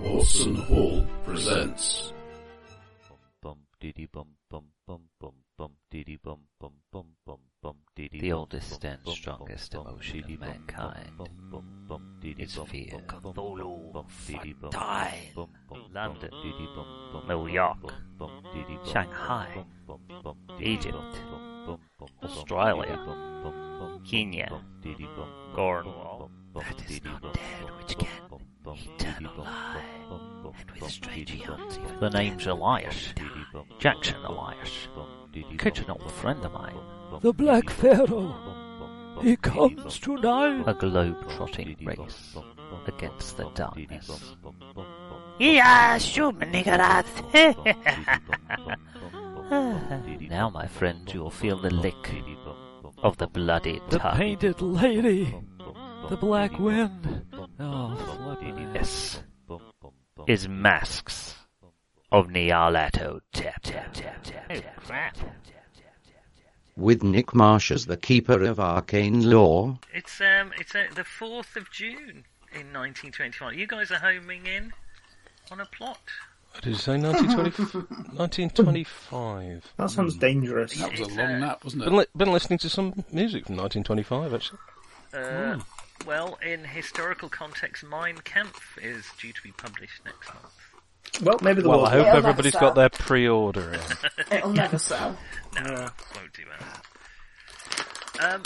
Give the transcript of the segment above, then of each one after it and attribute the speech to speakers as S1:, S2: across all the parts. S1: Watson Hall presents.
S2: The oldest and strongest emotion of mankind is fear. Cthulhu, Tyne, London, New York, Shanghai, Egypt, Australia, Kenya, Cornwall. That is not dead, which can eternalize. And with strange eons, even the name's Elias, Jackson Elias, Kitchen old friend of mine.
S3: The Black Pharaoh, he comes tonight.
S2: a globe-trotting race against the darkness. Yeah, shoot, niggerat. now, my friend, you'll feel the lick of the bloody
S3: The
S2: tongue.
S3: Painted Lady, the Black Wind. Oh, flippin' heck.
S2: Yes, is masks of Nyarlathotep. Tap, tap, tap, tap, crap.
S4: with Nick Marsh as the keeper of arcane law.
S5: It's um, it's uh, the fourth of June in 1925. You guys are homing in on a plot.
S6: Did you say 1920, 1925?
S7: That sounds dangerous.
S1: That was a
S5: It's,
S1: long
S5: uh,
S1: nap, wasn't
S6: Been,
S1: it?
S6: li- been listening to some music from 1925, actually.
S5: Uh,
S2: Hmm.
S5: well, in historical context, Mein Kampf is due to be published next month.
S7: Well, maybe the
S6: Well,
S7: world.
S6: I hope
S8: Yeah, that's
S6: everybody's
S8: out.
S6: got their pre-order in.
S8: It'll never sell.
S7: Yeah.
S5: Won't do that. Um,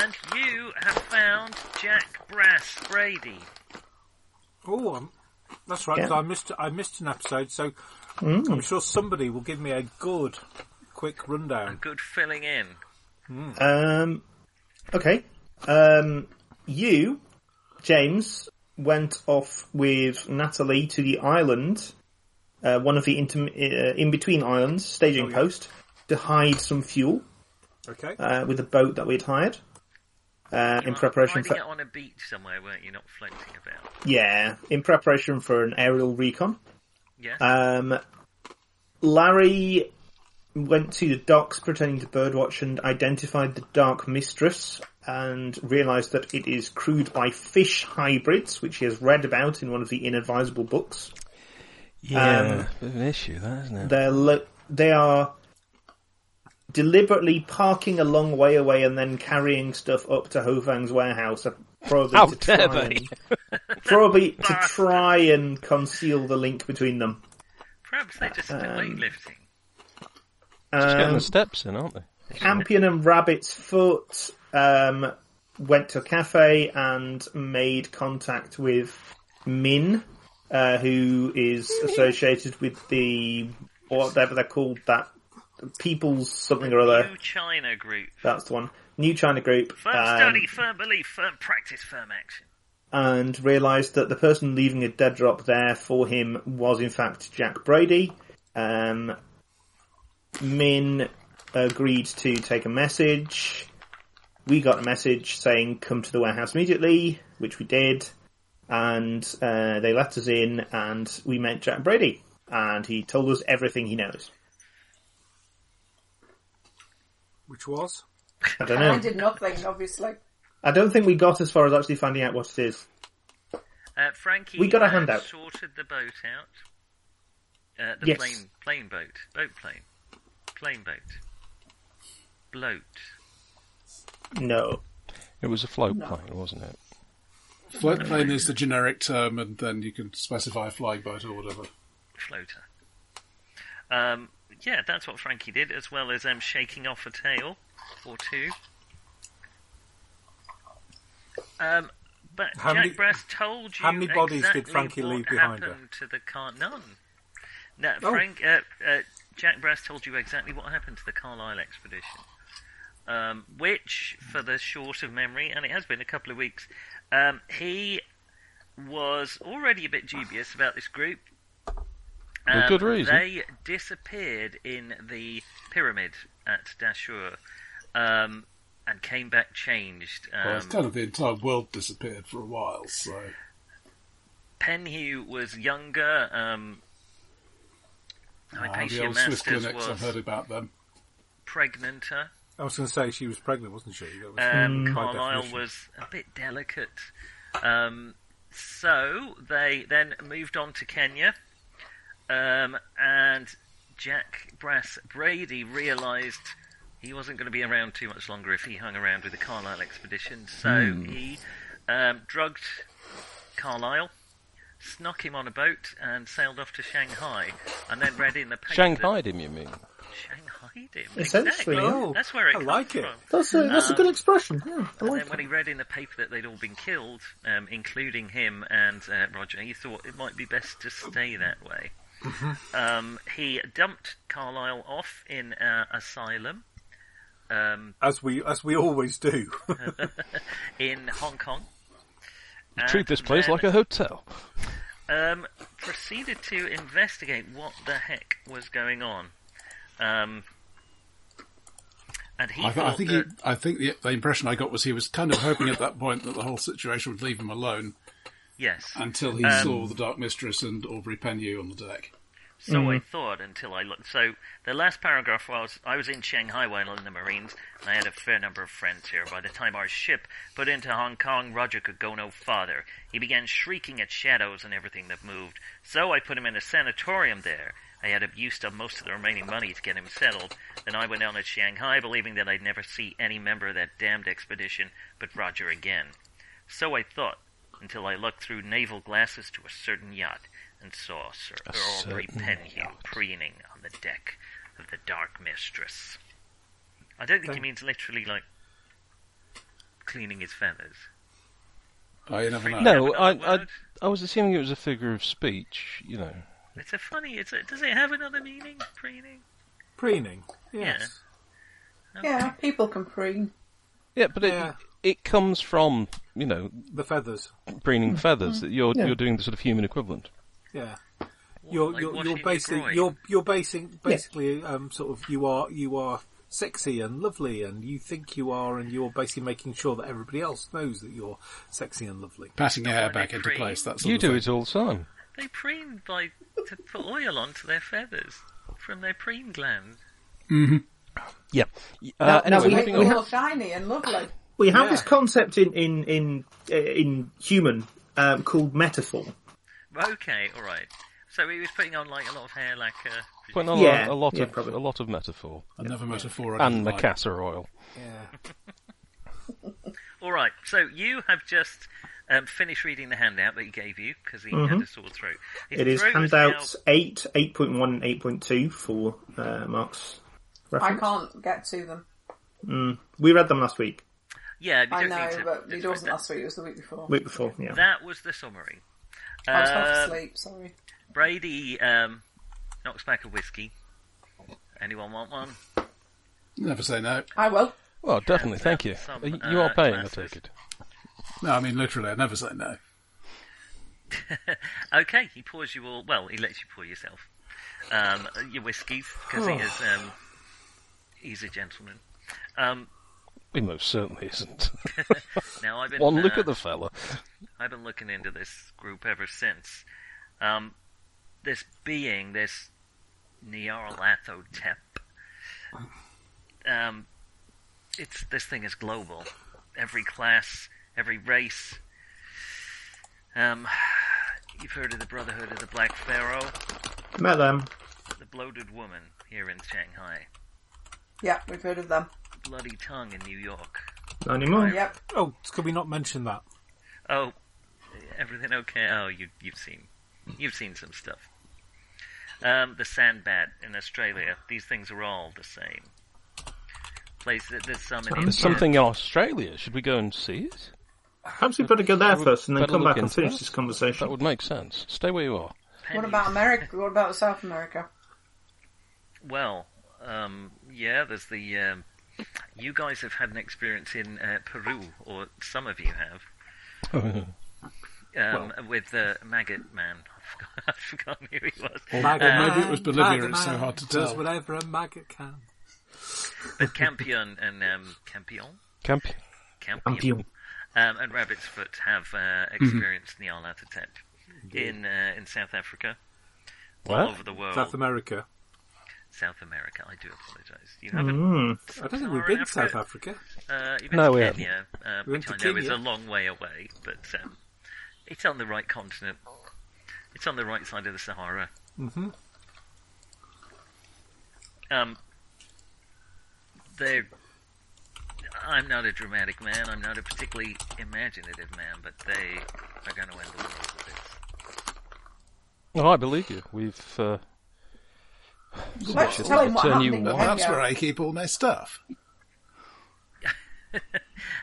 S5: and you have found Jack Brass Brady.
S9: Oh, um, that's right.
S7: Yeah.
S9: 'cause I missed I missed an episode, so I'm sure somebody will give me a good, quick
S5: A
S9: rundown.
S5: good filling in.
S7: Um, okay. Um, you, James, went off with Natalie to the island, uh, one of the intim- uh, in between islands, staging
S6: Oh,
S7: post, to hide some fuel
S9: Okay.
S7: uh, with a boat that we had hired
S5: Ah,
S7: uh, in preparation
S5: Hiding
S7: for
S5: it on a beach somewhere, weren't you? Not floating about.
S7: yeah, in preparation for an aerial recon.
S5: Yeah.
S7: Um, Larry went to the docks pretending to birdwatch and identified the Dark Mistress and realised that it is crewed by fish hybrids, which he has read about in one of the inadvisable books.
S6: Yeah, bit of an issue, that isn't it?
S7: They're lo- they are deliberately parking a long way away and then carrying stuff up to Hovang's warehouse, uh, probably
S6: How
S7: to
S6: dare
S7: try
S6: they.
S7: and- probably to try and conceal the link between them.
S5: Perhaps they just did weightlifting.
S6: Just getting
S7: Um,
S6: the steps in, aren't they?
S7: Campion and Rabbit's Foot um, went to a cafe and made contact with Min, uh, who is associated with the whatever they're called that people's something or other.
S5: New China group.
S7: That's the one. New China Group.
S5: Firm
S7: um,
S5: study, firm belief, firm practice, firm action.
S7: and realised that the person leaving a dead drop there for him was in fact Jack Brady. Um, Min agreed to take a message. We got a message saying come to the warehouse immediately, which we did, and uh, they let us in, and we met Jack Brady, and he told us everything he knows.
S9: Which was
S7: I don't
S8: I
S7: know.
S8: did nothing, obviously.
S7: I don't think we got as far as actually finding out what it is.
S5: Uh, Frankie,
S7: We got a
S5: uh,
S7: handout.
S5: Sorted the boat out. Uh, the
S7: Yes.
S5: plane, plane boat, boat plane, plane boat, bloat.
S7: No.
S6: It was a float plane, wasn't it?
S1: Float plane is the generic term, and then you can specify flying boat or whatever.
S5: floater. Um, yeah, that's what Frankie did, as well as um, shaking off a tail or two. Um, but
S9: How
S5: Jack
S9: many-
S5: Brass told you
S9: how many bodies did
S5: exactly
S9: Frankie
S5: what
S9: leave behind her?
S5: happened to the car. None. No,
S9: Oh.
S5: Frank. Uh, uh, Jack Brass told you exactly what happened to the Carlisle expedition, um, which, for the short of memory, and it has been a couple of weeks, um, he was already a bit dubious about this group. Um,
S6: With good reason.
S5: They disappeared in the pyramid at Dashur um, and came back changed.
S1: Well, it's
S5: Um,
S1: kind of the entire world disappeared for a while, so
S5: Penhew was younger. Um,
S1: Ah, the
S5: Hypatia
S1: old Swiss
S5: Masters
S1: clinics. I've
S5: was
S1: heard about them.
S5: pregnanter.
S9: I was going to say she was pregnant, wasn't she? That was
S5: Um,
S9: Mm, by
S5: Carlisle
S9: definition.
S5: was a bit delicate. Um, So they then moved on to Kenya, um, and Jack Brass Brady realised he wasn't going to be around too much longer if he hung around with the Carlisle expedition. So
S9: Hmm.
S5: he um, drugged Carlisle, snuck him on a boat, and sailed off to Shanghai. And then read in the paper
S6: Shanghai, him, you mean?
S5: that Shanghai him. exactly.
S7: Essentially, yeah.
S5: that's where it
S9: Oh, I
S5: comes
S9: like it.
S5: from.
S7: That's a, that's a good expression. Yeah, I
S5: And
S7: like
S5: then when
S7: it.
S5: he read in the paper that they'd all been killed, um, including him and uh, Roger, he thought it might be best to stay that way.
S6: Mm-hmm.
S5: Um, he dumped Carlyle off in uh, asylum um,
S9: As we as we always do.
S5: in Hong Kong.
S6: Treat
S5: And
S6: this place
S5: then,
S6: like a hotel.
S5: um, proceeded to investigate what the heck was going on. Um, and he
S1: I, th- I
S5: thought
S1: think he,
S5: that,
S1: I think the, the impression I got was he was kind of hoping at that point that the whole situation would leave him alone
S5: yes,
S1: until he
S5: Um,
S1: saw the Dark Mistress and Aubrey Penhew on the deck.
S5: So I thought until I looked. So the last paragraph was I was in Shanghai while in the Marines, and I had a fair number of friends here. By the time our ship put into Hong Kong, Roger could go no farther. He began shrieking at shadows and everything that moved. So I put him in a sanatorium there. I had used up most of the remaining money to get him settled. Then I went on to Shanghai, believing that I'd never see any member of that damned expedition but Roger again. So I thought, until I looked through naval glasses to a certain yacht and saw Sir Aubrey Penhew preening on the deck of the Dark Mistress. I don't think he means literally like cleaning his feathers.
S1: Oh, you never know.
S6: No,
S5: another
S6: I, I,
S5: word?
S6: I was assuming it was a figure of speech. You know,
S5: It's a funny. It's a, does it have another meaning? Preening?
S9: Preening. Yes.
S8: Yeah, people can preen.
S6: yeah, but it
S9: Yeah.
S6: it comes from you know
S9: The feathers.
S6: preening feathers. That you're
S7: Yeah.
S6: you're doing the sort of human equivalent.
S9: Yeah.
S5: What,
S9: You're
S5: Oh, like
S9: you're,
S5: washing
S9: you're
S5: your
S9: basically
S5: groin?
S9: you're you're basing basically um sort of you are you are sexy and lovely and you think you are and you're basically making sure that everybody else knows that you're sexy and lovely.
S1: Patting your hair
S5: Dominic
S1: back into
S5: Green.
S1: place. That's
S6: You do it all the time.
S5: They preen by to put oil onto their feathers from their preen gland.
S6: Yeah.
S7: Now-
S6: Uh,
S7: now
S6: anyway,
S7: we-
S6: moving
S7: we
S6: on.
S8: All shiny and lovely.
S7: We have
S9: Yeah.
S7: this concept in in in uh, in human um, called metaphor.
S5: Okay, all right. So he was putting on like a lot of hair lacquer.
S6: Putting on
S7: Yeah,
S6: a, a lot
S7: yeah,
S6: of
S7: probably.
S6: a lot of metaphor
S1: Another metaphor. I
S6: and
S1: didn't like.
S6: macassar oil.
S9: Yeah.
S5: All right. So you have just um, finished reading the handout that he gave you because he had a sore throat. His
S7: Mm-hmm. It is
S5: throat now-
S7: handouts eight, eight point one, and eight point two for uh, Mark's
S8: I
S7: reference. Mm.
S8: can't get to them.
S7: We read them last week,
S5: Yeah, you
S8: I
S5: don't
S8: know,
S5: need to.
S8: but it
S5: do
S8: wasn't
S5: that.
S8: last week. It was the week before.
S7: week before. Yeah,
S5: That was the summary.
S8: I was half
S5: Uh,
S8: asleep. Sorry.
S5: Brady um, knocks back a whiskey. Anyone want one?
S1: Never say no.
S8: I will.
S6: Well, definitely. Thank you.
S5: some,
S6: You you are
S5: uh,
S6: paying, I
S5: glasses.
S6: take it.
S1: No, I mean literally, I never say no.
S5: Okay, he pours you all. Well, he lets you pour yourself um, your whiskies because he is. Um, he's a gentleman. Um,
S6: He most certainly isn't.
S5: now I've been
S6: One look
S5: uh,
S6: at the fella.
S5: I've been looking into this group ever since. Um, this being, this Nyarlathotep, um, it's this thing is global. Every class, every race. Um, you've heard of the Brotherhood of the Black Pharaoh,
S7: met them.
S5: the Bloated Woman here in Shanghai,
S8: Yeah, we've heard of them.
S5: Bloody Tongue in New York.
S7: Not anymore.
S8: Yep.
S9: Oh, could we not mention that?
S5: Oh, everything okay? Oh, you you've seen you've seen some stuff. Um, the sandbat in Australia. These things are all the same. Place that there's some in India.
S6: There's something in Australia. Should we go and see it?
S7: Perhaps we better go there
S6: We'd
S7: first and then
S6: better
S7: come
S6: look
S7: back and
S6: into
S7: finish
S6: that.
S7: this
S6: That
S7: conversation.
S6: would make sense. Stay where you are.
S8: What about America? What about South America?
S5: Well, um, yeah. There's the. Um, you guys have had an experience in uh, Peru, or some of you have, um, with the maggot man. I've forgotten who he was.
S1: maybe it
S5: Uh,
S1: was Bolivia, it's so hard to
S9: does
S1: tell.
S9: whatever a maggot can.
S5: But Campion and um, Campion.
S6: Camp.
S5: Campion, um, and Rabbit's Foot have uh,
S9: Mhm.
S5: experienced Nyarlathotep in uh, in South Africa, all
S6: What?
S5: over the world,
S9: South America.
S5: South America. I do apologise. You haven't.
S9: Mm,
S7: Hmm.
S9: I don't think we've been to South Africa.
S5: Uh, you've been to
S6: No, we
S5: Kenya, uh,
S9: We
S5: which
S9: went
S5: I know
S9: to
S5: is a
S9: Kenya.
S5: long way away, but um, It's on the right continent. It's on the right side of the Sahara.
S9: Mhm.
S5: Um, they're. I'm not a dramatic man. I'm not a particularly imaginative man, but they are going to end the world with this.
S6: Oh, I believe you. We've uh,
S8: Let's
S6: should
S8: tell him what
S6: turn you
S8: happened in
S6: one.
S8: Kenya.
S1: That's where I keep all my stuff.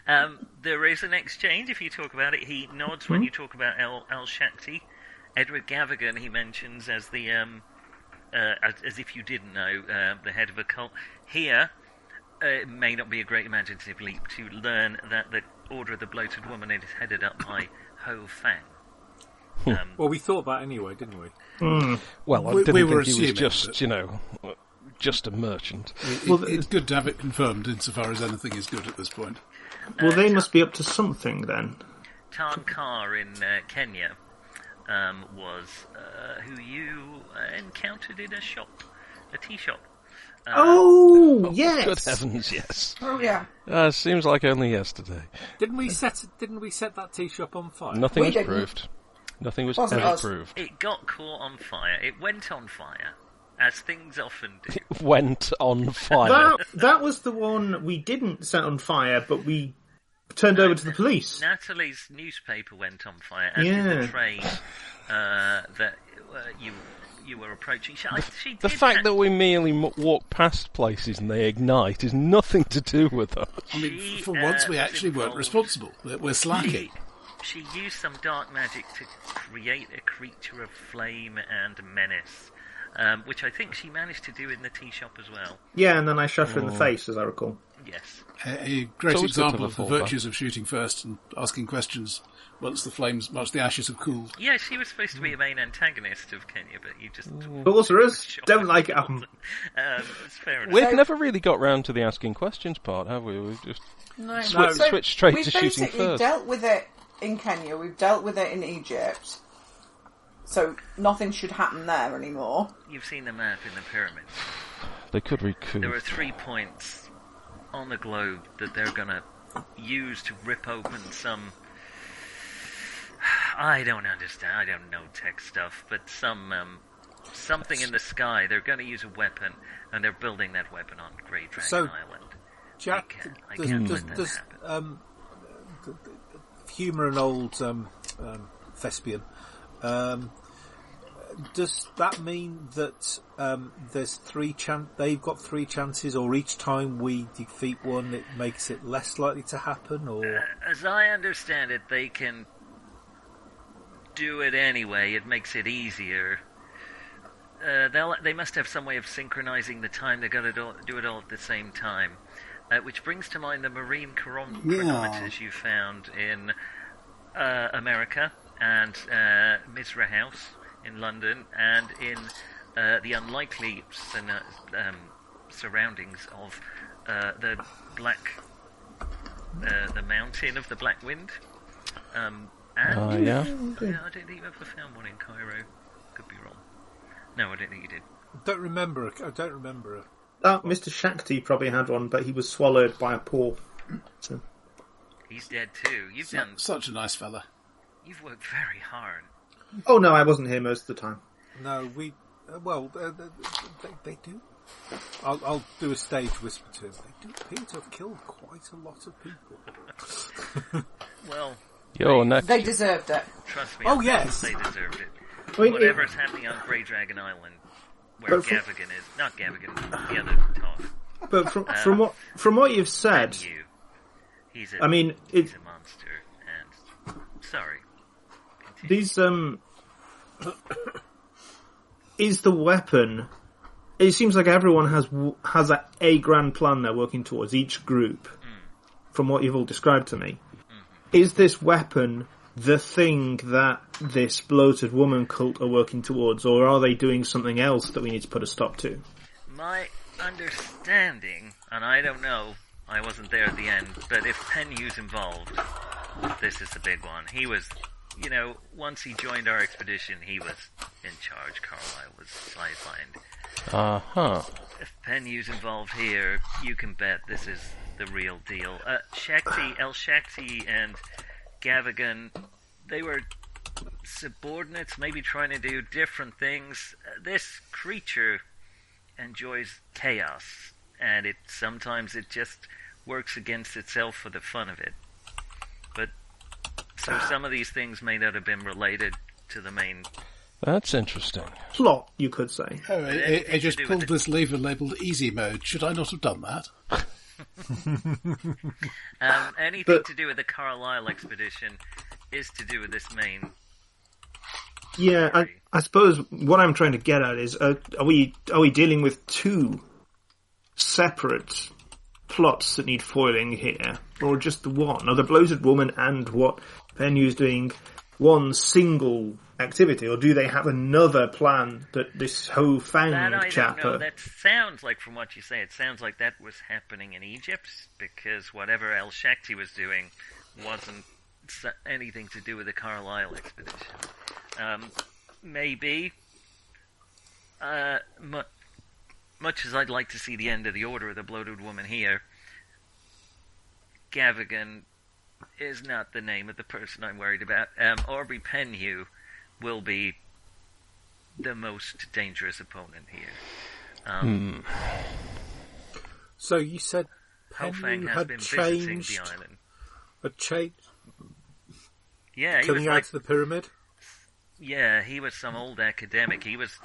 S5: Um, there is an exchange if you talk about it. He nods when you talk about El El Shakti. Edward Gavigan he mentions as the um, uh, as, as if you didn't know uh, the head of a cult. Here, uh, it may not be a great imaginative leap to learn that the Order of the Bloated Woman is headed up by Ho Fang. Um,
S9: Well, we thought that anyway, didn't we?
S6: well, I
S1: We-
S6: didn't
S1: we
S6: think
S1: were
S6: he was
S1: assuming
S6: just
S1: that-
S6: you know just a merchant.
S1: It-
S7: Well,
S1: it- it's good to have it confirmed insofar as anything is good at this point.
S7: Well, they must be up to something then.
S5: Tankar in uh, Kenya um, was uh, who you uh, encountered in a shop, a tea shop. Uh,
S7: Oh,
S6: Good
S7: yes.
S6: heavens, yes.
S8: Oh yeah,
S6: Uh, seems like only yesterday.
S9: Didn't we set? Didn't we set that tea shop on fire?
S6: Nothing
S8: We
S6: was
S8: didn't.
S6: proved. Nothing was
S8: Wasn't
S6: ever
S8: us.
S6: proved.
S5: It got caught on fire. It went on fire, as things often do.
S6: Went on fire.
S7: That, that was the one we didn't set on fire, but we turned over to the police.
S5: Natalie's newspaper went on fire, as did the
S7: Yeah.
S5: train uh, that uh, you you were approaching. She, I, she
S6: the
S5: did
S6: fact
S5: act-
S6: that we merely m- walk past places and they ignite is nothing to do with that.
S1: I mean,
S5: She,
S1: f- for once,
S5: uh,
S1: we
S5: was
S1: actually weren't
S5: involved.
S1: responsible. We're, we're slacking.
S5: She, she used some dark magic to create a creature of flame and menace, um, which I think she managed to do in the tea shop as well.
S7: Yeah, and then I shot her in the
S6: Oh.
S7: face, as I recall.
S5: Yes.
S1: A, a great
S6: It's always good to
S1: example of
S6: have
S1: the
S6: a fallback.
S1: virtues of eh, shooting first and asking questions once the flames, once the ashes have cooled.
S5: Yeah, she was supposed to be a main antagonist of Kenya, but you just
S7: But also, us don't like it.
S5: um,
S7: Um,
S5: it's fair enough.
S6: We've never really got round to the asking questions part, have we? We've just
S8: no.
S6: Swi- switch straight
S8: we've
S6: to shooting
S8: basically
S6: first.
S8: dealt with it in Kenya. We've dealt with it in Egypt. So nothing should happen there anymore.
S5: You've seen the map in the pyramids.
S6: they could recoup.
S5: There are three points on the globe that they're going to use to rip open some. I don't understand. I don't know tech stuff, but some um, something in the sky. They're going to use a weapon, and they're building that weapon on Grey Dragon
S9: So-
S5: Island.
S9: Jack,
S5: I can't- I
S9: does,
S5: can't
S9: does,
S5: let that
S9: does,
S5: happen.
S9: um, humour an old um, um, thespian? Um, does that mean that um, there's three chan- They've got three chances, or each time we defeat one, it makes it less likely to happen, or
S5: As I understand it, they can do it anyway. It makes it easier. Uh, they'll, they must have some way of synchronizing the time. They've got to do, do it all at the same time. Uh, which brings to mind the marine chron-
S1: Yeah.
S5: chronometers you found in uh, America and uh, Misra House in London and in uh, the unlikely sun- um, surroundings of uh, the Black uh, the mountain of the Black Wind. Um, and
S6: Uh, yeah.
S5: Yeah, I don't think you ever found one in Cairo. Could be wrong. No, I don't think you did.
S9: don't remember. I don't remember.
S7: that Mr. Ah, Shakti probably had one, but he was swallowed by a paw. So,
S5: He's dead too. You've
S1: Su-
S5: done.
S1: Such a nice fella.
S5: You've worked very hard.
S7: oh no, I wasn't here most of the time.
S9: No, we. Uh, well, uh, they, they do. I'll, I'll do a stage whisper to him. They do appear to have killed quite a lot of people.
S5: Well,
S6: You're next.
S8: They deserved it.
S5: trust me.
S9: Oh,
S5: I think
S9: yes.
S5: they deserved it.
S7: Wait,
S5: Whatever's happening on Grey Dragon Island, where
S7: But for-
S5: Gavigan is not Gavigan, the other Toff,
S7: But from, from what from what you've said,
S5: you. He's a.
S7: I mean, it,
S5: he's a monster. And sorry,
S7: these um is the weapon. It seems like everyone has w- has a, a grand plan they're working towards. Each group, from what you've all described to me, is this weapon the thing that this bloated woman cult are working towards, or are they doing something else that we need to put a stop to?
S5: My understanding, and I don't know, I wasn't there at the end, but if Penyu's involved, this is the big one. He was, you know, once he joined our expedition, he was in charge. Carlisle was sidelined.
S6: Uh huh.
S5: If Penyu's involved here, you can bet this is the real deal. Uh, Shakti, El Shakti, and Gavigan, they were subordinates may be trying to do different things. Uh, This creature enjoys chaos, and it sometimes it just works against itself for the fun of it. But so some of these things may not have been related to the main.
S6: That's interesting.
S7: Plot, you could say.
S1: Oh, I, I, I just
S5: do with
S1: pulled
S5: it.
S1: this lever labelled easy mode. Should I not have done that?
S5: Um, anything
S7: But-
S5: to do with the Carlisle expedition is to do with this main.
S7: Yeah, I, I suppose what I'm trying to get at is, uh, are we are we dealing with two separate plots that need foiling here, or just the one? Are the bloated woman and what Venue's doing one single activity, or do they have another plan that this Ho
S5: That
S7: Fang
S5: I
S7: chap?
S5: don't know.
S7: uh,
S5: That sounds like, from what you say, it sounds like that was happening in Egypt because whatever El Shakti was doing wasn't s- anything to do with the Carlisle expedition. Um, maybe. Uh, mu- much as I'd like to see the end of the Order of the Bloated Woman here, Gavigan is not the name of the person I'm worried about. Um, Aubrey Penhew will be the most dangerous opponent here.
S6: Hmm.
S5: Um,
S9: So you said
S5: Hellfang
S9: Penny
S5: has
S9: had
S5: been visiting
S9: changed,
S5: the island.
S9: had changed,
S5: Yeah, he was
S9: coming out
S5: like,
S9: of the pyramid.
S5: yeah, he was some old academic. He was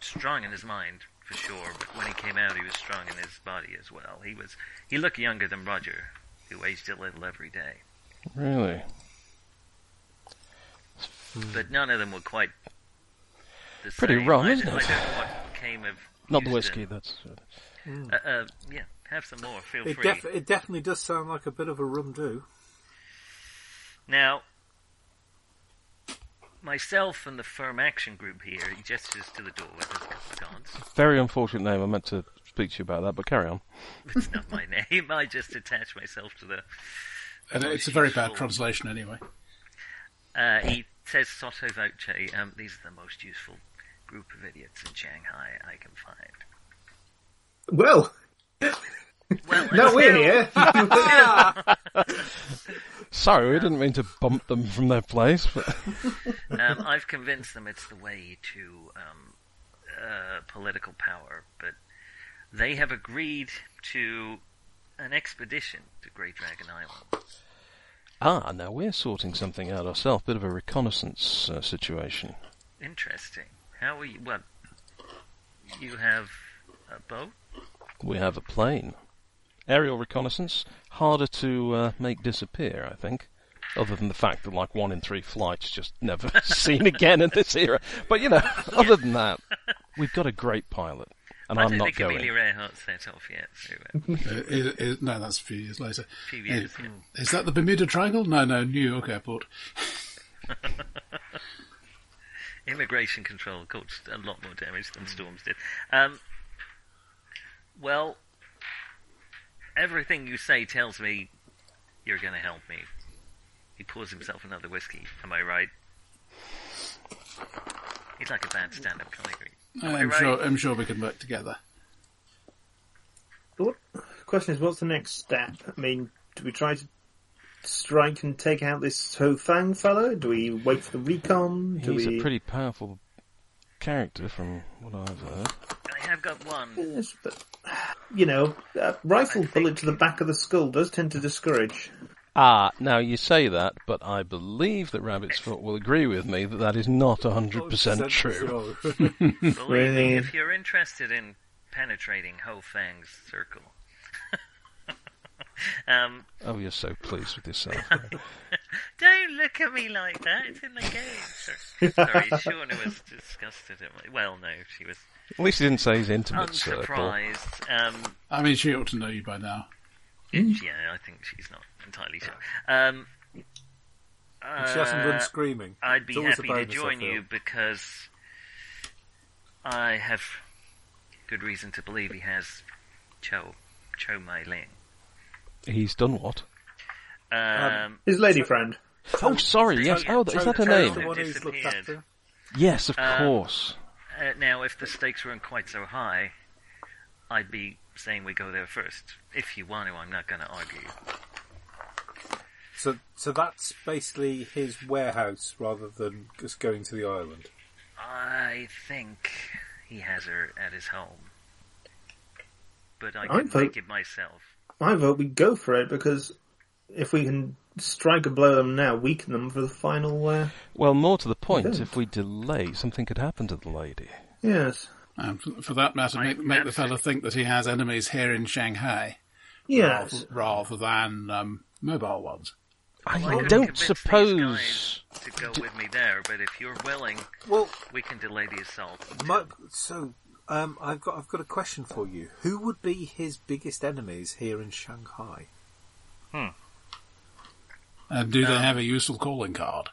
S5: strong in his mind for sure, but when he came out, he was strong in his body as well. He was he looked younger than Roger, who aged a little every day.
S6: Really?
S5: But none of them were quite the
S6: Pretty
S5: same.
S6: rum,
S5: I,
S6: isn't
S5: I
S6: it?
S5: don't know what came of
S6: Not the whiskey.
S5: Houston.
S6: That's
S5: Uh, uh, yeah, have some more. Feel
S9: It,
S5: free.
S9: def- it definitely does sound like a bit of a rum do.
S5: Now, myself and the firm action group here, he gestures to the door with his guards.
S6: very unfortunate name. I meant to speak to you about that, but carry on.
S5: It's not my name. I just attach myself to the.
S1: And it's a very bad translation anyway.
S5: Uh, he says sotto voce. Um, these are the most useful group of idiots in Shanghai I can find.
S7: Well,
S5: Well,
S7: now
S5: and
S7: we're
S5: still-
S7: here.
S6: Sorry, I didn't mean to bump them from their place. But
S5: um, I've convinced them it's the way to um, uh, political power, but they have agreed to an expedition to Great Dragon Island.
S6: ah, now we're sorting something out ourselves. Bit of a reconnaissance uh, situation.
S5: Interesting. How are you? What? You have a boat?
S6: We have a plane. Aerial reconnaissance, harder to uh, make disappear, I think. Other than the fact that like one in three flights just never seen again in this era. But you know, other than that, we've got a great pilot, and
S5: I
S6: I'm
S5: don't
S6: not
S5: think
S6: going.
S5: Amelia Earhart's set off yet. So, uh,
S1: Uh, is- is- no, that's a few years later.
S5: few years,
S1: Is-
S5: yeah.
S1: Is that the Bermuda Triangle? No, no, New York Airport.
S5: immigration control caused a lot more damage than storms did. Um, well, everything you say tells me you're going to help me. He pours himself another whiskey. Am I right? He's like a bad stand-up comedy.
S1: I'm
S5: right?
S1: sure. I'm sure we can work together.
S7: What, question is, what's the next step? I mean, do we try to strike and take out this Ho Fang fellow? Do we wait for the recon? Do
S6: He's
S7: we...
S6: a pretty powerful character, from what I've heard.
S5: I have got one.
S7: Yes, but you know, a rifle
S5: I think-
S7: bullet to the back of the skull does tend to discourage.
S6: Ah, now you say that, but I believe that Rabbit's Foot will agree with me that that is not 100% true.
S9: Oh, true.
S5: Believe
S7: Really?
S5: me, if you're interested in penetrating Ho Fang's circle. um,
S6: Oh, you're so pleased with yourself.
S5: Don't look at me like that. It's in the game. Sorry, Sorry Shauna was disgusted at my. Well, no, she was
S6: At least he didn't say his intimate circle.
S5: unsurprised. Um,
S1: I mean, she ought to know you by now.
S9: Mm.
S5: yeah, I think she's not entirely sure. Um,
S9: she hasn't
S5: uh,
S9: run screaming.
S5: I'd be
S9: It's always a
S5: happy to
S9: bonus, I
S5: join
S9: feel.
S5: you because I have good reason to believe he has Cho Cho Mai Ling.
S6: He's done what?
S5: Um,
S7: His lady friend.
S6: Oh, sorry, yes. Oh, th- is that her
S9: Tony's the
S6: name?
S9: one who's looked
S5: Disappeared.
S9: after.
S6: Yes, of
S5: Um,
S6: course.
S5: Uh, now, if the stakes weren't quite so high, I'd be saying we go there first. If you want to, I'm not going to argue.
S9: So, so that's basically his warehouse rather than just going to the island.
S5: I think he has her at his home. But I
S7: I
S5: can
S7: vote-
S5: make it myself.
S7: I vote we go for it because if we can strike a blow at them now, weaken them for the final. Uh,
S6: Well, more to the point,
S7: don't.
S6: if we delay, something could happen to the lady.
S7: yes,
S1: And Um, for, for that matter, make,
S5: Right,
S1: make the
S5: that's
S1: fella
S5: it.
S1: think that he has enemies here in Shanghai
S7: yes.
S1: rather than um, mobile ones.
S6: I
S5: Well, I couldn't
S6: don't
S5: convince these
S6: suppose.
S5: guys to go with me there, but if you're willing,
S9: Well,
S5: we can delay the assault.
S9: my, so um, I've got I've got a question for you. Who would be his biggest enemies here in Shanghai?
S1: And do they have a useful calling card?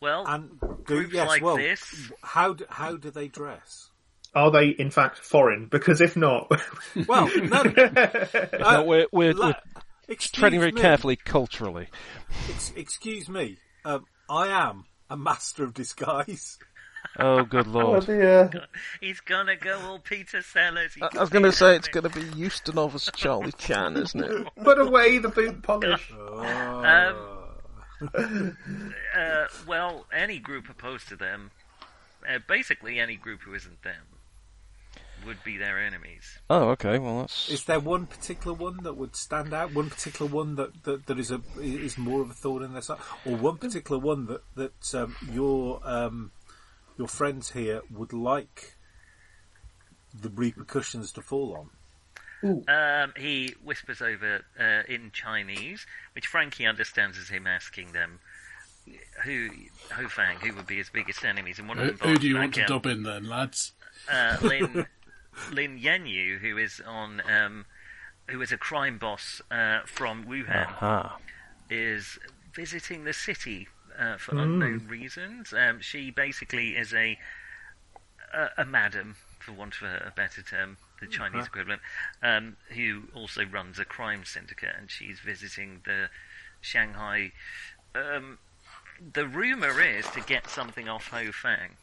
S5: Well,
S9: And do,
S5: groups
S9: yes,
S5: like
S9: well,
S5: this,
S9: how do, how do they dress?
S7: Are they in fact foreign? Because if not,
S9: Well, no, Uh,
S6: No, we're, we're,
S9: la-
S6: we're
S9: excuse
S6: treading very
S9: me,
S6: carefully culturally.
S9: ex- excuse me, um, I am a master of disguise.
S6: Oh, good lord.
S7: uh,
S5: he's gonna go all Peter Sellers. He
S6: I I
S5: can
S6: was
S5: do
S6: going to say it's
S5: something.
S6: going to be Houston Office Charlie Chan, isn't it?
S7: put away the boot polish.
S5: Um, uh, well, any group opposed to them, uh, basically any group who isn't them, would be their enemies.
S6: Oh, okay. Well, that's
S9: Is there one particular one that would stand out? One particular one that, that, that is a is more of a thorn in their side, or one particular one that that um, your um, your friends here would like the repercussions to fall on?
S5: Um, he whispers over uh, in Chinese, which Frankie understands as him asking them who Ho Fang, who would be his biggest enemies, and one
S1: Who,
S5: of them.
S1: who do you want
S5: barks
S1: to
S5: back
S1: dub in then, lads?
S5: out, Uh, Lin Lin Yanyu, who is on, um, who is a crime boss uh, from Wuhan.
S6: aha.
S5: is visiting the city uh, for unknown reasons. Um, she basically is a, a a madam, for want of a, a better term, the Chinese equivalent, um, who also runs a crime syndicate, and she's visiting the Shanghai. Um, the rumor is to get something off Ho Fang,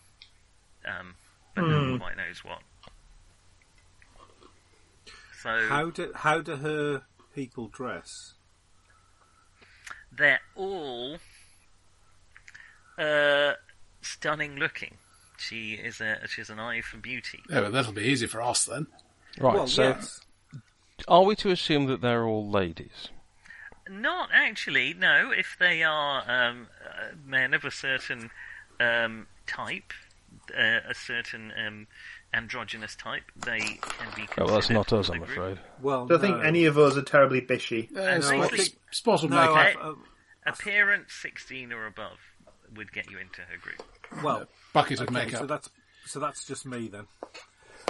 S5: um, but no one quite knows what. So
S9: How do how do her people dress?
S5: they're all uh, stunning looking. She is a she has an eye for beauty.
S1: Yeah, well, that'll be easy for us then.
S6: Right.
S9: well,
S6: so,
S9: yes.
S6: are we to assume that they're all ladies?
S5: Not actually, no. If they are um, uh, men of a certain um, type, uh, a certain um, androgynous type, they can be.
S6: Oh, well, that's
S5: considered
S6: not us,
S5: for the
S6: I'm
S5: group.
S6: afraid.
S9: Well,
S7: Don't think
S9: no.
S7: any of us are terribly bishy.
S1: Yeah,
S9: No, I
S1: Spot,
S9: think-
S1: Spot will
S9: No,
S1: make it.
S9: I've- uh,
S5: Appearance sixteen or above would get you into her group.
S9: well,
S1: Bucket of
S9: okay,
S1: makeup.
S9: so that's so that's just me then.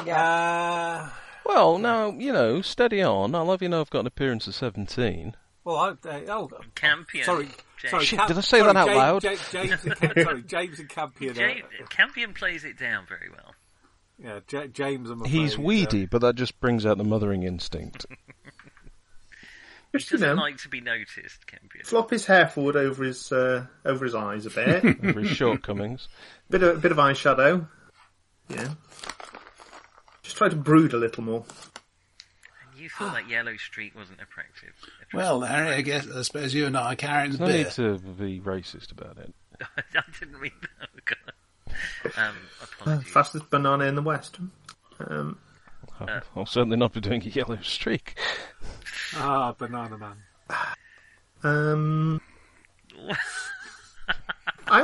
S8: Yeah.
S9: Uh,
S6: Well, now you know, steady on. I'll have you know I've got an appearance of seventeen.
S9: well, I, uh, oh,
S5: Campion.
S9: sorry,
S5: James.
S9: sorry,
S6: Shit,
S9: Cam-
S6: did I say
S9: sorry,
S6: that out
S9: James,
S6: loud?
S9: James, James and Cam- sorry, James and Campion. are-
S5: Ja- Campion plays it down very well.
S9: Yeah, J- James. I'm
S6: He's
S9: afraid, uh,
S6: weedy, but that just brings out the mothering instinct.
S7: Just
S5: He
S7: you
S5: doesn't
S7: know,
S5: like to be noticed, Campion.
S7: flop his hair forward over his uh, over his eyes a bit,
S6: for his shortcomings.
S7: bit of bit of eyeshadow. Yeah. Just try to brood a little more.
S5: You thought that yellow streak wasn't attractive.
S1: Well, Harry, I guess I suppose you and I are carrying
S6: There's no
S1: beer.
S6: need to be racist about it.
S5: I didn't mean that. Oh, God. Um,
S7: Uh,
S5: apologies.
S7: fastest banana in the west. Um,
S5: Uh.
S6: I'll, I'll certainly not be doing a yellow streak.
S9: Ah, Banana Man.
S7: um, I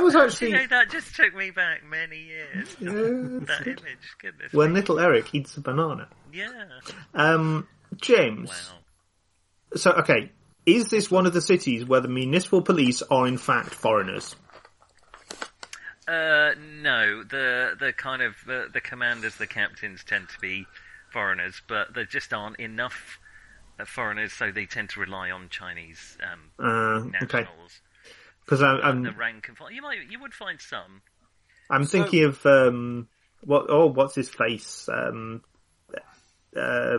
S7: was
S5: you
S7: actually
S5: know, that just took me back many years. that image, goodness.
S7: when little Eric eats a banana.
S5: yeah.
S7: Um, James.
S5: Wow.
S7: So okay, is this one of the cities where the municipal police are in fact foreigners?
S5: Uh, no, the the kind of the, the commanders, the captains tend to be foreigners, but there just aren't enough uh, foreigners, so they tend to rely on Chinese um,
S7: Uh, okay,
S5: nationals.
S7: because
S5: The
S7: I'm
S5: rank and file. You might you would find some.
S7: I'm thinking of um, what? Oh, what's his face? Um, uh,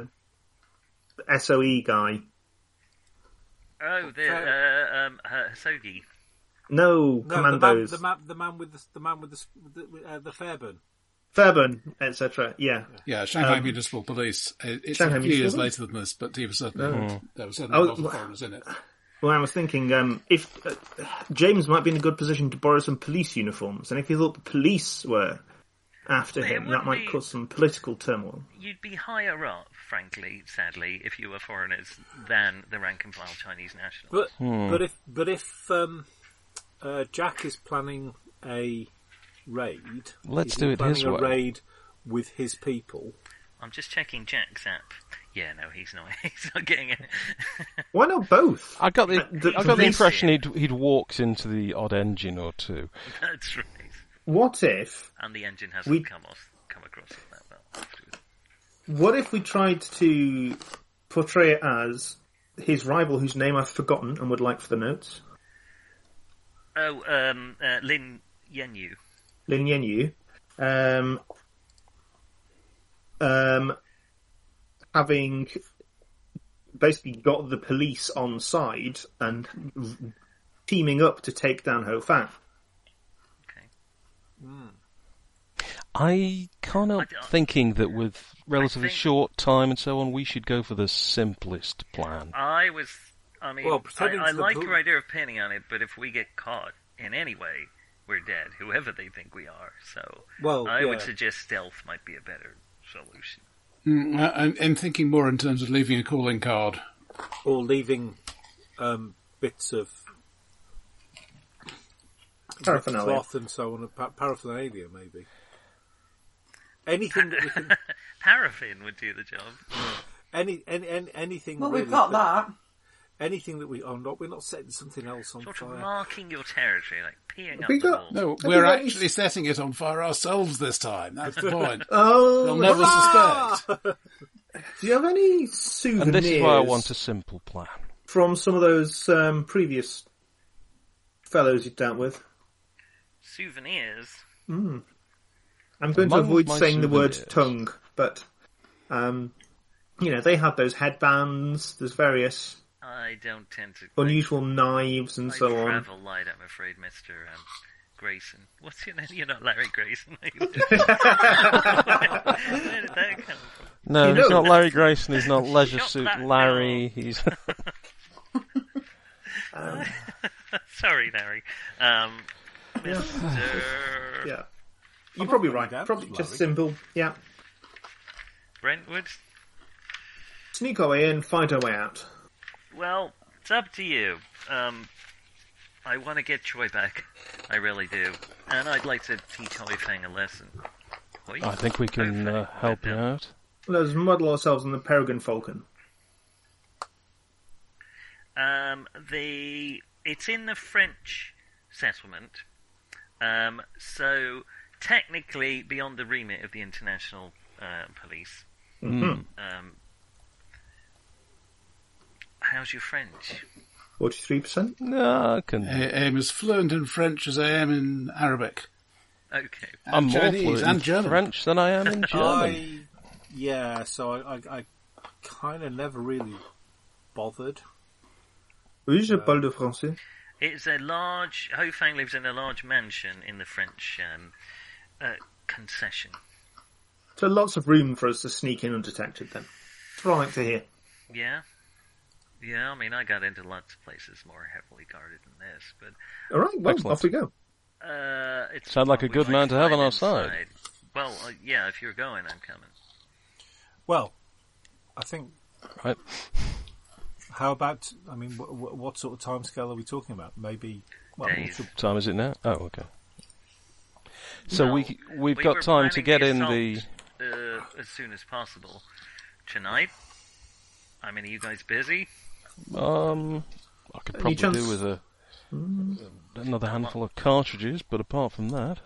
S7: Soe guy.
S5: Oh, the uh, um, H- Hosogi.
S7: No,
S9: No,
S7: commandos.
S9: The man, the man, the man with the the man with the s- the, uh, the Fairburn.
S7: Fairburn, etc. Yeah.
S1: Yeah, Shanghai Municipal Police. It- It's
S7: um, Shanghai
S1: a few years
S7: Municipal Mm.
S1: later than this, but he was certainly there were certainly
S7: Oh,
S1: a lot of
S7: well-
S1: foreigners in it.
S7: Well, I was thinking um, if uh, James might be in a good position to borrow some police uniforms, and if he thought the police were after
S5: It
S7: him,
S5: would
S7: that might
S5: be-
S7: cause some political turmoil.
S5: You'd be higher up, frankly, sadly, if you were foreigners than the rank and file Chinese nationals.
S9: But
S6: Hmm.
S9: but if but if um, uh, Jack is planning a raid,
S6: Let's
S9: is
S6: do
S9: he
S6: it his
S9: planning
S6: way.
S9: A raid with his people.
S5: I'm just checking Jack's app. Yeah, no, he's not. He's not getting it.
S7: Why not both? Uh,
S6: I got the,
S5: Uh,
S7: The-
S6: I got the
S7: the-
S6: impression he'd he'd walked into the odd engine or two.
S5: That's right.
S7: What if?
S5: And the engine hasn't
S7: We-
S5: come off, come across it that well. afterwards.
S7: What if we tried to portray it as his rival, whose name I've forgotten and would like for the notes,
S5: Oh, um, uh, Lin Yenyu.
S7: Lin Yenyu, um, um, having basically got the police on side and teaming up to take down Ho Fan.
S9: Hmm.
S6: I can't help
S5: I don't-
S6: thinking that with relatively
S5: think-
S6: short time and so on, we should go for the simplest plan.
S5: I was. I mean,
S9: Well,
S5: I,
S9: pretending
S5: I
S9: to the
S5: like
S9: pol-
S5: your idea of pinning on it, but if we get caught in any way, we're dead, whoever they think we are. So
S9: Well,
S5: I would
S9: Oh, yeah.
S5: suggest stealth might be a better solution.
S1: Mm, I, I'm- I'm thinking more in terms of leaving a calling card.
S9: or leaving um, bits of
S7: Paraphernalia.
S9: cloth and so on, pa- paraphernalia maybe. Anything that we can,
S5: Paraffin would do the job.
S9: any, any, any anything.
S8: Well,
S9: really
S8: we've got that.
S9: Anything that we are not, we're not setting something else on
S5: Sort of
S9: fire.
S5: marking your territory, like peeing up
S7: We
S5: the
S7: got-
S5: wall.
S1: No,
S7: That'd be
S1: we're
S7: nice.
S1: actually setting it on fire ourselves this time. That's the point.
S7: Oh,
S1: They'll never
S7: hurrah!
S1: suspect.
S7: Do you have any souvenirs
S6: And this is why I want a simple plan.
S7: from some of those um, previous fellows you dealt with?
S5: Souvenirs.
S7: Mm. I'm going to
S6: Among
S7: avoid
S6: my
S7: saying the word
S6: souvenirs.
S7: tongue, but um, you know they had those headbands. There's various
S5: I don't tend to.
S7: unusual knives and
S5: I
S7: so on.
S5: travel light, I'm afraid, Mister um, Grayson. What's your name? You're not Larry Grayson. Are you? Where did that come from?
S6: No,
S7: You
S6: he's
S7: know-
S6: not Larry Grayson. He's not Leisure
S5: Shut
S6: Suit
S5: that
S6: Larry. He's
S5: Sorry, Larry. Um, Mister
S7: Yeah, you're probably right.
S9: that was
S7: Probably just
S9: lovely.
S7: simple. Yeah,
S5: Brentwood.
S7: sneak our way in, find our way out.
S5: Well, it's up to you. Um, I want to get Choi back. I really do. And I'd like to teach Hoi Fang a lesson. Hoi?
S6: I think we can uh, help you out.
S7: Let's model ourselves on the Peregrine Falcon.
S5: Um, the it's in the French settlement, um, so technically beyond the remit of the international uh, police.
S1: Mm-hmm.
S6: Mm.
S5: Um, how's your French?
S7: Forty-three percent.
S6: No, I can.
S1: I am as fluent in French as I am in Arabic.
S5: Okay,
S1: And
S6: I'm more
S1: Chinese
S6: fluent
S1: and
S6: in
S1: German.
S6: French than I am in German.
S9: I, yeah, so I, I, I kind of never really bothered.
S7: Oui, je parle de français.
S5: it's a large. Ho Fang lives in a large mansion in the French um, uh, concession.
S7: So lots of room for us to sneak in undetected. Then, that's what I like to hear.
S5: Yeah, yeah. I mean, I got into lots of places more heavily guarded than this, but
S7: All right, well,
S6: Excellent.
S7: off we go.
S5: Uh, it's
S6: Sound like a
S5: well, we
S6: good
S5: might
S6: man to have on our
S5: find
S6: side.
S5: inside. Well, uh, yeah, if you're going, I'm coming.
S9: Well, I think.
S6: Right.
S9: How about? I mean, wh- wh- what sort of timescale are we talking about? Maybe. Well,
S5: Days.
S9: should-
S6: What time is it now? Oh, okay. So
S5: No,
S6: we we've
S5: we were
S6: got time to
S5: planning
S6: get
S5: the
S6: in the.
S5: assault, uh, as soon as possible tonight. I mean, are you guys busy?
S6: Um, I could
S7: Any
S6: probably
S7: chance-
S6: do with a
S9: Hmm.
S6: another handful of cartridges, but apart from that,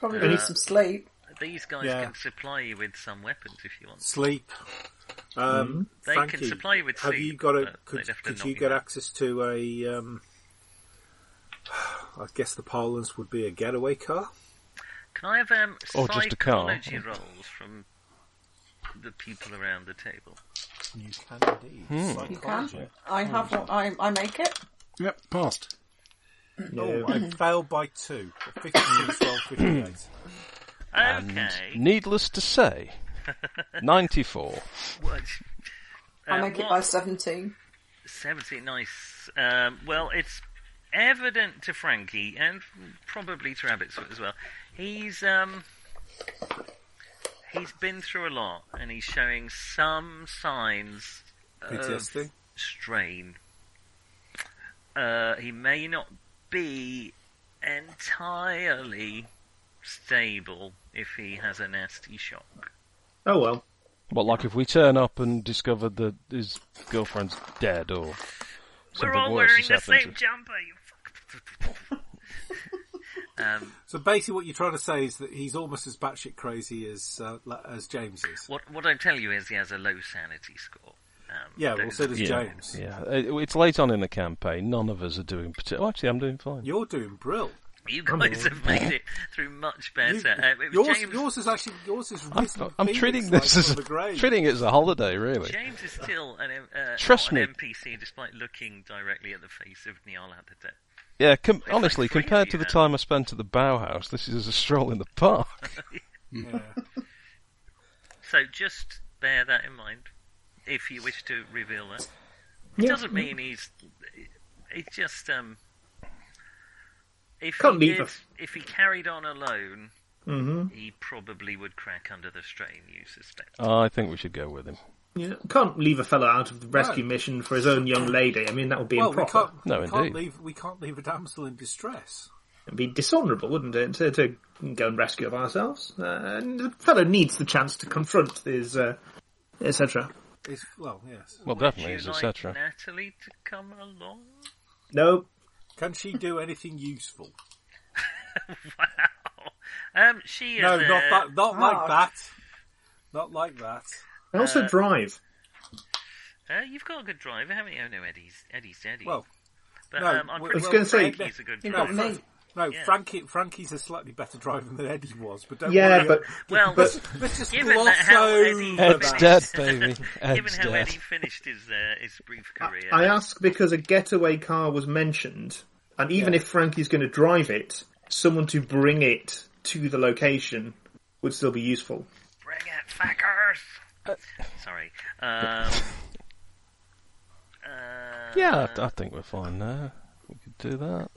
S8: Probably need some sleep.
S5: These guys
S9: Yeah.
S5: can supply you with some weapons if you want.
S9: sleep. Um,
S5: They can
S9: Frankie,
S5: supply you with
S9: have
S5: sleep,
S9: you got a?
S5: but
S9: Could,
S5: they'd have to
S9: could
S5: knock
S9: you
S5: you
S9: get
S5: down.
S9: access to a? Um, I guess the parlance would be a getaway car.
S5: Can I have um,
S6: Or Oh, just a car.
S5: psychology rolls from the people around the table?
S9: You can indeed.
S6: Hmm.
S8: You can. I have what I, I make it.
S1: Yep, passed.
S9: Oh, I failed by two. 52, 12, 58.
S5: Okay.
S6: needless to say, ninety-four.
S5: What?
S8: I
S5: uh,
S8: make it
S5: what-
S8: by 17.
S5: Seventy, nice. Um, well, it's evident to Frankie and probably to Rabbit's as well. He's um, he's been through a lot, and he's showing some signs of
S9: PTSD.
S5: strain. Uh, he may not be entirely stable if he has a nasty shock.
S7: Oh well.
S6: But like if we turn up and discover that his girlfriend's dead or something
S5: We're all
S6: worse
S5: wearing
S6: has
S5: the
S6: happened
S5: same jumper. You fuck. um,
S9: So basically, what you're trying to say is that he's almost as batshit crazy as uh, la- as James is.
S5: what what I tell you is he has a low sanity score. Um,
S9: Yeah, well,
S5: those-
S9: so does
S6: to... Yeah,
S9: James.
S6: yeah. It- It's late on in the campaign. None of us are doing particularly. Oh, actually, I'm doing fine.
S9: You're doing brill.
S5: you guys have made it through much
S9: You-
S5: better. Uh, it was
S9: yours,
S5: James,
S9: yours is actually yours is.
S6: I'm,
S9: risen
S6: I'm
S9: phoenix
S6: treating
S9: like
S6: this as
S9: from
S6: a,
S9: the grave.
S6: treating it as a holiday, really.
S5: James is still an, M- uh,
S6: Trust
S5: not
S6: me.
S5: an NPC despite looking directly at the face of Niall at the dead.
S6: Yeah, com- honestly,
S5: free
S6: compared
S5: of
S6: to
S5: you
S6: the
S5: now.
S6: time I spent at the Bauhaus, this is a stroll in the park.
S9: Yeah.
S5: So just bear that in mind if you wish to reveal that. It doesn't mean he's. It's just um. If
S7: Can't
S5: he
S7: leave
S5: did-
S7: us.
S5: if he carried on alone,
S7: hmm
S5: he probably would crack under the strain. You suspect.
S6: I think we should go with him.
S7: Yeah. Can't leave a fellow out of the rescue
S9: No.
S7: mission for his own young lady. I mean, that would be
S9: Well, we
S7: improper.
S9: can't.
S6: No,
S9: we can't
S6: indeed.
S9: leave. We can't leave a damsel in distress.
S7: It'd be dishonourable, wouldn't it, to, to go and rescue of ourselves? Uh, and the fellow needs the chance to confront his, uh, etc.
S9: It's, well, yes.
S6: Well,
S5: Would
S6: definitely,
S5: you
S6: is
S5: like
S6: etc.
S5: Natalie to come along?
S7: No,
S9: Can she do anything useful?
S5: Wow. Um, she is.
S9: No,
S5: a-
S9: not that. Not
S8: Ah.
S9: like that. Not like that.
S7: I also
S5: Uh,
S7: drive.
S5: Uh, you've got a good driver, haven't you? Oh no, Eddie's Eddie's Eddie.
S9: Well,
S5: but
S9: no,
S5: um, I'm
S9: well,
S5: pretty
S7: I was
S5: sure
S7: gonna say-
S5: Frankie's a good
S8: You've
S5: driver.
S8: got me.
S9: no,
S5: yeah.
S9: Frankie. Frankie's a slightly better driver than Eddie was, but don't
S7: Yeah,
S9: worry.
S7: but
S5: Well,
S7: but
S9: let's just
S5: Given
S9: gloss
S5: that how
S9: over
S5: Eddie-
S9: that.
S6: Ed's dead, baby.
S5: Given
S6: Ed's
S5: how
S6: dead.
S5: Eddie finished his uh, his brief career,
S7: I ask because a getaway car was mentioned, and even if Frankie's going to drive it, someone to bring it to the location would still be useful.
S5: Bring it, fuckers! Sorry. Um, uh,
S6: Yeah, I, I think we're fine now. We could do that.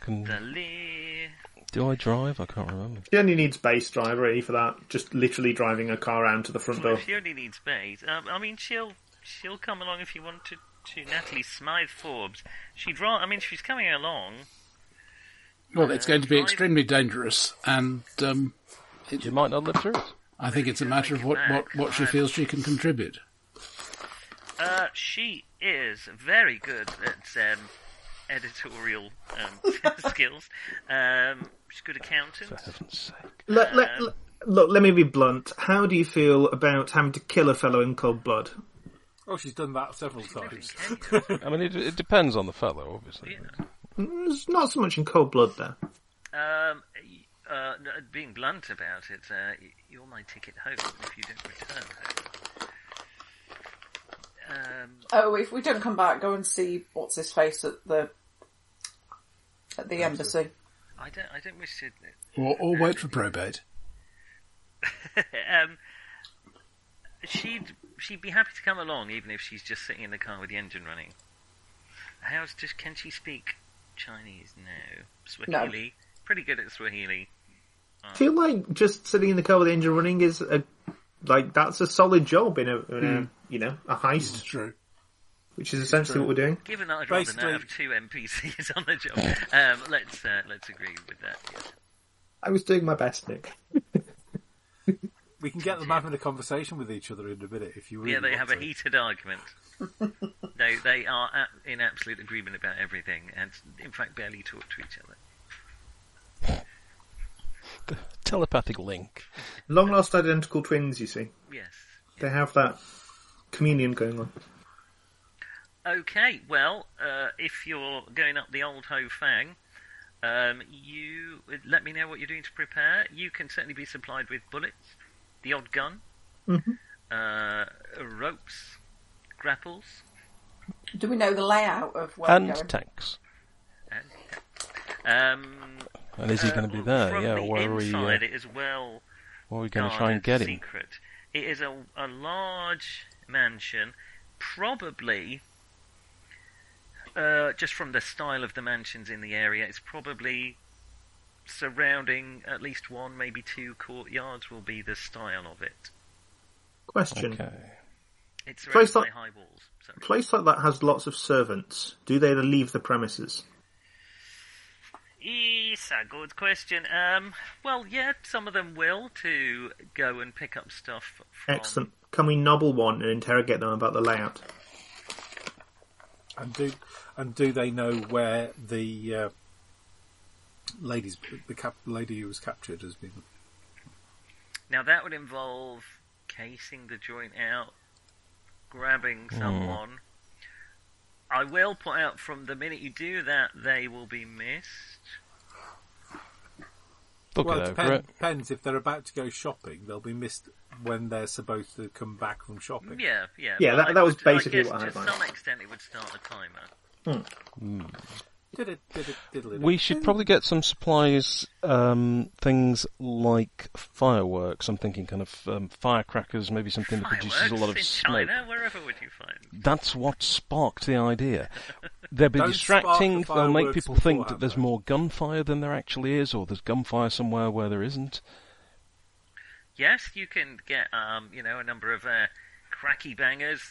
S6: can-
S5: Natalie.
S6: Do I drive? I can't remember.
S7: He only needs base drive really for that, just literally driving a car around to the front
S5: Well,
S7: door.
S5: she only needs bays. Um, I mean, she'll she'll come along if you want to. To Natalie Smythe Forbes, she'd rather. I mean, she's coming along.
S1: Well, it's going to be
S5: Right.
S1: extremely dangerous, and um,
S6: You might not live through it.
S1: I think it's a matter of what, what, what she feels she can contribute.
S5: Uh, she is very good at um, editorial um, skills. Um, she's a good accountant.
S6: For heaven's sake.
S7: Let, let, let- look, let me be blunt. How do you feel about having to kill a fellow in cold blood?
S9: Oh, she's done that several times.
S6: I mean, it, it depends on the fellow, obviously.
S7: Mm, There's not so much in cold blood there.
S5: Um, y- uh, no, being blunt about it, uh, y- you're my ticket home if you don't return home. Um,
S8: Oh, if we don't come back, go and see what's his face at the at the embassy.
S5: I don't. I don't wish to.
S1: Or, or wait for probate.
S5: um, she'd she'd be happy to come along, even if she's just sitting in the car with the engine running. How's just? Can she speak Chinese? No. Swahili. Pretty good at Swahili.
S7: I feel like just sitting in the car with the engine running is a like that's a solid job in a, in a you know a heist,
S1: It's true.
S7: which is essentially what we're doing.
S5: Given that I'd rather
S9: Basically-
S5: not have two NPCs on the job, um, let's uh, let's agree with that.
S7: I was doing my best, Nick.
S9: We can get them having a conversation with each other in a minute if you really
S5: Yeah, they
S9: want
S5: have
S9: to.
S5: a heated argument. no, they are a- in absolute agreement about everything, and in fact, barely talk to each other.
S6: Telepathic link.
S7: Long lost identical twins, you see.
S5: Yes.
S7: They have that communion going on.
S5: Okay. Well, uh, if you're going up the old Ho Fang, um, you let me know what you're doing to prepare. You can certainly be supplied with bullets, the odd gun, uh, ropes, grapples,
S8: Do we know the layout of where
S6: And
S8: we're going?
S6: tanks.
S5: and um,
S6: And is he
S5: uh,
S6: going to be there?
S5: From
S6: Yeah,
S5: the
S6: where are we, uh,
S5: inside, it is well
S6: where are we going to try and get
S5: guarded
S6: him?
S5: Secret. It is a, a large mansion, probably Uh, just from the style of the mansions in the area, it's probably surrounding at least one, maybe two courtyards will be the style of it.
S7: Question.
S6: Okay.
S5: It's surrounded
S7: Place
S5: by
S7: like-
S5: high walls. Sorry.
S7: Place like that has lots of servants. Do they leave the premises?
S5: It's a good question. Um, well, yeah, some of them will to go and pick up stuff from.
S7: Excellent. Can we nobble one and interrogate them about the layout?
S9: And do and do they know where the uh, ladies the cap, lady who was captured has been?
S5: Now that would involve casing the joint out, grabbing
S7: Mm.
S5: someone. I will put out from the minute you do that, they will be missed.
S6: They'll
S9: well,
S6: get
S9: it
S6: over
S9: depends,
S6: it.
S9: depends. If they're about to go shopping, they'll be missed when they're supposed to come back from shopping.
S5: Yeah, yeah.
S7: Yeah,
S5: but
S7: that-
S5: I
S7: that was
S5: would- I
S7: basically
S5: guess
S7: what I had
S5: To
S7: lined up.
S5: some extent, it would start a timer.
S9: Diddle, diddle, diddle, diddle.
S6: We should probably get some supplies, um, things like fireworks. I'm thinking kind of um, firecrackers, maybe something that produces a
S5: Fireworks
S6: lot of
S5: in
S6: smoke.
S5: China, wherever would you find? them?
S6: That's what sparked the idea. They'll be
S9: Don't spark the
S6: distracting, they'll make
S9: fireworks
S6: people think that
S9: beforehand,
S6: there's
S9: though.
S6: more gunfire than there actually is, or there's gunfire somewhere where there isn't.
S5: Yes, you can get um, you know, a number of uh, cracky bangers,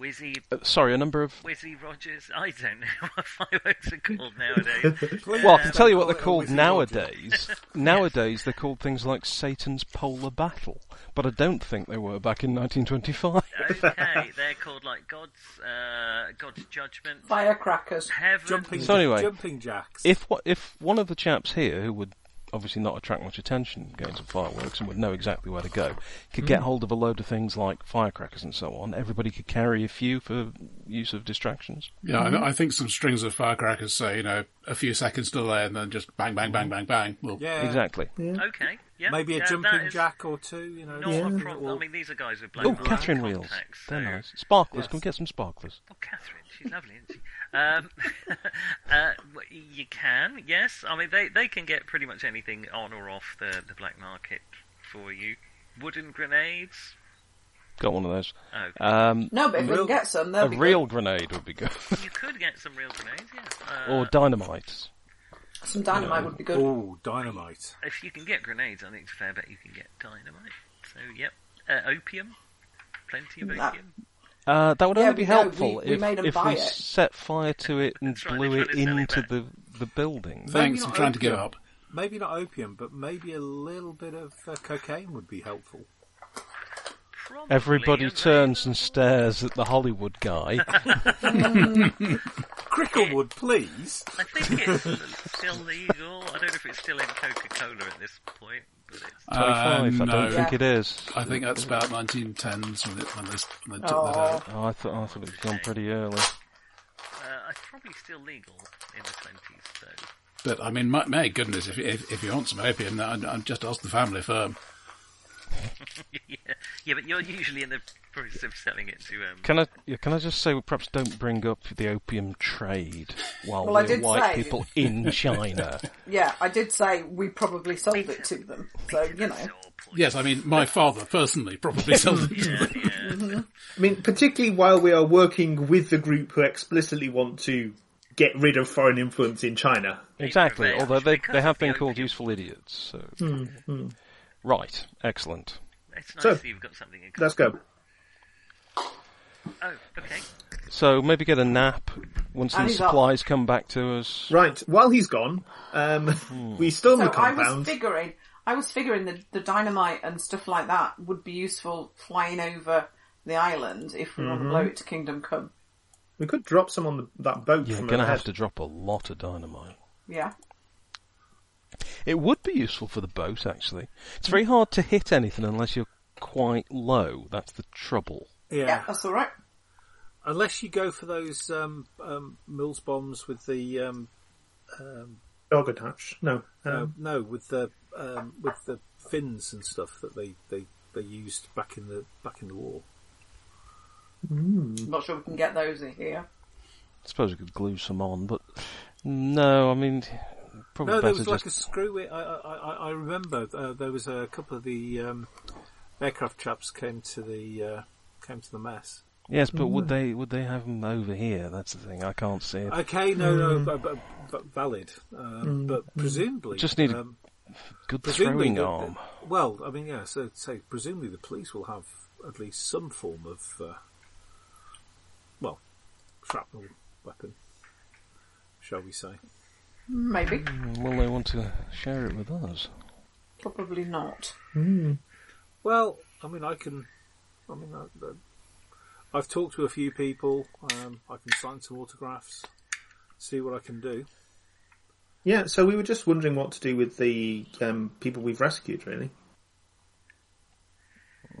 S5: whizzy,
S6: Uh, sorry, a number of.
S5: whizzy Rogers. I don't know what fireworks are called nowadays.
S9: Please
S6: Well, I
S9: don't
S6: can tell you what
S9: call
S6: they're
S9: it a
S6: called
S9: wizard
S6: nowadays. Nowadays, they're called things like Satan's Polar Battle, but I don't think they were back in 1925.
S5: okay, they're called like God's uh, God's judgment,
S8: Firecrackers.
S5: heaven.
S9: Jumping,
S6: So anyway,
S9: jumping jacks.
S6: If wha- if one of the chaps here who would obviously not attract much attention going to fireworks and would know exactly where to go could get hold of a load of things like firecrackers and so on, everybody could carry a few for use of distractions.
S1: Yeah, I know- I think some strings of firecrackers say, you know, a few seconds delay and then just bang, bang, bang, bang, bang. Well,
S5: Uh,
S9: yeah,
S6: Exactly.
S5: Okay, yeah,
S9: Maybe a
S5: yeah, that
S9: jumping
S5: is
S9: jack or two. You know,
S5: Not a
S9: something that
S5: problem.
S9: will-
S5: I mean, these are guys with black
S6: Oh,
S5: black
S6: Catherine wheels.
S5: contacts,
S6: They're
S5: so-
S6: nice. Sparklers.
S9: Yes.
S6: Can we get some sparklers?
S5: Well, Catherine, she's lovely, isn't she? Um, uh, w- you can, yes. I mean, they, they can get pretty much anything on or off the, the black market for you. Wooden grenades.
S6: Got one of those.
S5: Oh,
S6: Um,
S8: No, but if we
S9: Real-
S8: can get some, they'll
S6: a
S8: be
S6: real grenade would be good.
S5: you could get some real grenades, yeah. Uh,
S6: or dynamite.
S8: good. Some dynamite would be good.
S9: Oh, dynamite!
S5: if you can get grenades, I think it's a fair bet you can get dynamite. So, yep. Uh, opium. Plenty of
S8: That-
S5: opium.
S6: Uh, that would
S8: Yeah,
S6: only
S8: we
S6: be
S8: know.
S6: helpful
S8: We- we
S6: if,
S8: made 'em
S6: if
S8: buy
S6: we
S8: it.
S6: set fire to it and
S5: That's right,
S6: blew
S5: they're
S6: it
S5: trying to sell it
S6: into
S5: back.
S6: the, the building.
S1: thanks.
S9: Maybe
S1: I'm
S9: not
S1: trying to give
S9: opium.
S1: up.
S9: Maybe not opium, but maybe a little bit of uh, cocaine would be helpful.
S5: Probably
S6: Everybody
S5: a
S6: turns and stares at the Hollywood guy.
S9: Cricklewood, please.
S5: I think it's still legal. I don't know if it's still in Coca Cola at this point, but it's.
S6: 25,
S1: Uh,
S6: I
S1: no.
S6: don't think it is.
S1: I think that's about 1910s when, it, when, they, when they took that
S8: Oh.
S1: out.
S6: Oh, I, thought I thought it was gone pretty early.
S5: Uh, it's probably still legal in the 20s, though.
S1: But I mean, my, my goodness, if, if if you want some opium, then I'd, I'd just ask the family firm.
S5: yeah, yeah, but you're usually in the process of selling it to um.
S6: Can I yeah, can I just say we perhaps don't bring up the opium trade while
S8: Well, I
S6: we're
S8: did
S6: white
S8: say-
S6: people in China?
S8: Yeah, I did say we probably sold it to them. So, you know.
S1: Yes, I mean, my father personally probably sells it. to them.
S7: I mean, particularly while we are working with the group who explicitly want to get rid of foreign influence in China.
S6: exactly.
S5: prevailed
S6: Although they
S5: because
S6: they
S5: of
S6: have
S5: the
S6: been called
S5: opium.
S6: useful idiots. So.
S8: Hmm,
S6: Right. Excellent.
S5: It's nice
S7: So-
S5: that you've got something in common.
S7: Let's go.
S5: Oh, okay.
S6: So maybe get a nap once
S8: And
S6: the
S8: he's up.
S6: supplies come back to us.
S7: Right, while he's gone, um,
S6: Hmm.
S7: we storm
S8: So
S7: the
S8: I was
S7: compound.
S8: figuring, I was figuring that the dynamite and stuff like that would be useful flying over the island if we want to blow it to Kingdom Come.
S7: we could drop some on the, that boat
S6: You're
S7: from
S6: going to
S7: overhead.
S6: have to drop a lot of dynamite.
S8: Yeah.
S6: It would be useful for the boat, actually. It's very hard to hit anything unless you're quite low. That's the trouble.
S9: Yeah.
S8: Yeah, that's alright.
S9: Unless you go for those um, um, Mills bombs with the um,
S7: Dog attached. No.
S9: uh,
S6: Mm.
S7: Um,
S9: no, with the um, with the fins and stuff that they, they, they used back in the back in the war.
S8: Not sure we can get those in here.
S6: I suppose we could glue some on, but no, I mean, probably
S9: No, there
S6: better
S9: was
S6: just.
S9: like a screw. I, I, I, I remember uh, there was a couple of the um, aircraft chaps came to the uh, came to the mess.
S6: Yes, but would they would they have him over here? That's the thing. I can't see it.
S9: Okay, no,
S6: Mm.
S9: no, but, but, but valid. Um, But presumably,
S6: Just need a
S9: um,
S6: good
S9: presumably,
S6: throwing
S9: the-
S6: arm.
S9: well, I mean, yeah. So, say presumably the police will have at least some form of, uh, well, shrapnel weapon, shall we say?
S8: Maybe.
S6: Will Mm, they want to share it with us?
S8: Probably not.
S9: Well, I mean, I can. I mean, I, I- I've talked to a few people. Um, I can sign some autographs. See what I can do.
S7: Yeah, so we were just wondering what to do with the um, people we've rescued, really.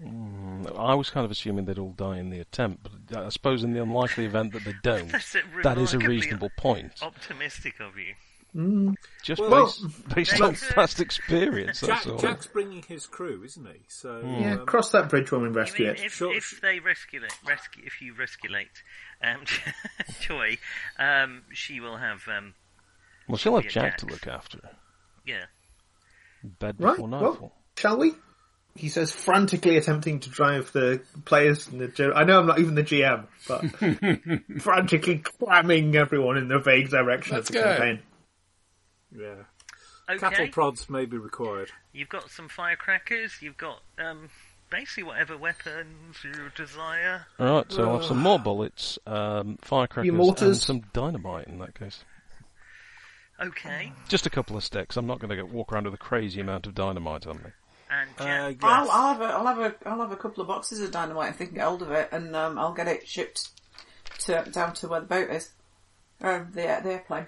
S6: Mm, I was kind of assuming they'd all die in the attempt, but I suppose in the unlikely event that they don't,
S5: That's a
S6: that is a
S5: remarkably
S6: reasonable point.
S5: Optimistic of you.
S6: Just
S9: Well,
S6: based, based
S5: they
S6: on
S5: could-
S6: past experience, that's
S9: Jack,
S6: all.
S9: Jack's bringing his crew, isn't he? So
S6: Hmm.
S7: Yeah,
S9: um,
S7: cross that bridge when we
S5: You
S7: rescue
S5: mean
S7: it.
S5: if,
S9: Sure.
S5: if they rescue, rescue if you resculate um, Joy, um, she will have um,
S6: Well, she'll have
S5: Yeah,
S6: Jack to
S5: Jack.
S6: look after.
S5: yeah.
S6: Bed
S7: Right,
S6: before
S7: well,
S6: nightfall.
S7: shall we? He says, frantically attempting to drive the players and the... G- I know I'm not even the GM, but frantically cramming everyone in the vague direction
S1: Let's
S7: of the
S1: go.
S7: campaign.
S9: yeah,
S5: Okay,
S9: cattle prods may be required.
S5: you've got some firecrackers. You've got um, basically whatever weapons you desire.
S6: All right, so I'll have some more bullets, um, firecrackers, and
S7: uh, mortars.
S6: some dynamite in that case.
S5: Okay,
S6: Just a couple of sticks. I'm not going to walk around with a crazy amount of dynamite on me.
S5: and
S9: Uh,
S5: Jack,
S9: yes.
S8: I'll, I'll have a, I'll have a, I'll have a couple of boxes of dynamite if they can get hold of it, and um, I'll get it shipped to down to where the boat is, um, the the airplane.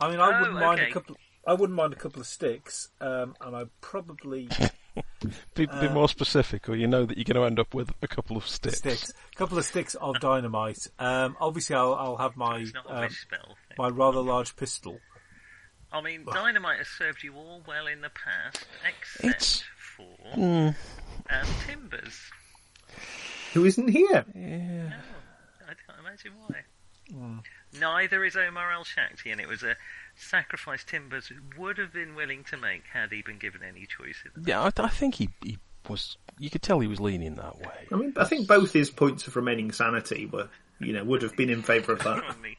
S9: I mean, I
S5: Oh,
S9: wouldn't mind
S5: okay.
S9: a couple. I wouldn't mind a couple of sticks, um, and I probably
S6: Be,
S9: Uh,
S6: be more specific, or you know that you're going to end up with a couple of sticks.
S9: sticks, a couple of sticks of dynamite. Um, obviously, I'll, I'll have my
S5: it's not a
S9: um,
S5: wish spell.
S9: my rather large pistol.
S5: I mean, dynamite has served you all well in the past, except
S6: It's-
S5: for um, timbers.
S7: Who isn't here?
S5: Oh, I can't imagine why. Neither is Omar El Shakti, and it was a sacrifice Timbers would have been willing to make had he been given any choice. In
S6: Yeah, I, I think he, he was. You could tell he was leaning that way.
S9: Uh,
S7: I mean, I think both his points of remaining sanity were, you know, would have been in favour of
S5: that.
S7: that.
S5: on me.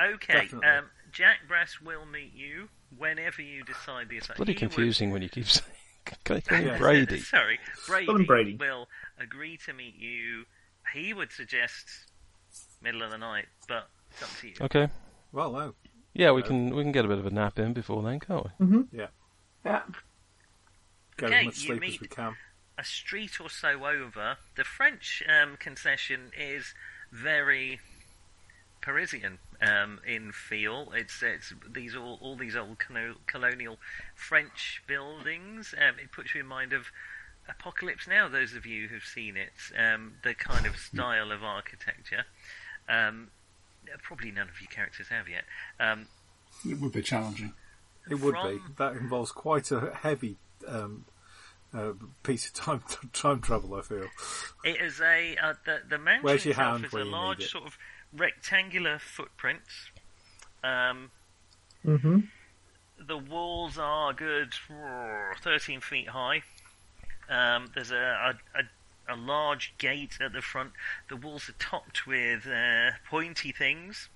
S5: Okay,
S9: Definitely.
S5: um, Jack Brass will meet you whenever you decide the assignment.
S6: Bloody
S5: He will-
S6: confusing when you keep saying. Can I call him
S9: Yeah.
S6: Brady?
S5: Sorry,
S7: Call
S5: Brady,
S7: him Brady.
S5: will agree to meet you. He would suggest middle of the night, but it's up to you.
S6: Okay.
S9: Well, no,
S6: Yeah,
S9: Uh,
S6: we can we can get a bit of a nap in before then, can't we?
S9: yeah,
S8: Yeah.
S9: get
S5: Okay,
S9: as much
S5: you
S9: sleep as
S5: meet-
S9: we can.
S5: a street or so over, the French um, concession is very Parisian um, in feel. It's it's these all all these old cano- colonial French buildings. Um, it puts you in mind of Apocalypse Now. Those of you who've seen it, um, the kind of style of architecture. Um, probably none of you characters have yet. Um,
S1: It would be challenging.
S9: It would
S5: From-
S9: be. That involves quite a heavy um, uh, piece of time time travel. I feel.
S5: It is a uh, the the mansion
S9: Where's your
S5: itself
S9: hand
S5: is
S9: when
S5: a
S9: you need
S5: large
S9: it?
S5: sort of rectangular footprint. Um,
S9: Mm-hmm.
S5: The walls are a good oh, thirteen feet high. Um, there's a, a a a large gate at the front. The walls are topped with uh, pointy things.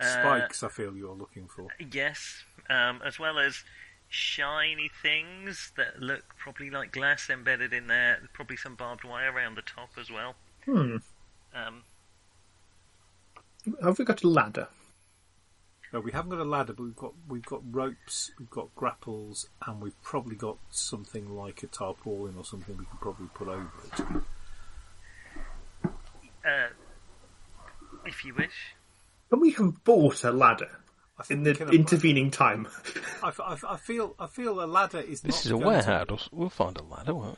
S5: Uh,
S9: Spikes. I feel you are looking for.
S5: Yes, um, as well as shiny things that look probably like glass embedded in there. Probably some barbed wire around the top as well.
S7: Hmm.
S5: Um,
S7: Have we got a ladder?
S9: No, we haven't got a ladder, but we've got we've got ropes, we've got grapples, and we've probably got something like a tarpaulin or something we can probably put over it.
S5: uh, if you wish.
S7: Can we have bought a ladder
S9: I think
S7: in
S9: we
S7: the
S9: can-
S7: intervening time?
S9: I, f- I f- I feel I feel a ladder is.
S6: This is
S9: not
S6: a
S9: going to-
S6: warehouse. We'll find a ladder, won't we?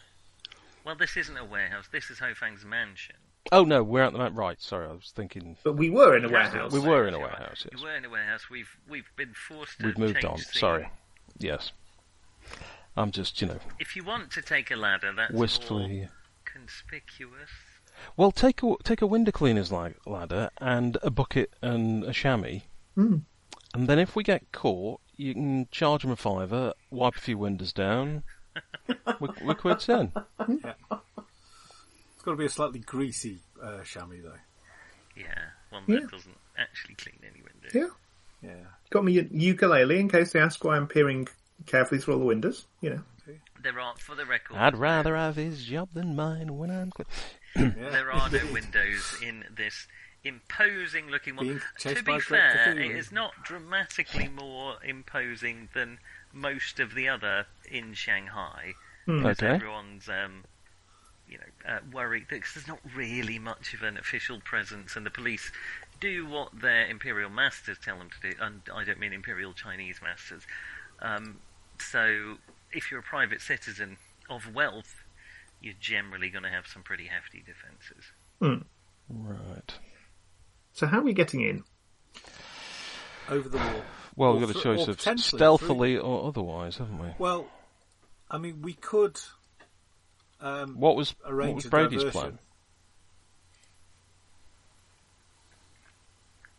S5: Well, this isn't a warehouse. This is Ho Fang's mansion.
S6: Oh no, we're at the man. Right, sorry, I was thinking.
S7: But we were in a warehouse.
S6: We were in a warehouse,
S5: We
S6: yes.
S5: were in a warehouse. We've we've been forced to.
S6: We've moved
S5: change
S6: on.
S5: scene.
S6: Sorry. Yes. I'm just, you know,
S5: If you want to take a ladder, that's more
S6: wistfully.
S5: conspicuous.
S6: Well, take a take a window cleaner's la- ladder and a bucket and a chamois, and then if we get caught, you can charge them a fiver, wipe a few windows down. we're, we're quits in.
S9: It's got to be a slightly greasy uh, chamois, though.
S5: Yeah, one that
S7: Yeah.
S5: doesn't actually clean any window.
S7: Yeah.
S9: Yeah.
S7: Got me a ukulele in case they ask why I'm peering carefully through all the windows. You know.
S5: There are, for the record,
S6: I'd rather have his job than mine when I'm. Cl-
S9: yeah.
S5: there are no windows in this imposing looking one.
S9: Being
S5: to
S9: chased
S5: be
S9: by Great
S5: fair,
S9: Cthulhu.
S5: it is not dramatically more imposing than most of the other in Shanghai. because
S6: Hmm. Okay.
S5: Everyone's, um, you know, uh, worried because there's not really much of an official presence, and the police do what their imperial masters tell them to do. And I don't mean imperial Chinese masters. Um, so, if you're a private citizen of wealth, you're generally going to have some pretty hefty defences.
S6: Right.
S7: Hmm, So how are we getting in?
S9: Over the wall.
S6: Well,
S9: Or
S6: we've got a
S9: thro-
S6: choice
S9: or
S6: of
S9: potentially
S6: stealthily or otherwise, haven't we?
S9: Well, I mean, we could. Um,
S6: What was, what
S9: arrange
S6: was
S9: a
S6: Brady's
S9: diversion.
S6: plan?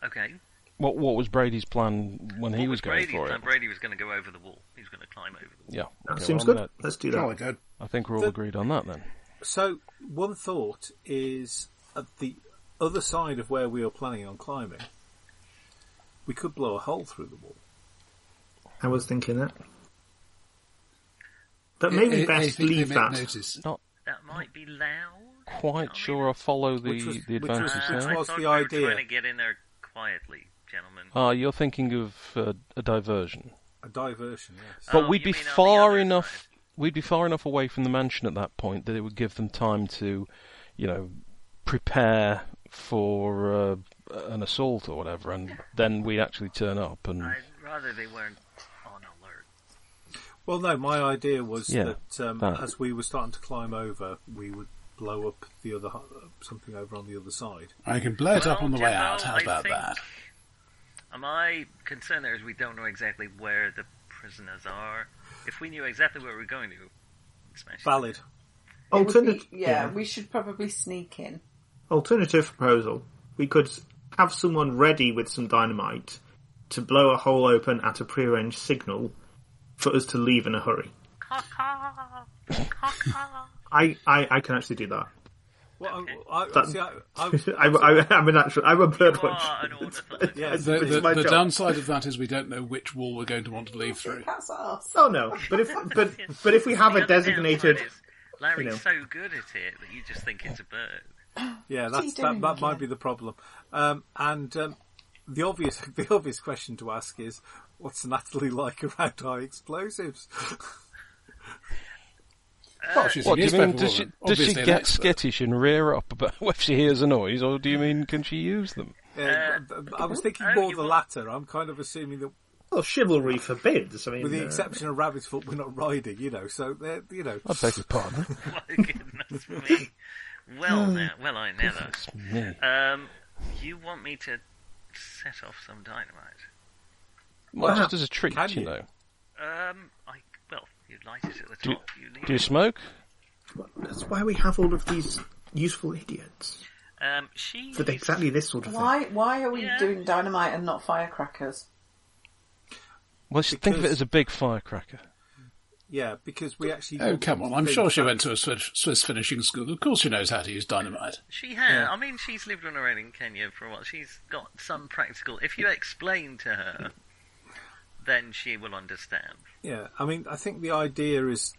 S5: Okay.
S6: What What was Brady's plan when he
S5: What
S6: was going
S5: Brady's
S6: for
S5: plan?
S6: it?
S5: Brady was going to go over the wall. He was going to climb over the wall.
S6: Yeah.
S7: That
S6: okay,
S7: seems
S6: well,
S7: good.
S6: I'm
S7: Let's do
S1: Jolly
S7: that.
S1: good.
S6: gonna- I think we're all
S9: The-
S6: agreed on that then.
S9: So, one thought is at the other side of where we are planning on climbing, we could blow a hole through the wall.
S7: I was thinking that. But
S1: I-
S7: maybe
S1: I- I
S7: best
S1: think they
S7: leave
S1: may
S7: that.
S1: notice.
S6: Not
S5: That might be loud.
S6: quite
S5: Can't
S6: sure I follow the,
S9: Which was-
S6: the
S9: which was-
S6: advantage
S9: which
S6: there.
S5: I
S9: was
S5: thought
S9: the
S5: we were
S9: idea.
S5: trying to get in there quietly, gentlemen.
S6: Ah, you're thinking of uh, a diversion.
S9: A diversion, yes.
S6: But
S5: Oh,
S6: we'd
S5: you
S6: be
S5: mean on the
S6: far
S5: other
S6: enough. We'd be far enough away from the mansion at that point that it would give them time to, you know, prepare for uh, an assault or whatever, and then we'd actually turn up. And
S5: I'd rather they weren't on alert.
S9: Well, no, my idea was
S6: Yeah,
S9: that, um,
S6: that.
S9: as we were starting to climb over, we would blow up the other ho- something over on the other side.
S1: I can blow it up on the way out. How
S5: I
S1: about
S5: think-
S1: that?
S5: Uh, My concern there is we don't know exactly where the prisoners are. If we knew exactly where we were going to, we'd smash it.
S9: Valid.
S8: It would
S7: Alternative.
S8: be- yeah, we should probably sneak in.
S7: alternative proposal. We could have someone ready with some dynamite to blow a hole open at a prearranged signal for us to leave in a hurry. I, I, I can actually do that.
S9: Well, I, I,
S7: That-
S9: see, I, I,
S7: I, I, I'm an actual, Oh. I'm a bird
S5: You
S7: watcher.
S5: are an ornithologist.
S9: yeah,
S7: It's-
S1: The,
S7: it's
S1: the-
S7: my
S1: the
S7: job.
S1: downside of that is we don't know which wall we're going to want to leave through.
S8: That's us.
S7: Oh no, but if but but if we have
S5: The
S7: a
S5: other downside
S7: designated,
S5: is Larry's
S7: you know.
S5: so good at it that you just think it's a bird.
S9: yeah,
S8: What's he
S9: that's, that,
S8: doing
S9: that might
S8: again?
S9: be the problem. Um, and um, the obvious, the obvious question to ask is, what's Natalie like around high explosives?
S1: Well, she's
S6: what
S1: a
S6: do you
S1: newspaper
S6: mean? Does she,
S1: woman,
S6: does she
S1: obviously an
S6: get
S1: expert.
S6: skittish and rear up about if she hears a noise, or do you mean can she use them?
S9: Yeah, I was thinking
S5: oh,
S9: more
S5: you
S9: the
S5: want-
S9: latter. I'm kind of assuming that,
S7: well, chivalry forbids. I mean,
S9: with the
S7: uh,
S9: exception of Rabbit's Foot, we're not riding, you know. So they're, you know,
S6: I beg your pardon.
S5: My goodness me. Well,
S1: Hmm.
S5: now, well, I never.
S6: It's me.
S5: Um, you want me to set off some dynamite?
S6: Well, just as a treat,
S9: Can
S6: you
S9: you?
S6: know.
S5: Um, I well, you light it at the
S6: Do you-
S5: top. You leave
S6: Do you
S5: it.
S6: smoke?
S7: that's why we have all of these useful idiots
S5: Um, she
S7: for
S5: is-
S7: exactly this sort of thing.
S8: Why? Why are we
S5: Yeah.
S8: doing dynamite and not firecrackers?
S6: Well, just think of it
S9: Because-
S6: as a big firecracker.
S9: yeah, because we actually.
S1: Oh, come on. I'm
S9: Big
S1: sure she
S9: fact-
S1: went to a Swiss, Swiss finishing school. Of course she knows how to use dynamite.
S5: She has.
S9: Yeah.
S5: I mean, she's lived on her own in Kenya for a while. She's got some practical. If you explain to her, then she will understand.
S9: Yeah, I mean, I think the idea is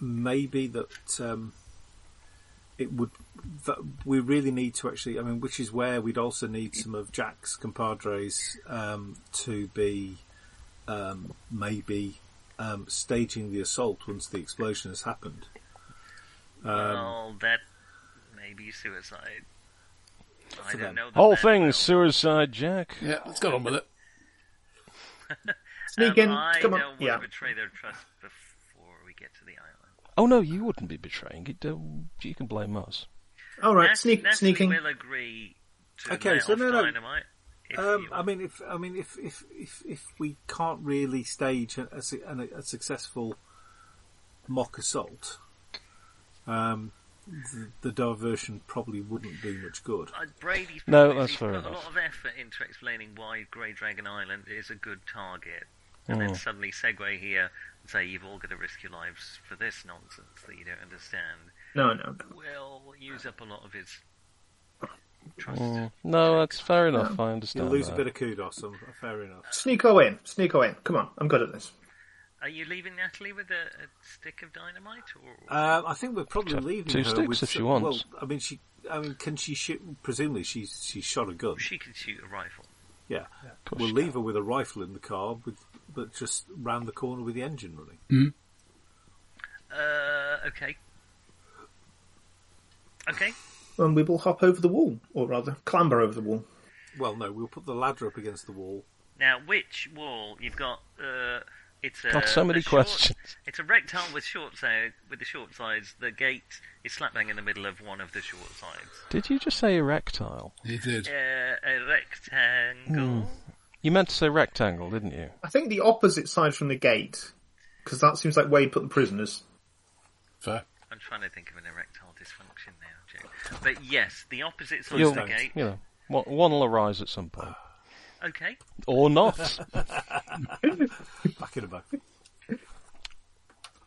S9: maybe that um, it would that we really need to actually. I mean, which is where we'd also need some of Jack's compadres um, to be um, maybe um, staging the assault once the explosion has happened.
S6: Um,
S9: Um,
S5: well, that may be suicide. I
S9: For
S5: don't
S9: them.
S5: know. The
S6: Whole
S5: man
S6: thing,
S5: well.
S6: suicide, Jack.
S1: Yeah, let's get on with it.
S7: Sneak
S5: Um,
S7: in,
S5: I
S7: come
S5: don't
S7: on,
S5: want
S7: yeah.
S5: to betray their trust before we get to the island.
S6: Oh no, you wouldn't be betraying it. Uh, you can blame us.
S7: All right,
S5: Nat-
S7: sneak,
S5: Natalie
S7: sneaking.
S5: will agree to
S9: Okay,
S5: let
S9: so
S5: off
S9: no, no.
S5: dynamite. if
S9: Um,
S5: you-
S9: I mean, if I mean, if if if, if we can't really stage a, a, su- an- a successful mock assault, um, the, the diversion probably wouldn't do much good.
S5: Uh, Brady's
S6: No,
S5: point is
S6: that's
S5: he's
S6: fair
S5: put
S6: enough.
S5: a lot of effort into explaining why Grey Dragon Island is a good target, and
S6: Mm.
S5: then suddenly segue here and say you've all got to risk your lives for this nonsense that you don't understand.
S7: No, no,
S5: Will use up a lot of his tries to do.
S6: No, that's fair enough. I understand.
S9: You'll lose a
S6: that.
S9: bit of kudos. um, Fair enough.
S7: Sneak her in. Sneak her in. Come on, I'm good at this.
S5: Are you leaving Natalie with a, a stick of dynamite, or
S9: Um, I think we're probably
S6: Have
S9: leaving
S6: two
S9: her
S6: sticks
S9: with
S6: if she
S9: s-
S6: wants.
S9: Well, I mean, she. I mean, can she shoot? Presumably, she's she shot a gun.
S5: she can shoot a rifle?
S9: Yeah,
S6: course
S9: we'll
S6: she
S9: leave her with a rifle in the car, with but just round the corner with the engine running.
S5: Uh, okay. Okay.
S7: And we will hop over the wall, or rather, clamber over the wall.
S9: Well, no, we'll put the ladder up against the wall.
S5: Now, which wall? You've got. Uh, it's a,
S6: God, so many
S5: a short-
S6: questions.
S5: It's a rectangle with short side, with the short sides. The gate is slap bang in the middle of one of the short sides.
S6: Did you just say erectile?
S1: He did.
S5: Uh, a rectangle.
S6: Hmm. You meant to say rectangle, didn't you?
S7: I think the opposite side from the gate, because that seems like where you put the prisoners.
S1: Fair.
S5: I'm trying to think of an erectile dysfunction now, Joe. But yes, the opposite side
S6: You'll-
S5: of the gate.
S6: You know, one- one will arise at some point,
S5: Okay.
S6: or not.
S9: Back in a back.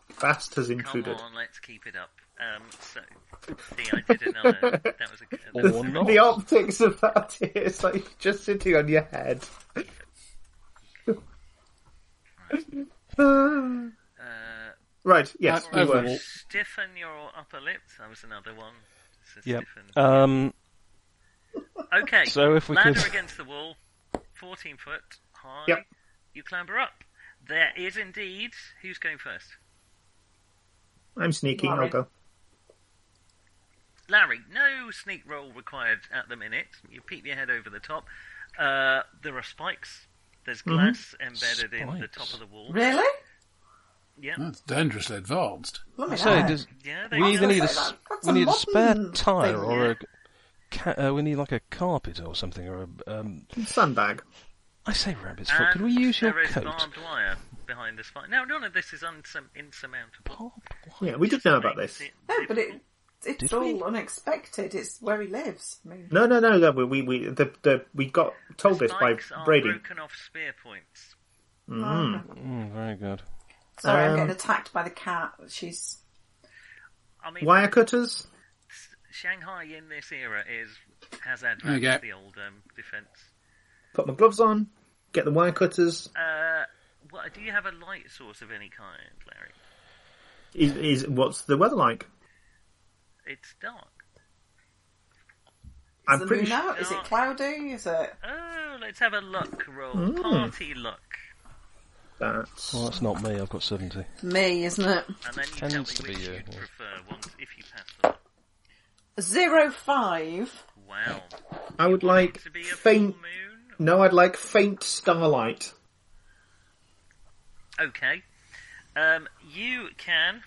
S7: Fast has
S5: Come
S7: intruded.
S5: on, let's keep it up. Um, so, see, I did another. That was a. That was
S6: or
S5: a
S6: not.
S7: The optics of that is like you're just sitting on your head.
S5: uh,
S7: Right, yes, we
S6: Over the
S7: were.
S6: wall.
S5: stiffen Oh, your upper lips. That was another one. So
S6: Yep.
S5: stiffen.
S6: Um,
S5: Okay.
S6: So if we
S5: ladder
S6: could-
S5: against the wall, fourteen foot high.
S7: Yep.
S5: You clamber up. There is indeed. Who's going first?
S7: I'm sneaking, I'll go.
S5: Larry. No sneak roll required at the minute. You peep your head over the top. Uh, there are spikes. There's
S7: Mm-hmm.
S5: glass embedded in the
S6: Spikes.
S5: top of the wall.
S8: Really?
S5: Yeah.
S7: Mm.
S1: That's dangerously advanced.
S8: Blimey,
S6: so
S8: no.
S6: does,
S5: Yeah. They
S6: we either
S5: are.
S6: need a s-
S8: That's
S6: we
S8: a
S6: need a spare
S8: modern
S6: tire
S8: thing,
S6: or
S5: yeah.
S6: a ca- uh, we need like a carpet or something or a um,
S7: Sandbag.
S6: I say rabbit's foot.
S5: And
S6: Can we use your
S5: there is
S6: coat?
S5: barbed wire behind the spike. No, none of this is unsum- insurmountable.
S6: Barbed wire.
S7: Yeah, we did know about this.
S5: Makes it
S8: No, but it, it's
S6: Did
S8: all
S6: we?
S8: unexpected. It's where he lives. I mean,
S7: No, no, no, no. We we we, the, the, we got told this by
S5: Spikes are
S7: Brady. Hmm.
S5: broken off spear points.
S8: oh,
S6: Mm, very good.
S8: sorry,
S7: Um,
S8: I'm getting attacked by the cat. She's
S5: I mean,
S7: Wire cutters.
S5: Shanghai in this era is has advanced
S1: Okay.
S5: the old um, defense.
S7: Put my gloves on. Get the wire cutters.
S5: Uh, what, do you have a light source of any kind, Larry?
S7: Is, is what's the weather like?
S5: It's dark.
S8: is
S7: I'm
S8: the
S7: pretty
S8: moon
S7: sure.
S8: out? Is it cloudy? Is it?
S5: Oh, let's have a luck roll. Party luck.
S7: That's
S6: Well, that's not me. I've got seventy.
S8: Me, isn't it?
S5: And then you
S6: Tends
S5: tell me
S6: to be
S5: which you
S6: you, yes.
S5: prefer once if you pass the luck.
S8: Zero five.
S5: Wow.
S7: I would like
S5: To be a
S7: faint.
S5: full moon?
S7: No, I'd like faint starlight.
S5: Okay. Um, you can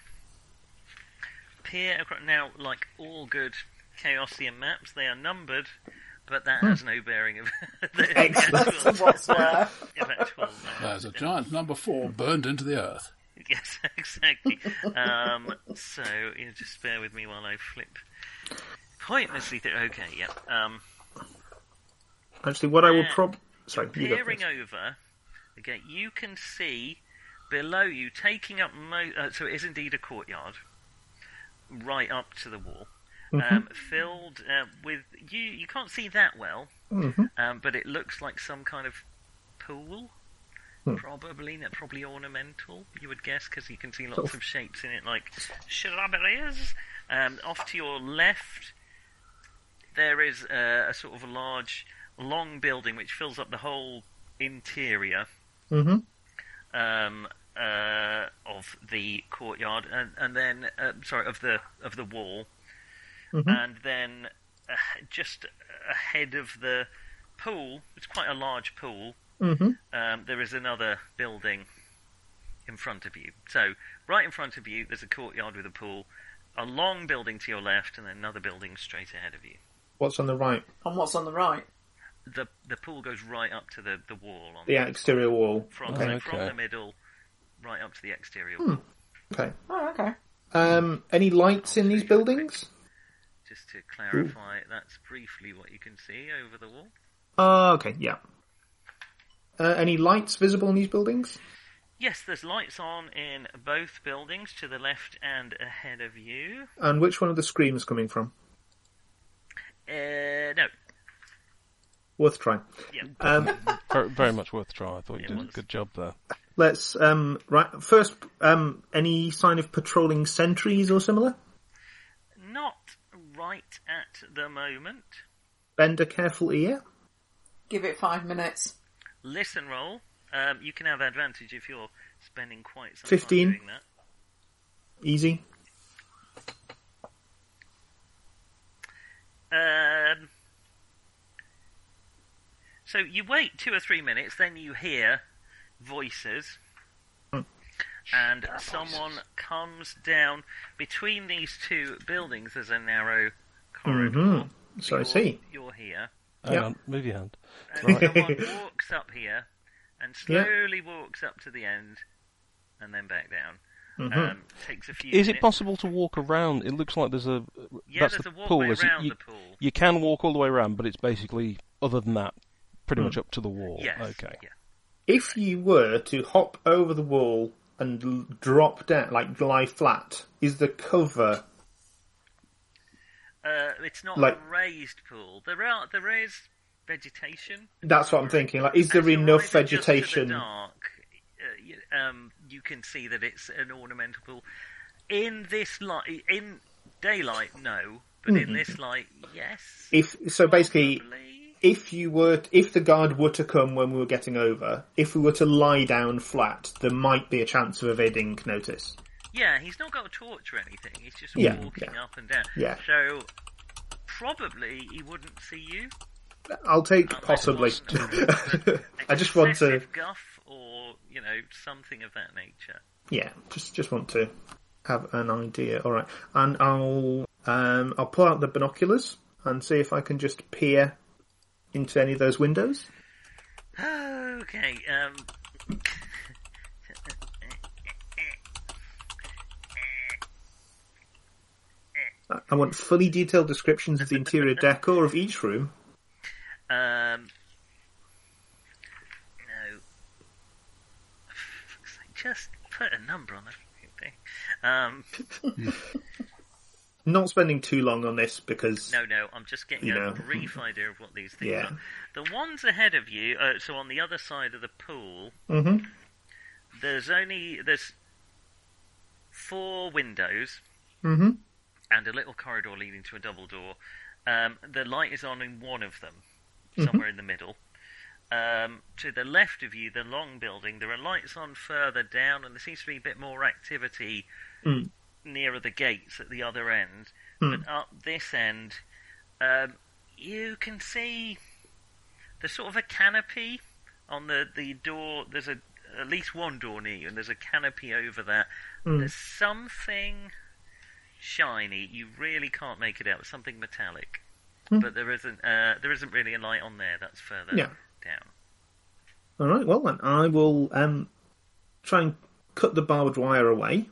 S5: peer across. Now, like all good Chaosium maps, they are numbered, but that has no bearing of the actual,
S8: That's what's where.
S5: of actual map.
S1: There's a giant number four burned into the earth.
S5: Yes, exactly. Um, so, you just bear with me while I flip pointlessly through. Okay, yeah. Um,
S7: Actually, what I will
S5: Yeah.
S7: prob. Sorry, you go
S5: peering
S7: first.
S5: over, okay, you can see below you, taking up mo- uh, so it is indeed a courtyard, right up to the wall, um, filled uh, with you. You can't see that well,
S7: Mm-hmm,
S5: um, but it looks like some kind of pool. Probably, not probably ornamental. You would guess because you can see lots of shapes in it, like shrubberies. Um, off to your left, there is a, a sort of a large, long building which fills up the whole interior
S7: Mhm.
S5: um, uh, of the courtyard, and, and then uh, sorry of the of the wall, and then uh, just ahead of the pool, it's quite a large pool.
S7: mm-hmm.
S5: Um, there is another building in front of you. So right in front of you, there's a courtyard with a pool. A long building to your left, and another building straight ahead of you
S7: What's on the right?
S8: And what's on the right?
S5: the the pool goes right up to the, the wall on
S7: The exterior wall.
S5: from
S6: Okay.
S5: so from
S6: Okay.
S5: the middle right up to the exterior wall,
S7: Okay.
S8: Oh, okay.
S7: Um, any lights in these buildings?
S5: just to clarify that's briefly what you can see over the wall
S7: Ah, okay, yeah. Uh, any lights visible in these buildings?
S5: yes there's lights on in both buildings to the left and ahead of you
S7: And which one are the screams coming from?
S5: Uh, no.
S7: Worth trying.
S5: Yeah.
S7: Um,
S6: Very, very much worth a try. I thought you
S5: It
S6: did a
S5: was.
S6: good job there.
S7: let's um, right first. Um, any sign of patrolling sentries or similar?
S5: Not right at the moment.
S7: Bend a careful ear.
S8: Give it five minutes.
S5: Listen roll. Um, you can have advantage if you're spending quite some
S7: 15.
S5: time doing that.
S7: Easy.
S5: Um, so you wait two or three minutes, then you hear voices,
S7: Hmm.
S5: and someone comes down between these two buildings. There's a narrow corridor.
S7: Mhm. So I
S5: You're-
S7: see.
S5: You're here,
S6: Hang
S7: Yep.
S6: on, move your hand.
S5: and
S6: Right.
S5: someone walks up here, and
S7: Yeah.
S5: slowly walks up to the end, and then back down.
S7: Mm-hmm.
S5: Um, takes a few.
S6: Is it
S5: minutes.
S6: possible to walk around? It looks like there's a
S5: Yeah,
S6: that's
S5: there's
S6: the
S5: a walkway
S6: pool. is it?
S5: around
S6: you,
S5: the pool.
S6: you can walk all the way around, but it's basically other than that, pretty
S7: Hmm.
S6: much up to the wall.
S5: Yes.
S6: Okay.
S5: Yeah.
S7: If you were to hop over the wall and l- drop down, like lie flat, is the cover
S5: Uh, it's not
S7: Like-
S5: a raised pool. There are there is vegetation.
S7: That's what I'm thinking. Like, is there
S5: As your
S7: enough
S5: eyes adjust to the
S7: vegetation?
S5: dark, uh, you, um, you can see that it's an ornamental pool. In this light, in daylight, no, but in this light, yes.
S7: Hmm. If so, basically,
S5: probably.
S7: if you were, if the guard were to come when we were getting over, if we were to lie down flat, there might be a chance of evading notice.
S5: Yeah, he's not got a torch or anything. He's just
S7: Yeah,
S5: walking
S7: yeah.
S5: up and down.
S7: Yeah.
S5: So probably he wouldn't see you.
S7: I'll take
S5: unless
S7: possibly.
S5: it wasn't
S7: I just want to,
S5: excessive guff or you know something of that nature.
S7: yeah, just just want to have an idea. All right, and I'll um I'll pull out the binoculars and see if I can just peer into any of those windows.
S5: Okay, um.
S7: I- I want fully detailed descriptions of the interior decor of each room.
S5: Um. No. Fuck's sake, Just put a number on the fucking thing. Um,
S7: Not spending too long on this because
S5: no, no, I'm just getting
S7: You
S5: a
S7: know.
S5: brief idea of what these things
S7: Yeah.
S5: are. The ones ahead of you, uh, so on the other side of the pool,
S7: Mhm.
S5: there's only there's four windows
S7: Mhm.
S5: and a little corridor leading to a double door. Um, the light is on in one of them, somewhere in the middle. Um, to the left of you, the long building, there are lights on further down, and there seems to be a bit more activity
S7: Mm.
S5: nearer the gates at the other end. But up this end, um, you can see there's sort of a canopy on the, the door. There's a at least one door near you, and there's a canopy over that. There's something shiny. You really can't make it out. Something metallic, but there isn't. Uh, there isn't really a light on there. That's further
S7: Yeah.
S5: down.
S7: All right, well then I will um, try and cut the barbed wire away.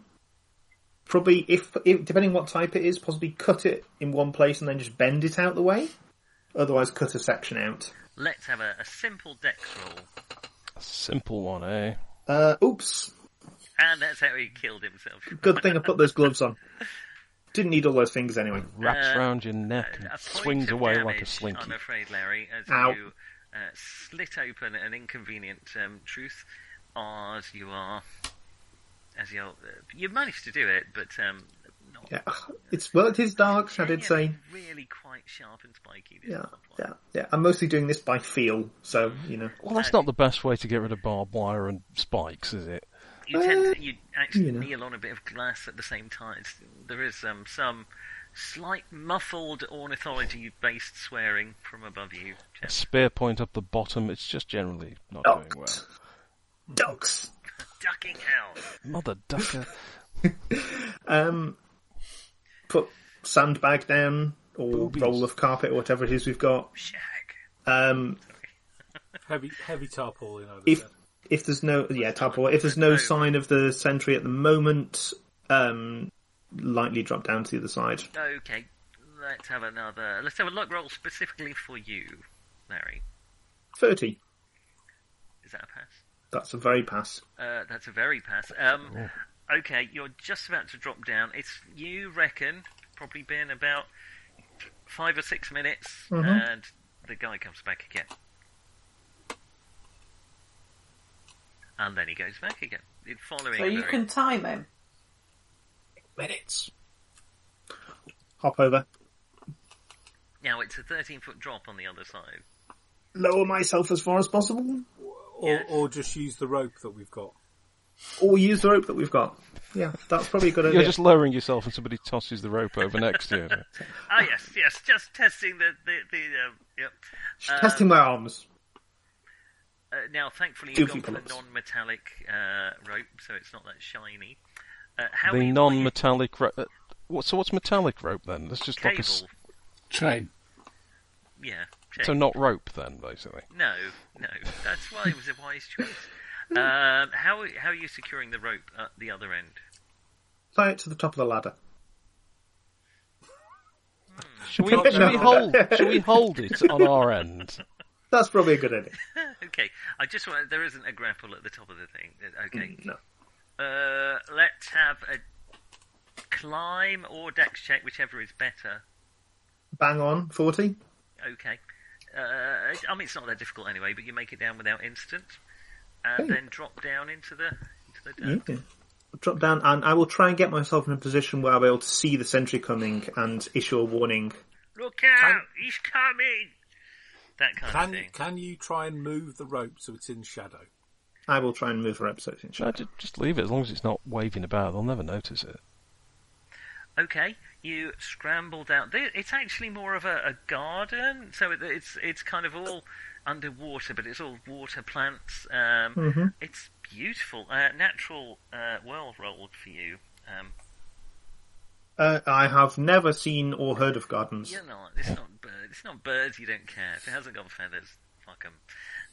S7: Probably, if, if depending what type it is, possibly cut it in one place and then just bend it out the way. Otherwise, cut a section out.
S5: Let's have a, a simple dex roll,
S6: A simple one, eh?
S7: Uh, oops,
S5: and that's how he killed himself.
S7: good thing I put those gloves on. Didn't need all those fingers anyway.
S6: Wraps
S5: Uh,
S6: round your neck and
S5: A point
S6: swings
S5: of
S6: away like
S5: damage,
S6: a slinky.
S5: I'm afraid, Larry, as
S7: Ow.
S5: you uh, slit open an inconvenient um, truth, as you are, as you are, you managed to do it, but um, not.
S7: Yeah, it's well, it is dark. I did say,
S5: genuinely really quite sharp and spiky. This
S7: yeah,
S5: barbed wire.
S7: yeah, yeah. I'm mostly doing this by feel, so you know.
S6: Well, that's not the best way to get rid of barbed wire and spikes, is it?
S5: You tend to, you actually
S7: you know.
S5: kneel on a bit of glass at the same time. It's- There is um, some slight muffled ornithology-based swearing from above you.
S6: A spear point up the bottom, it's just generally not
S7: Oh.
S6: doing well.
S7: Ducks, ducks.
S5: Ducking hell.
S6: Mother ducker.
S7: Um, put sandbag down or
S6: Boobies.
S7: roll of carpet or whatever it is we've got.
S5: Shag.
S7: Um,
S9: Heavy, heavy tarpaulin over
S7: if
S9: there.
S7: if there's no yeah tarpaulin, if there's no sign of the sentry at the moment, um, lightly drop down to the other side.
S5: Okay, let's have another. Let's have a luck roll specifically for you, Larry.
S7: Thirty.
S5: Is that a pass?
S7: That's a very pass.
S5: Uh, that's a very pass. Um, okay, you're just about to drop down. It's you reckon probably been about five or six minutes,
S8: Mm-hmm.
S7: Mhm.
S5: and the guy comes back again. And then he goes back again. It- Following
S8: So you
S5: very-
S8: can time him.
S7: Minutes. Hop over.
S5: Now it's a 13 foot drop on the other side.
S7: Lower myself as far as possible,
S9: Or,
S5: Yes.
S9: or just use the rope that we've got.
S7: or use the rope that we've got. Yeah, that's probably a good
S6: You're
S7: idea.
S6: just lowering yourself, and somebody tosses the rope over next to you.
S5: Ah, yes, yes, just testing the. the, the um, yep. Uh,
S7: Testing my arms.
S5: Uh, now, thankfully,
S7: Two
S5: you've gone for the
S7: people.
S5: non metallic uh, rope, so it's not that shiny. Uh, how
S6: The
S5: are you-
S6: non-metallic rope. What, so what's metallic rope then? That's just like a. s-
S5: Cable.
S1: Chain.
S5: Yeah. check.
S6: So not rope then, basically.
S5: No, no. That's why it was a wise choice. Um, how how are you securing the rope at the other end?
S7: Tie it to the top of the ladder.
S6: Should we, should we hold? Should we hold it on our end?
S7: That's probably a good idea.
S5: Okay, I just want. There isn't a grapple at the top of the thing. Okay.
S7: No.
S5: Uh, let's have a climb or dex check, whichever is better.
S7: Bang on, 40.
S5: Okay. Uh, I mean, it's not that difficult anyway, but you make it down without instant, and
S7: Okay.
S5: then drop down into the into the dirt.
S7: Mm. Drop down, and I will try and get myself in a position where I'll be able to see the sentry coming and issue a warning.
S5: Look out! He's coming. That kind of
S9: Can
S5: thing.
S9: can you try and move the rope so it's in shadow?
S7: I will try and move her up so it's in
S6: No,
S7: shadow.
S6: ju- just leave it as long as it's not waving about. They'll never notice it.
S5: Okay, you scramble down. There- It's actually more of a, a garden, so it, it's it's kind of all underwater, but it's all water plants. Um,
S7: Mhm.
S5: It's beautiful. Uh, natural uh, world rolled for you. Um,
S7: Uh, I have never seen or heard of gardens.
S5: you're not. It's not bird. It's not birds. You don't care. If it hasn't got feathers, fuck 'em.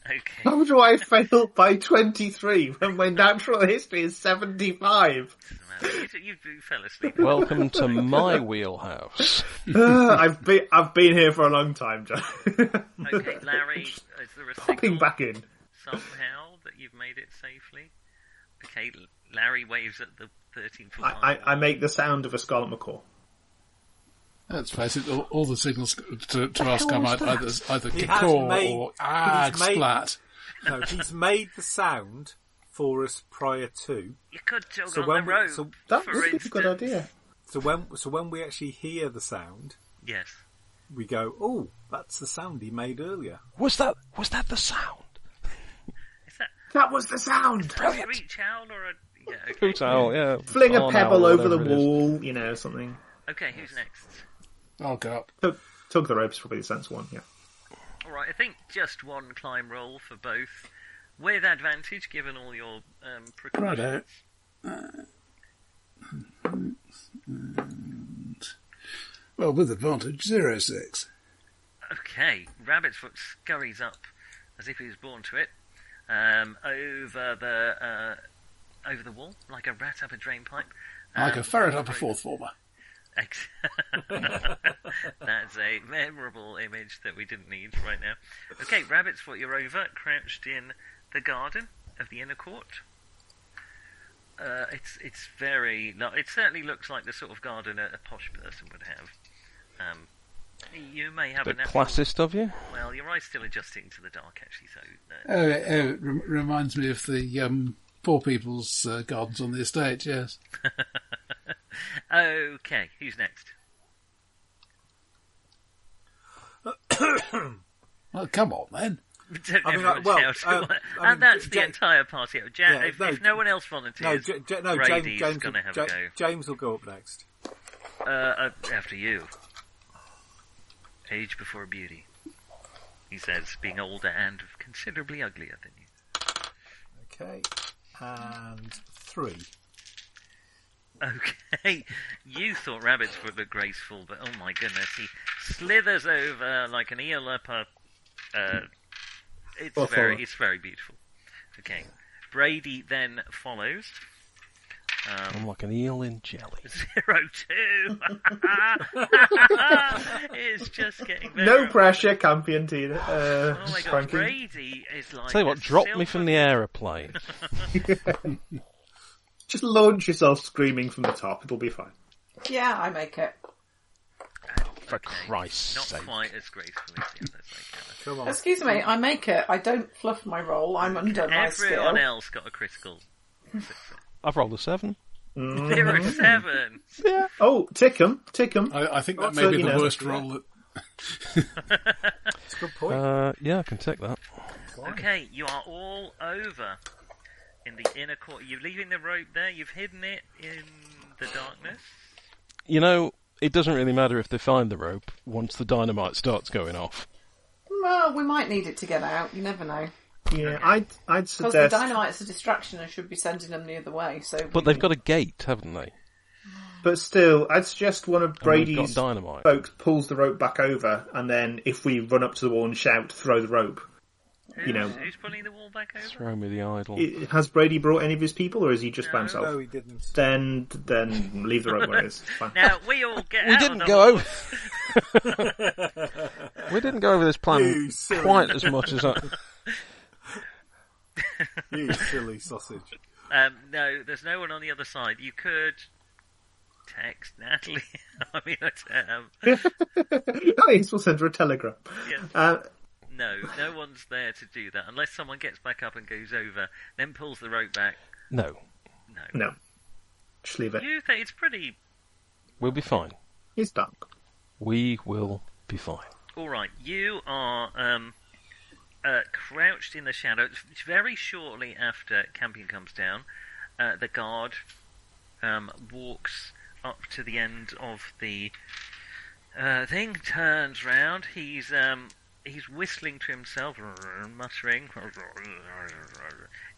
S5: Okay.
S7: How do I fail by 23 when my natural history is 75?
S5: doesn't matter. you, you fell asleep.
S6: Welcome to my wheelhouse.
S7: Uh, I've been I've been here for a long time, John.
S5: Okay, Larry, is there a
S7: Popping
S5: signal
S7: back in.
S5: somehow that you've made it safely? Okay, L- Larry waves at the 13 foot
S7: I, I, I make the sound of a scarlet macaw.
S1: Let's face it, all, all the signals to, to us come out either, either
S9: He has
S1: caw
S9: made-
S1: or
S9: he's
S1: ah,
S9: made-
S1: splat.
S9: No, he's made the sound for us prior to.
S5: You could jog
S9: So
S5: on
S9: when
S5: the
S9: we-
S5: rope,
S9: so
S7: That
S5: for
S7: would be a
S5: instance.
S7: good idea.
S9: So when so when we actually hear the sound,
S5: Yes.
S9: we go, "Oh, that's the sound he made earlier."
S6: Was that? Was that the sound?
S5: Is that
S7: That was the sound!
S5: a screech owl or a... Yeah, okay.
S6: Hoot owl, yeah.
S7: Fling a
S6: Barn owl,
S7: pebble over the
S6: whatever it is.
S7: wall, you know, something.
S5: okay, who's next?
S1: I'll go up.
S7: Tug, tug the rope's probably the sensible one, yeah.
S5: Alright, I think just one climb roll for both. With advantage, given all your um, precautions.
S1: Righto. Well, with advantage, zero six.
S5: Okay, Rabbit's Foot scurries up as if he was born to it, um, over the uh, over the wall like a rat up a drain pipe.
S1: Like
S5: Um,
S1: a ferret up a fourth former.
S5: Ex- That's a memorable image that we didn't need right now. Okay, rabbit's foot, you're over, crouched in the garden of the inner court. Uh, it's it's very. lo- It certainly looks like the sort of garden a, a posh person would have. Um, you may have
S6: The
S5: an
S6: classist of you.
S5: Well, your eye's still adjusting to the dark, actually. So uh,
S1: Oh, it- oh it rem- reminds me of the um, poor people's uh, gardens on the estate. Yes,
S5: Okay, who's next?
S1: well, come on then.
S5: Don't
S9: I mean,
S5: everyone
S9: uh, well,
S5: shout.
S9: uh, I mean,
S5: and that's the
S9: Ja-
S5: entire party. Jack,
S9: Yeah,
S5: if,
S9: no,
S5: if no one else
S9: No,
S5: volunteers,
S9: J- J- no,
S5: Brady's
S9: James, James,
S5: going to have
S9: Ja-
S5: a go.
S9: James will go up next.
S5: Uh, uh, after you. Age before beauty. He says, being older and considerably uglier than you.
S9: Okay, and three.
S5: Okay, you thought rabbits would look graceful, but oh my goodness, he slithers over like an eel up a. Uh, it's
S7: Or
S5: very,
S7: follow.
S5: it's very beautiful. Okay, Brady then follows. Um,
S6: I'm like an eel in jelly.
S5: zero two. it's just getting better.
S7: No pressure, champion Tina. Uh,
S5: Oh my god,
S7: Frankie.
S5: Brady is like.
S6: Tell you what,
S5: a
S6: drop me
S5: silver-
S6: from the aeroplane.
S7: Just launch yourself screaming from the top, it'll be fine.
S8: Yeah, I make it.
S6: for
S5: okay.
S6: Christ's
S5: Not
S6: sake.
S5: quite as graceful as the others, I gather.
S9: Come on.
S8: Excuse me, I make it. I don't fluff my roll. I'm under my skill.
S5: Everyone else got a critical.
S6: I've rolled a seven.
S5: Zero seven.
S7: Oh, tick 'em, tick 'em.
S1: I, I think that
S7: Oh,
S1: may
S7: so,
S1: be
S7: you
S1: the
S7: know,
S1: worst
S7: yeah.
S1: roll that
S9: That's a good point.
S6: Uh, yeah, I can take that.
S5: Okay, you are all over in the inner court. You're leaving the rope there. You've hidden it in the darkness.
S6: You know, it doesn't really matter if they find the rope once the dynamite starts going off.
S8: Well, we might need it to get out. You never know.
S7: Yeah, I'd, I'd
S8: Because the
S7: suggest.
S8: dynamite's a distraction and should be sending them the other way. So,
S6: But they've got a gate, haven't they?
S7: But still, I'd suggest one of
S6: And they've
S7: Brady's
S6: got dynamite.
S7: folks pulls the rope back over, and then if we run up to the wall and shout, throw the rope.
S5: Who's,
S7: You know.
S5: who's pulling the wall back over?
S6: Throw me the idol.
S7: I- Has Brady brought any of his people, or is he just by himself?
S9: no, he didn't.
S7: Then, then leave the rope where it is. It's Fine.
S5: Now we all get.
S6: we
S5: out
S6: didn't
S5: of the
S6: go
S5: hall.
S6: over. we didn't go over this plan
S9: You silly.
S6: quite as much as I.
S9: You silly sausage.
S5: Um, no, there's no one on the other side. You could text Natalie. I mean, um,
S7: oh, yes, we'll send her a telegram.
S5: yeah.
S7: Uh,
S5: no, no one's there to do that unless someone gets back up and goes over, then pulls the rope back.
S6: No,
S5: No,
S7: no, just leave it.
S5: you think it's pretty
S6: we'll be fine.
S7: It's dark.
S6: We will be fine.
S5: All right, you are um, uh, crouched in the shadows. Very shortly after Campion comes down, uh, the guard um, walks up to the end of the uh, thing, turns round. He's um, he's whistling to himself, muttering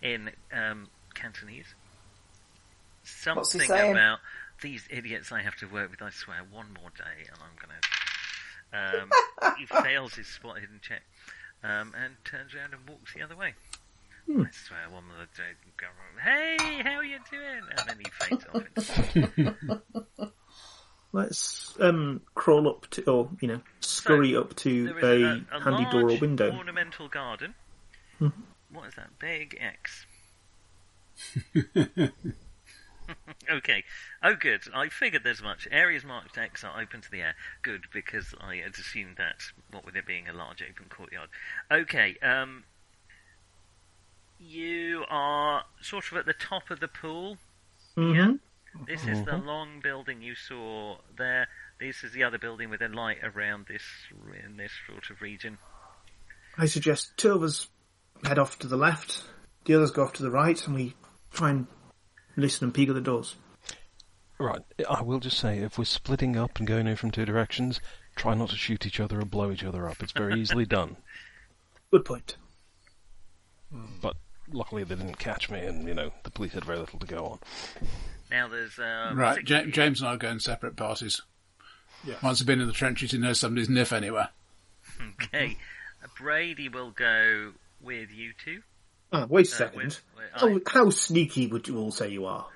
S5: in um, Cantonese.
S8: What's he
S5: Something
S8: saying?
S5: about these idiots I have to work with. I swear, one more day, and I'm gonna um, he fails his spot hidden check um, and turns around and walks the other way.
S8: Hmm.
S5: I swear, one of the days go wrong. Hey, how are you doing? And then he faints off. It's-
S7: Let's um, crawl up to, or you know, scurry up to
S5: There
S7: a,
S5: is a, a
S7: handy
S5: large
S7: door or window. Mm-hmm.
S5: ornamental garden. What is that? Big X. okay. Oh, good. I figured as much. Areas marked X are open to the air. Good, because I had assumed that, what with it being a large open courtyard. Okay, um, you are sort of at the top of the pool.
S7: Mhm.
S5: This is the
S7: Mm-hmm.
S5: long building you saw there. This is the other building with a light around this in this sort of region.
S7: I suggest two of us head off to the left, the others go off to the right, and we try and listen and peek at the doors.
S6: Right, I will just say, if we're splitting up and going in from two directions, try not to shoot each other or blow each other up. It's very easily done.
S7: Good point.
S6: But luckily they didn't catch me, and you know the police had very little to go on.
S5: Now there's um,
S1: Right,
S5: six
S1: ja-
S5: of you.
S1: James and I are going separate parties.
S9: Yeah.
S1: Once I've been in the trenches, he knows somebody's niff anywhere.
S5: Okay, Uh, Brady will go with you two.
S7: Ah, wait a
S5: Uh,
S7: second.
S5: with- with-
S7: oh, how sneaky would you all say you are?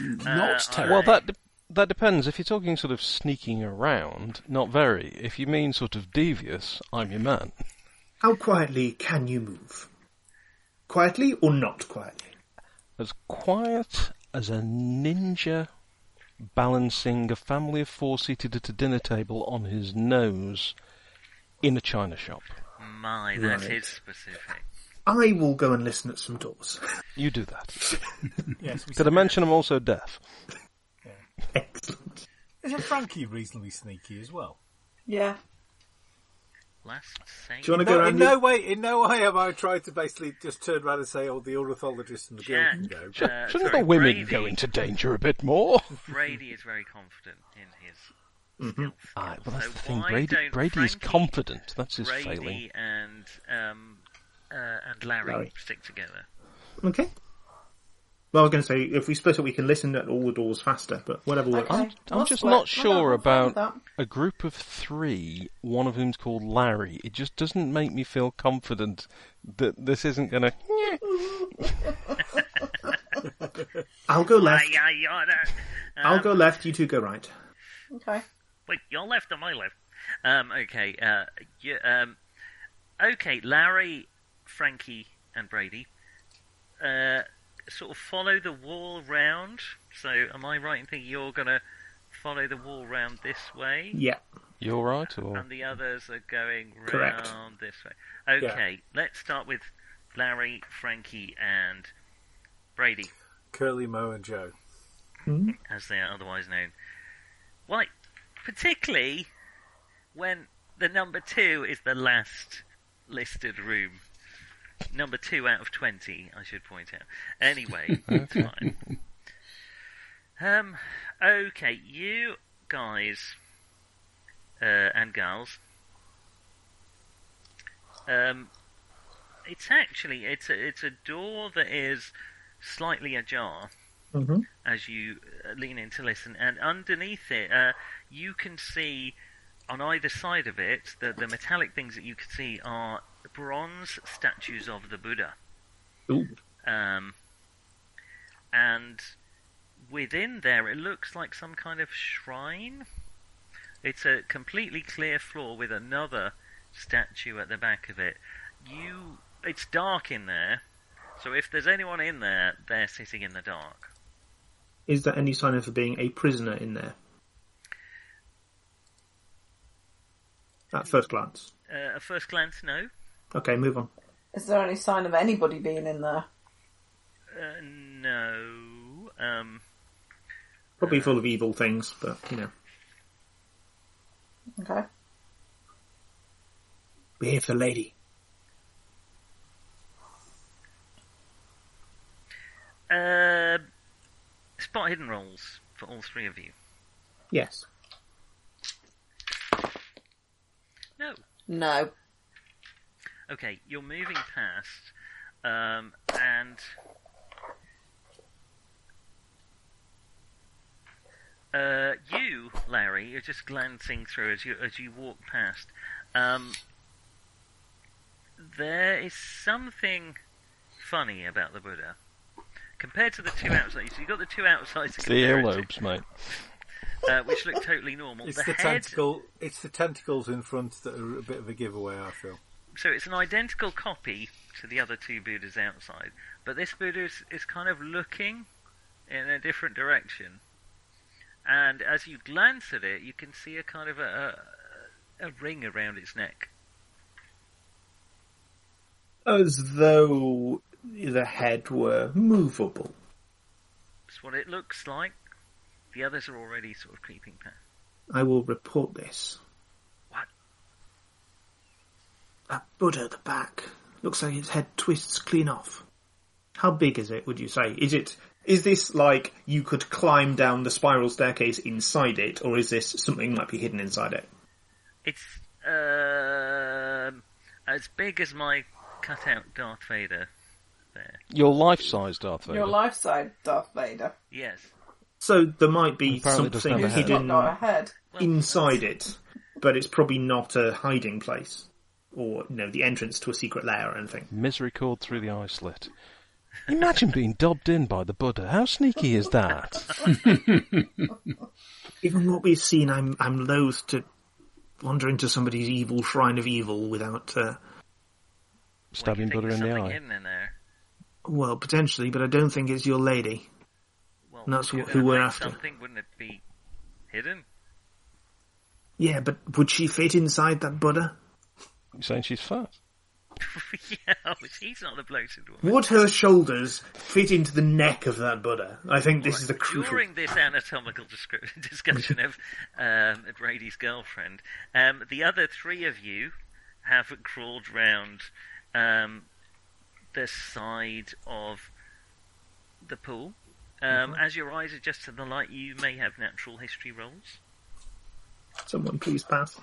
S1: Not
S5: I-
S1: terrible.
S6: Well, that de- that depends. If you're talking sort of sneaking around, not very. If you mean sort of devious, I'm your man.
S7: How quietly can you move? Quietly or not quietly?
S6: As quiet as a ninja balancing a family of four seated at a dinner table on his nose in a china shop.
S5: My, that is
S7: Right.
S5: specific.
S7: I will go and listen at some doors.
S6: You do that.
S9: Yes, we
S6: Did I mention I'm also deaf?
S7: Excellent.
S9: Isn't Frankie reasonably sneaky as well?
S8: yeah.
S5: Last
S7: Do you
S5: save.
S7: want to
S9: No,
S7: go
S9: in
S7: around?
S9: no way, in no way have I tried to basically just turn around and say, "Oh, the ornithologist and the girl
S5: Jack,
S9: can go."
S5: Jack. Uh,
S6: Shouldn't
S5: sorry,
S6: the women
S5: Brady.
S6: go into danger a bit more?
S5: Brady is very confident in his.
S6: Hmm.
S5: stealth
S6: Ah,
S5: skills.
S6: well, that's
S5: So
S6: the thing.
S5: why
S6: Brady,
S5: don't
S6: Brady's
S5: Frankie,
S6: confident. That's his
S5: Brady
S6: failing.
S5: and um, uh, and Larry,
S7: Larry.
S5: stick together.
S7: Okay. Well, I was going to say, if we split up, we can listen at all the doors faster, but whatever works.
S8: Okay.
S6: I'm, I'm
S8: That's
S6: just
S8: what-
S6: not
S8: well,
S6: sure
S8: I'm fine with
S6: about a group of three, one of whom's called Larry. It just doesn't make me feel confident that this isn't going to.
S7: I'll go left.
S5: Aye, aye, aye, aye.
S7: I'll
S5: um,
S7: go left. You two go right.
S8: Okay.
S5: Wait, your left or my left? Um, okay. Uh, you, um, okay. Larry, Frankie, and Brady uh, sort of follow the wall round. So, am I right in thinking you're going to follow the wall round this way?
S7: Yeah.
S6: You all right? Or
S5: and the others are going round
S7: Correct.
S5: this way. Okay, let's start with Larry, Frankie, and Brady,
S9: Curly, Mo, and Joe.
S5: as they are otherwise known. Why, particularly when the number two is the last listed room. Number two out of twenty, I should point out. Anyway, it's fine. Um, okay, you guys uh, and gals. Um, it's actually it's a, it's a door that is slightly ajar
S7: Mhm.
S5: as you uh, lean in to listen, and underneath it, uh, you can see on either side of it the the metallic things that you can see are bronze statues of the Buddha.
S7: Ooh.
S5: Um, and within there, it looks like some kind of shrine. It's a completely clear floor with another statue at the back of it. You, it's dark in there, so if there's anyone in there, they're sitting in the dark.
S7: Is there any sign of her being a prisoner in there? At first glance.
S5: Uh, at first glance, no.
S7: Okay, move on.
S8: Is there any sign of anybody being in there?
S5: Uh, no. Um,
S7: Probably full of evil things, but you know,
S8: Okay.
S7: we're here for the lady.
S5: uh, spot hidden rolls for all three of you.
S7: Yes.
S5: No.
S8: No.
S5: Okay, you're moving past, um, and uh, you, Larry, you're just glancing through as you as you walk past. Um, there is something funny about the Buddha compared to the two outsides. So you've got the two outsides to
S6: the
S5: compare it to,
S6: earlobes, mate.
S5: uh, which look totally normal.
S9: It's
S5: the,
S9: the,
S5: head
S9: tentacle. It's the tentacles in front that are a bit of a giveaway. I feel.
S5: so it's an identical copy to the other two Buddhas outside, but this Buddha is, is kind of looking in a different direction. And as you glance at it, you can see a kind of a, a, a ring around its neck.
S7: As though the head were movable.
S5: That's what it looks like. The others are already sort of creeping past.
S7: I will report this.
S5: What?
S7: That Buddha at the back. Looks like its head twists clean off. How big is it, would you say? Is it is this like you could climb down the spiral staircase inside it, or is this something might be hidden inside it?
S5: It's um as big as my cutout Darth Vader.
S6: Your life-size Darth Vader.
S8: Your life side, Darth Vader.
S5: Yes.
S7: So there might be
S3: Apparently it doesn't
S7: something
S3: have a head.
S8: Not
S7: hidden
S8: got a head.
S5: Well,
S7: inside it, but it's probably not a hiding place. Or, you know, the entrance to a secret lair or anything.
S6: Misery called through the eye slit. Imagine being dobbed in by the Buddha. How sneaky is that?
S7: Given what we've seen, I'm I'm loath to wander into somebody's evil shrine of evil without, uh,
S5: what do you
S6: Stabbing
S5: think
S6: Buddha
S5: there's
S6: in the
S5: something
S6: eye.
S5: hidden in there?
S7: well, potentially, but I don't think it's your lady.
S5: Well,
S7: And that's
S5: if you're
S7: wh- who
S5: gonna
S7: we're
S5: hide
S7: after.
S5: Something wouldn't it be hidden?
S7: Yeah, but would she fit inside that Buddha?
S6: You're saying she's fat?
S5: yeah, oh, he's not the bloated one.
S7: Would her shoulders fit into the neck of that Buddha? I think this is the crucial.
S5: During this anatomical descrip- discussion of um, Brady's girlfriend, um, the other three of you have crawled round um, the side of the pool. Um,
S7: Mm-hmm.
S5: As your eyes adjust to the light, you may have natural history rolls.
S7: Someone please pass.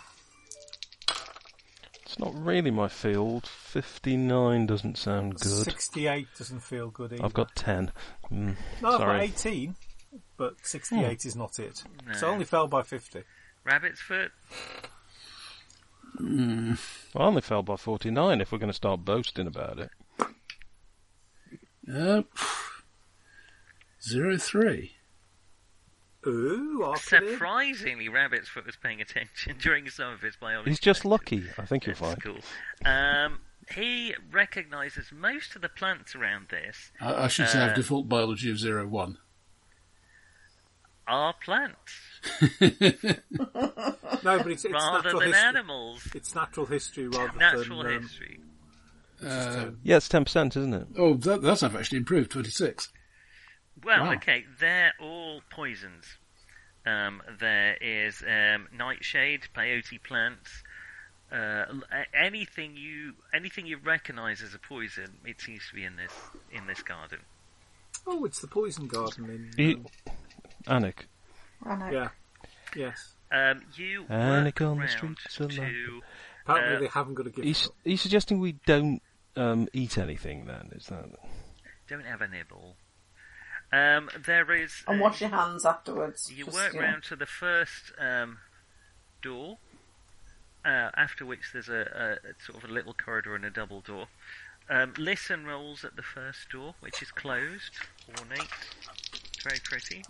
S6: It's not really my field. 59 doesn't sound good.
S9: Sixty-eight doesn't feel good either.
S6: I've got 10. Mm,
S9: no, I've got
S6: sorry.
S9: eighteen, but sixty-eight is not it.
S5: No.
S9: So I only fell by fifty.
S5: Rabbit's foot.
S6: I only fell by 49 if we're going to start boasting about it.
S1: Uh, phew. zero three.
S9: Ooh, I could hear-
S5: Surprisingly, Rabbit's foot was paying attention during some of his biology.
S6: He's just
S5: lectures.
S6: lucky. I think you'll
S5: That's
S6: find.
S5: cool. Um, he recognises most of the plants around this
S1: I, I should say I
S5: Uh,
S1: have default biology of zero one.
S5: are plants.
S9: No, but it's, it's
S5: rather
S9: natural
S5: than
S9: history.
S5: animals.
S9: It's natural history rather
S5: Natural
S9: than um,
S5: history.
S1: Uh,
S6: Yeah, it's ten percent, isn't it?
S1: oh, that, that's I've actually improved. Twenty six.
S5: Well,
S1: Wow.
S5: okay, they're all poisons. Um, there is um, nightshade, peyote plants, uh, l- a- anything you anything you recognise as a poison. It seems to be in this in this garden.
S9: Oh, it's the poison garden in.
S6: You, Anik.
S8: I know.
S9: um, yeah. Yes.
S5: Um, you
S6: And
S5: work
S6: it on the
S5: around
S6: streets of
S5: to.
S9: Apparently
S5: Uh,
S9: they haven't got to give.
S6: He's, he's suggesting we don't um, eat anything. Then is that?
S5: Don't have a nibble. Um, there is.
S8: And
S5: uh,
S8: wash your hands afterwards.
S5: You
S8: Just,
S5: work
S8: yeah.
S5: round to the first um, door, uh, after which there's a, a a sort of a little corridor and a double door. Um, listen rolls at the first door, which is closed, ornate, very pretty.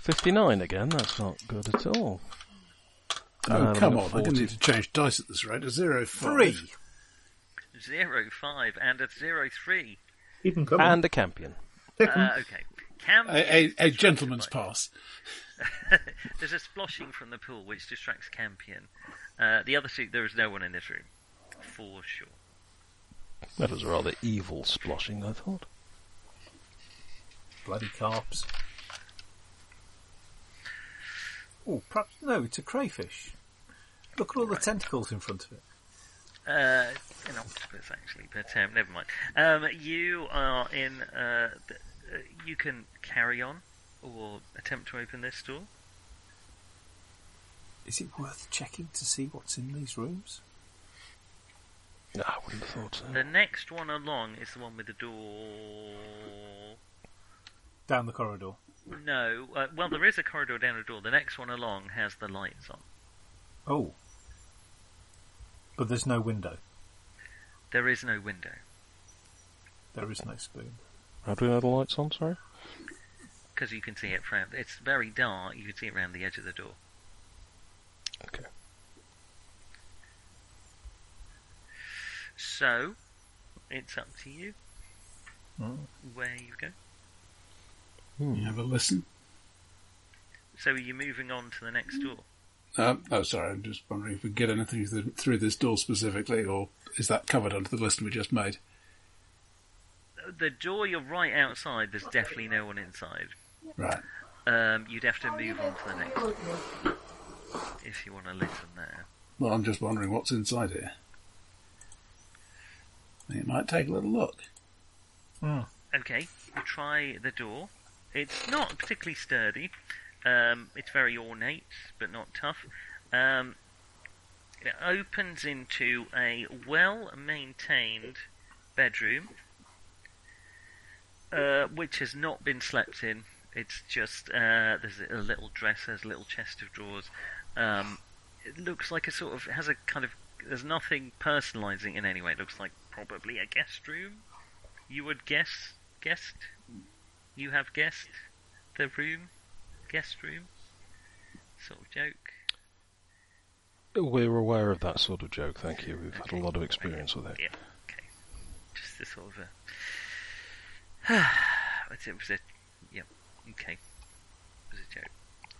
S6: Fifty-nine again. That's not good at all.
S1: Oh
S6: No,
S1: come
S6: no,
S1: on! I didn't
S6: 40.
S1: need to change dice at this rate. A zero five.
S9: Three.
S5: Zero five and a zero three.
S7: You can come.
S6: And a campion.
S7: Pick 'em.
S5: Uh, okay, Cam.
S1: A, a, a gentleman's pass.
S5: There's a splashing from the pool which distracts Campion. Uh, the other two, there is no one in this room, for sure.
S6: That was a rather evil sploshing, I thought.
S9: Bloody carps. Oh, perhaps no. It's a crayfish. Look at all the tentacles in front of it.
S5: Uh, an octopus actually, but um, never mind. Um, you are in. Uh, th- uh, you can carry on or attempt to open this door.
S9: Is it worth checking to see what's in these rooms?
S6: No, I wouldn't have thought so.
S5: The next one along is the one with the door.
S9: Down the corridor.
S5: No, uh, well, there is a corridor down a door. The next one along has the lights on.
S9: Oh. But there's no window.
S5: There is no window.
S9: There is no spoon.
S6: How do we know the lights on? Sorry.
S5: Because you can see it from. It's very dark. You can see it around the edge of the door.
S6: Okay.
S5: So, it's up to you
S9: Mm.
S5: where you go.
S1: You have a listen.
S5: So, are you moving on to the next door?
S1: Um, oh, sorry. I'm just wondering if we get anything through, the, through this door specifically, or is that covered under the list we just made?
S5: The door you're right outside, there's definitely no one inside.
S1: Right.
S5: Um, you'd have to move on to the next one if you want to listen there.
S1: Well, I'm just wondering what's inside here. It might take a little look.
S9: Hmm.
S5: Okay, you try the door. It's not particularly sturdy. Um, it's very ornate, but not tough. Um, it opens into a well maintained bedroom, uh, which has not been slept in. It's just uh, there's a little dresser, there's a little chest of drawers. Um, it looks like a sort of has a kind of there's nothing personalising in any way. It looks like probably a guest room you would guess guessed you have guessed the room guest room sort of joke
S6: We're aware of that sort of joke. Thank you. We've had a lot of experience with it.
S5: yeah okay just the sort of a it was a yeah okay it was a joke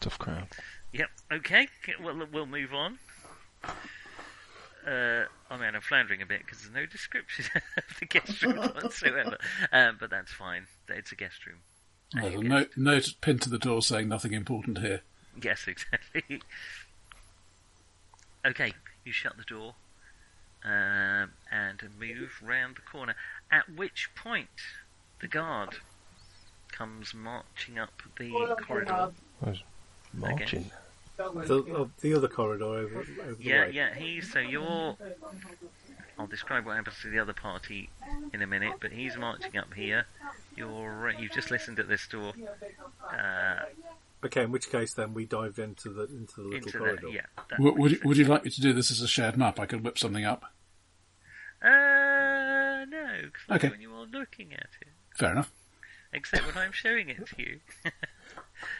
S6: Tough crowd.
S5: Yep. Okay. Well, we'll move on. Uh, I mean, I'm floundering a bit because there's no description of the guest room whatsoever. Um, but that's fine. It's a guest room.
S1: There's a note, note pinned to the door saying nothing important here.
S5: Yes, exactly. okay, you shut the door um, and move round the corner. At which point, the guard comes marching up the corridor.
S6: Marching.
S9: The, oh, the other corridor over, over the
S5: Yeah,
S9: way.
S5: yeah, he's so you're. I'll describe what happens to the other party in a minute, but he's marching up here. You're you've just listened at this door uh,
S9: Okay, in which case then we dived into the into the little
S5: into
S9: corridor.
S5: the yeah. that
S1: Would, would, you,
S5: makes
S1: would you like me to do this as a shared map? I could whip something up.
S5: sense. Uh, no, 'cause that's
S1: Okay.
S5: when you are looking at it,
S1: Fair enough.
S5: except when I'm showing it to you.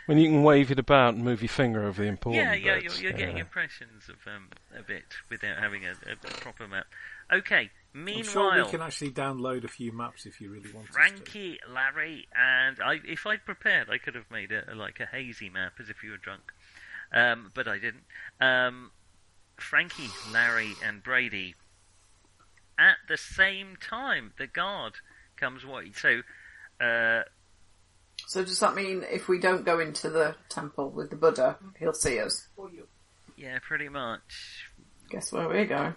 S6: When you can wave it about and move your finger over the important
S5: yeah, yeah, you're,
S6: bits,
S5: you're getting
S6: yeah.
S5: impressions of um a bit without having a, a proper map. Okay.
S9: I'm
S5: Meanwhile,
S9: sure we can actually download a few maps if you really want us to.
S5: Frankie, Larry, and I. If I'd prepared, I could have made it like a hazy map, as if you were drunk. um, but I didn't. Um, Frankie, Larry, and Brady. At the same time, the guard comes away. So, uh,
S8: So does that mean if we don't go into the temple with the Buddha, he'll see us?
S5: yeah, pretty much.
S8: Guess where we're going?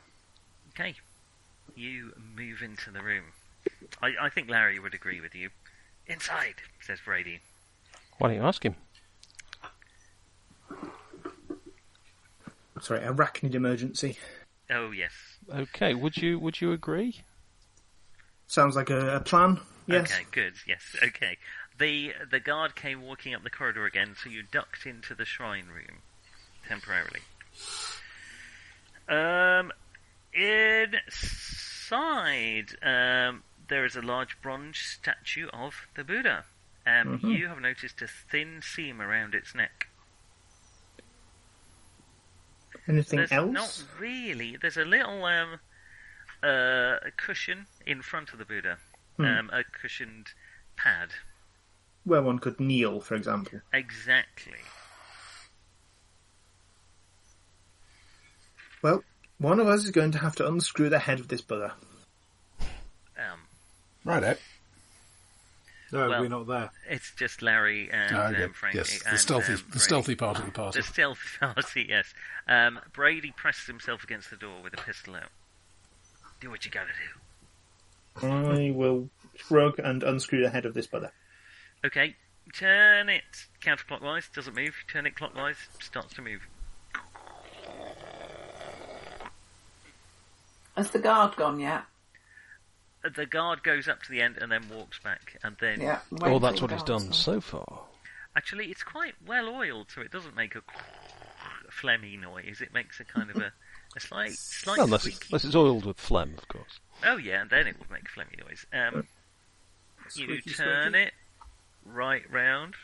S5: Okay, you move into the room. I, I think Larry would agree with you. Inside, says Brady.
S6: Why don't you ask him?
S5: uh,
S7: Sorry, arachnid emergency.
S5: Oh yes.
S6: Okay, would you would you agree?
S7: Sounds like a, a plan. Yes.
S5: Okay, good. Yes. Okay. The the guard came walking up the corridor again, so you ducked into the shrine room temporarily. Um, inside, um, there is a large bronze statue of the Buddha. Um, you have noticed a thin seam around its neck.
S7: Anything
S5: there's
S7: else?
S5: Not really. There's a little um, uh, cushion in front of the Buddha,
S7: Hmm.
S5: um, a cushioned pad.
S7: Where one could kneel, for example.
S5: Exactly.
S7: Well, one of us is going to have to unscrew the head of this Buddha.
S5: Um,
S1: Right, eh?
S9: No,
S5: Well-
S9: we're not there.
S5: it's just Larry and
S1: Ah, good.
S5: um, Frankie.
S1: yes, the
S5: and,
S1: stealthy,
S5: um,
S1: the
S5: Brady.
S1: stealthy part of the party.
S5: The stealthy party, yes. Um, Brady presses himself against the door with a pistol out. Do what you gotta do.
S7: I will shrug and unscrew the head of this Buddha.
S5: Okay, turn it counterclockwise, doesn't move. Turn it clockwise, starts to move.
S8: Has the guard gone yet?
S5: The guard goes up to the end and then walks back, and then
S8: Yeah. I'm waiting
S6: Oh,
S8: for
S6: that's
S8: the
S6: what he's
S8: guard,
S6: done
S8: so-
S6: so far.
S5: Actually, it's quite well oiled, so it doesn't make a phlegmy noise. It makes a kind of a, a slight, slight
S6: Well, unless, it's,
S5: squeaky.
S6: unless it's oiled with phlegm, of course.
S5: Oh yeah, and then it would make a phlegmy noise.
S6: Uh,
S5: Um, you
S7: Squeaky,
S5: turn
S7: squeaky.
S5: it right round.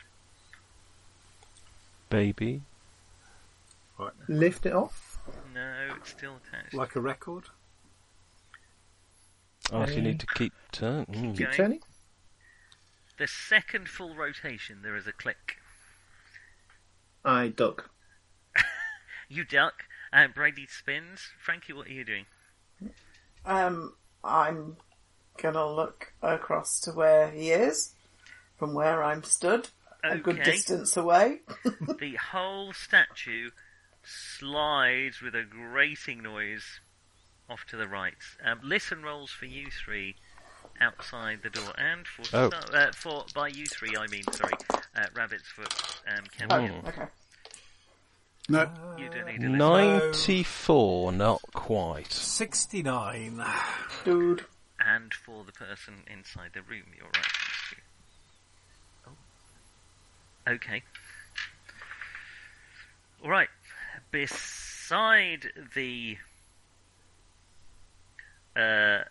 S6: Baby.
S7: Lift it off.
S5: No, it's still attached.
S9: Like a record.
S6: Oh, so you
S7: Hey.
S6: need to keep turn. mm.
S5: Keep
S7: Keep
S5: Okay.
S7: turning.
S5: The second full rotation, there is a click.
S7: I duck.
S5: You duck, and Brady spins. Frankie, what are you doing?
S8: Um, I'm gonna look across to where he is, from where I'm stood, a good
S5: Okay.
S8: distance away.
S5: the whole statue slides with a grating noise off to the right. Um, listen rolls for you three outside the door, and for
S6: Oh.
S5: sta- uh, for by you three I mean sorry, uh, Rabbit's Foot, um, Campion.
S8: Oh, Okay.
S1: no,
S5: You don't need a listen.
S6: 94, not quite.
S9: 69.
S8: Dude.
S5: and for the person inside the room you're right next to. Oh. Okay. Alright. Beside the. Uh,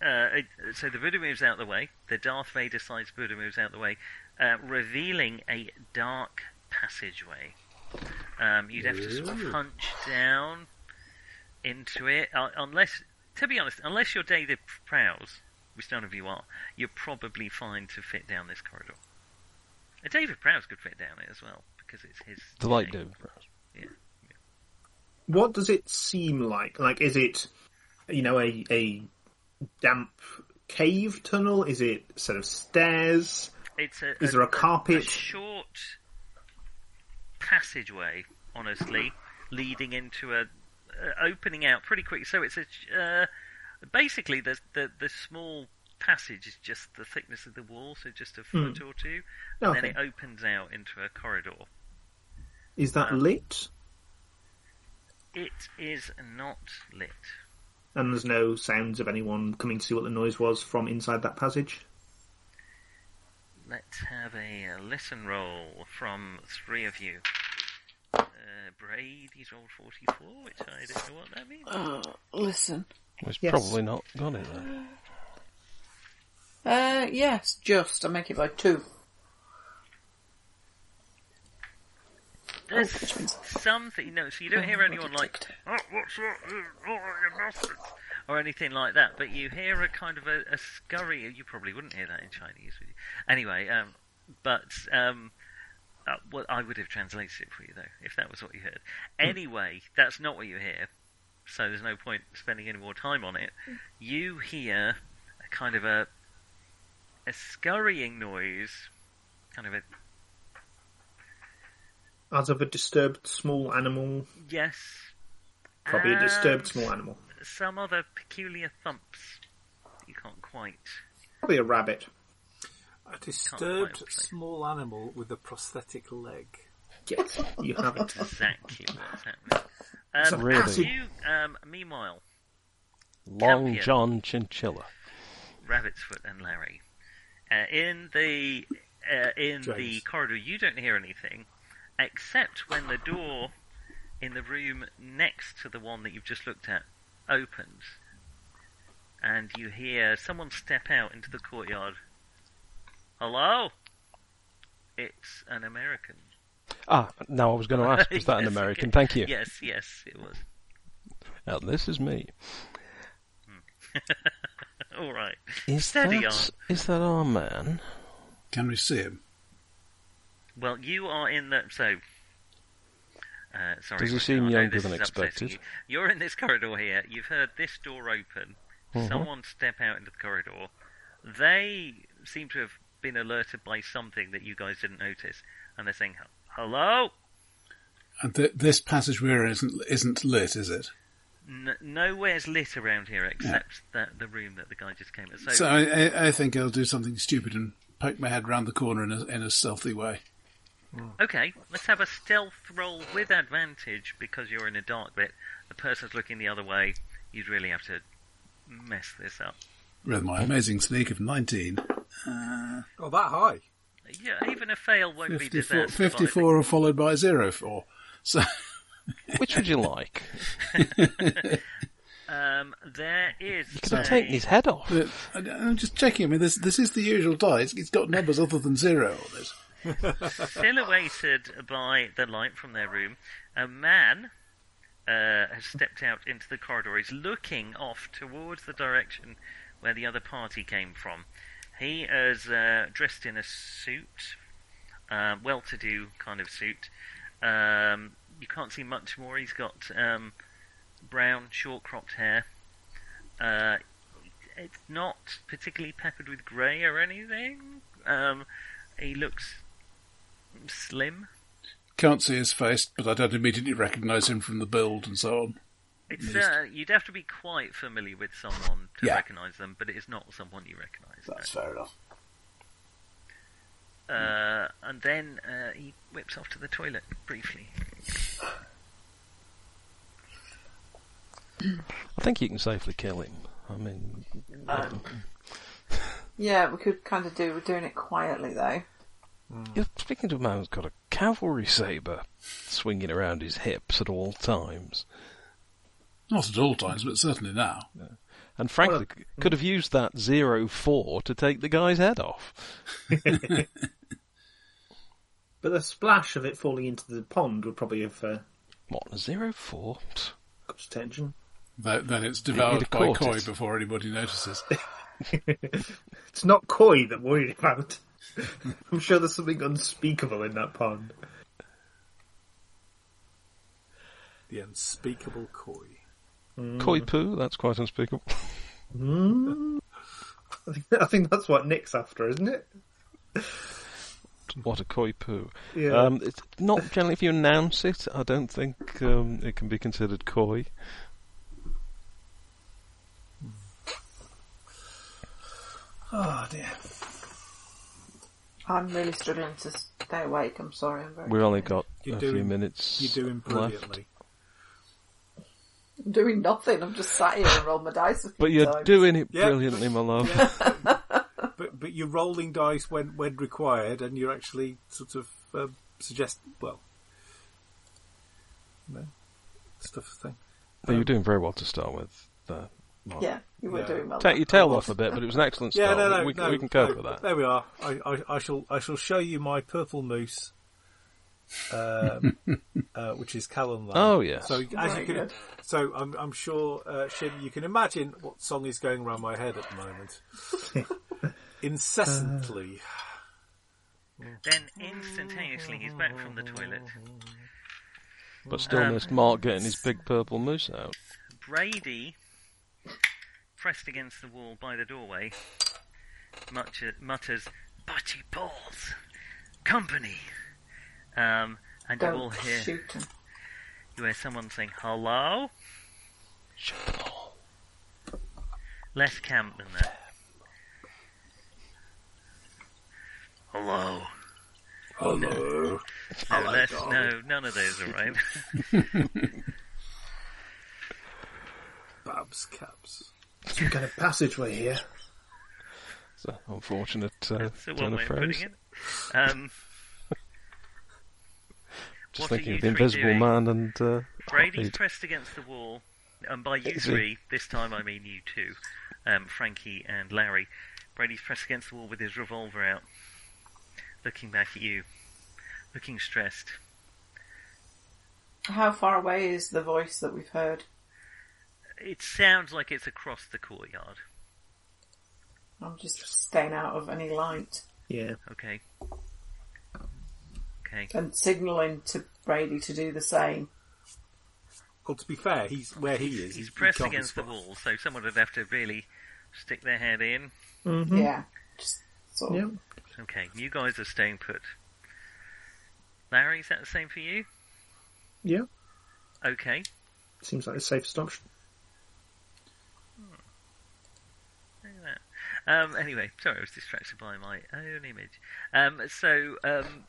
S5: uh, it- so the Buddha moves out the way. The Darth Vader sized Buddha moves out the way, uh, revealing a dark passageway. Um, you'd have to sort of hunch down into it, uh, unless to be honest, unless you're David Prowse, which none of you are, you're probably fine to fit down this corridor. Uh, David Prowse could fit down it as well because it's his.
S6: The light
S5: thing.
S6: do.
S7: What does it seem like? Like, is it, you know, a, a damp cave tunnel? Is it a set of stairs?
S5: It's a,
S7: Is there a carpet?
S5: short passageway, honestly, leading into a uh, opening out pretty quick. So it's a uh, basically the, the the small passage is just the thickness of the wall, so just a foot or two, and
S7: Hmm. Okay.
S5: then it opens out into a corridor.
S7: Is that
S5: Um,
S7: lit?
S5: It is not lit.
S7: And there's no sounds of anyone coming to see what the noise was from inside that passage?
S5: Let's have a uh, listen roll from three of you. Uh, Brady's rolled 44, which I don't know what that means.
S8: Uh, listen.
S6: It's
S7: Yes.
S6: probably not got it there.
S8: Uh, yes, just. I make it by two.
S5: There's
S8: which one's-
S5: something, no, so you don't hear
S8: Oh,
S5: anyone like, oh, what's that? Oh, you bastards," or anything like that, but you hear a kind of a, a scurry. You probably wouldn't hear that in Chinese, would you? Anyway, um, but um, Uh, well, I would have translated it for you though, if that was what you heard.
S7: Hmm.
S5: Anyway, that's not what you hear, so there's no point spending any more time on it. You hear a kind of a a scurrying noise, kind of a
S7: As of a disturbed small animal,
S5: yes,
S7: probably a
S5: and
S7: disturbed small animal,
S5: Some other peculiar thumps. that You can't quite.
S7: probably a rabbit.
S9: A
S5: Can't
S9: disturbed
S5: quite say.
S9: small animal with a prosthetic leg.
S7: Yes, you have it.
S5: exactly what's happening. Um,
S6: Really?
S5: as You, um, meanwhile,
S6: Long
S5: Champion.
S6: John Chinchilla.
S5: Rabbitsfoot and Larry, uh, in the uh, in the
S9: James.
S5: corridor, you don't hear anything except when the door in the room next to the one that you've just looked at opens, and you hear someone step out into the courtyard. Hello, it's an American.
S6: Ah, now I was going to ask, was that an
S5: Yes,
S6: American?
S5: okay.
S6: Thank you.
S5: Yes, yes, it was.
S6: Now, this is me.
S5: Hmm. All right.
S6: Is
S5: Steady
S6: that, is that our man?
S1: Can we see him?
S5: Well, you are in the so. Uh, sorry,
S6: Does he
S5: Richard,
S6: seem
S5: I know
S6: younger
S5: this
S6: than
S5: is upsetting
S6: expected?
S5: You. You're in this corridor here. You've heard this door open.
S6: Mhm.
S5: Someone step out into the corridor. They seem to have been alerted by something that you guys didn't notice, and they're saying, "Hello."
S1: And th- this passage we're in isn't, isn't lit, is it?
S5: N- nowhere's lit around here except that the room that the guy just came in. So,
S1: So I, I, I think I'll do something stupid and poke my head round the corner in a, in a stealthy way.
S5: okay, let's have a stealth roll with advantage because you're in a dark bit. The person's looking the other way. You'd really have to mess this up.
S1: With my amazing sneak of 19.
S9: Oh, that high.
S5: Yeah, even a fail won't be
S1: 54,
S5: disaster.
S1: 54 are followed by 04. So,
S6: Which would you like?
S5: Um, there is.
S6: You could have
S5: a-
S6: taken his head off.
S1: but I- I'm just checking. I mean, this, this is the usual die. It's, it's got numbers other than zero on it.
S5: silhouetted by the light from their room, a man uh, has stepped out into the corridor. He's looking off towards the direction where the other party came from. He is uh, dressed in a suit, uh, well-to-do kind of suit. Um, you can't see much more. He's got um, brown, short-cropped hair. Uh, it's not particularly peppered with grey or anything. Um, he looks slim.
S1: Can't see his face, but I don't immediately recognise him from the build and so on.
S5: It's
S1: Yes.
S5: uh, you'd have to be quite familiar with someone to
S1: Yeah.
S5: recognise them, but it is not someone you recognise. no.
S1: fair enough.
S5: Uh, and then uh, he whips off to the toilet briefly.
S6: I think you can safely kill him. I mean,
S9: Um.
S8: Yeah, we could kind of do. We're doing it quietly though.
S6: you're speaking to a man who's got a cavalry sabre swinging around his hips at all times.
S1: Not at all times, but certainly now.
S6: And frankly, c could have used that zero four to take the guy's head off.
S7: But the splash of it falling into the pond would probably have uh,
S6: What, a zero four? Pfft.
S7: got his attention.
S1: Th- Then it's
S6: He'd
S1: devoured
S6: have
S1: by
S6: caught
S1: koi
S6: it.
S1: before anybody notices.
S7: It's not koi that worried about. I'm sure there's something unspeakable in that pond.
S9: The unspeakable koi. Mm.
S6: Koi poo? That's quite unspeakable.
S7: I think, I think that's what Nick's after, isn't it?
S6: What a koi poo.
S7: Yeah.
S6: Um, it's not generally, if you announce it, I don't think um, it can be considered koi.
S9: Oh dear.
S8: I'm really struggling to stay awake. I'm sorry. I'm very
S6: We've only got
S9: You're
S6: a few
S9: doing-
S6: minutes
S9: You're doing
S6: left.
S9: brilliantly.
S8: I'm doing nothing. I'm just sat here and rolled my dice. A few
S6: But you're
S8: times.
S6: doing it
S9: Yeah.
S6: brilliantly, my love.
S9: But but you're rolling dice when when required, and you're actually sort of um, suggest well, you know, stuff thing.
S6: But you're doing very well to start with. Uh, Mark.
S8: Yeah, you were
S9: Um, Yeah.
S8: doing well.
S6: Take your tail off a bit, but it was an excellent
S9: Yeah,
S6: start.
S9: no, no,
S6: we,
S9: no,
S6: we can cope
S9: no,
S6: with that.
S9: There we are. I, I, I shall I shall show you my purple moose, um, uh, which is Callan Lamb.
S6: Oh, yes.
S9: So as
S8: Very
S9: you can,
S8: good.
S9: so I'm I'm sure uh, Shim, you can imagine what song is going around my head at the moment, incessantly.
S5: Then instantaneously he's back from the toilet.
S6: But still
S5: Um,
S6: missed Mark getting his big purple moose out.
S5: Brady, pressed against the wall by the doorway, mutter, mutters, Butty Balls! Company! Um, and you all
S8: Don't
S5: hear,
S8: shoot him.
S5: you hear someone saying, Hello?
S6: Shoot them all.
S5: Less camp than that. Hello.
S1: Hello.
S5: No, less, no, none of those are right.
S9: Babs caps. Some kind of passageway here.
S6: It's an unfortunate uh,
S5: That's the
S6: turn
S5: one
S6: of
S5: way of putting
S6: phrase.
S5: it. Um,
S6: Just
S5: What are
S6: thinking
S5: you
S6: of the
S5: three
S6: Invisible
S5: doing?
S6: Man and uh,
S5: Brady's
S6: Hockneyed.
S5: pressed against the wall, and by you
S6: Is he?
S5: three, this time I mean you two, um, Frankie and Larry. Brady's pressed against the wall with his revolver out, looking back at you, looking stressed.
S8: How far away is the voice that we've heard?
S5: It sounds like it's across the courtyard.
S8: I'm just staying out of any light
S7: Yeah.
S5: Okay. Okay.
S8: and signalling to Brady to do the same.
S9: Well, to be fair, he's where he is.
S5: He's
S9: he
S5: pressed
S9: can't be
S5: against the
S9: spotted.
S5: wall, so someone would have to really stick their head in.
S7: Mm-hmm.
S8: Yeah, just sort of.
S7: Yeah.
S5: Okay, you guys are staying put. Larry, is that the same for you?
S7: Yeah.
S5: Okay.
S7: Seems like the safest option.
S5: Look at that. Um, anyway, sorry, I was distracted by my own image. Um, so, um,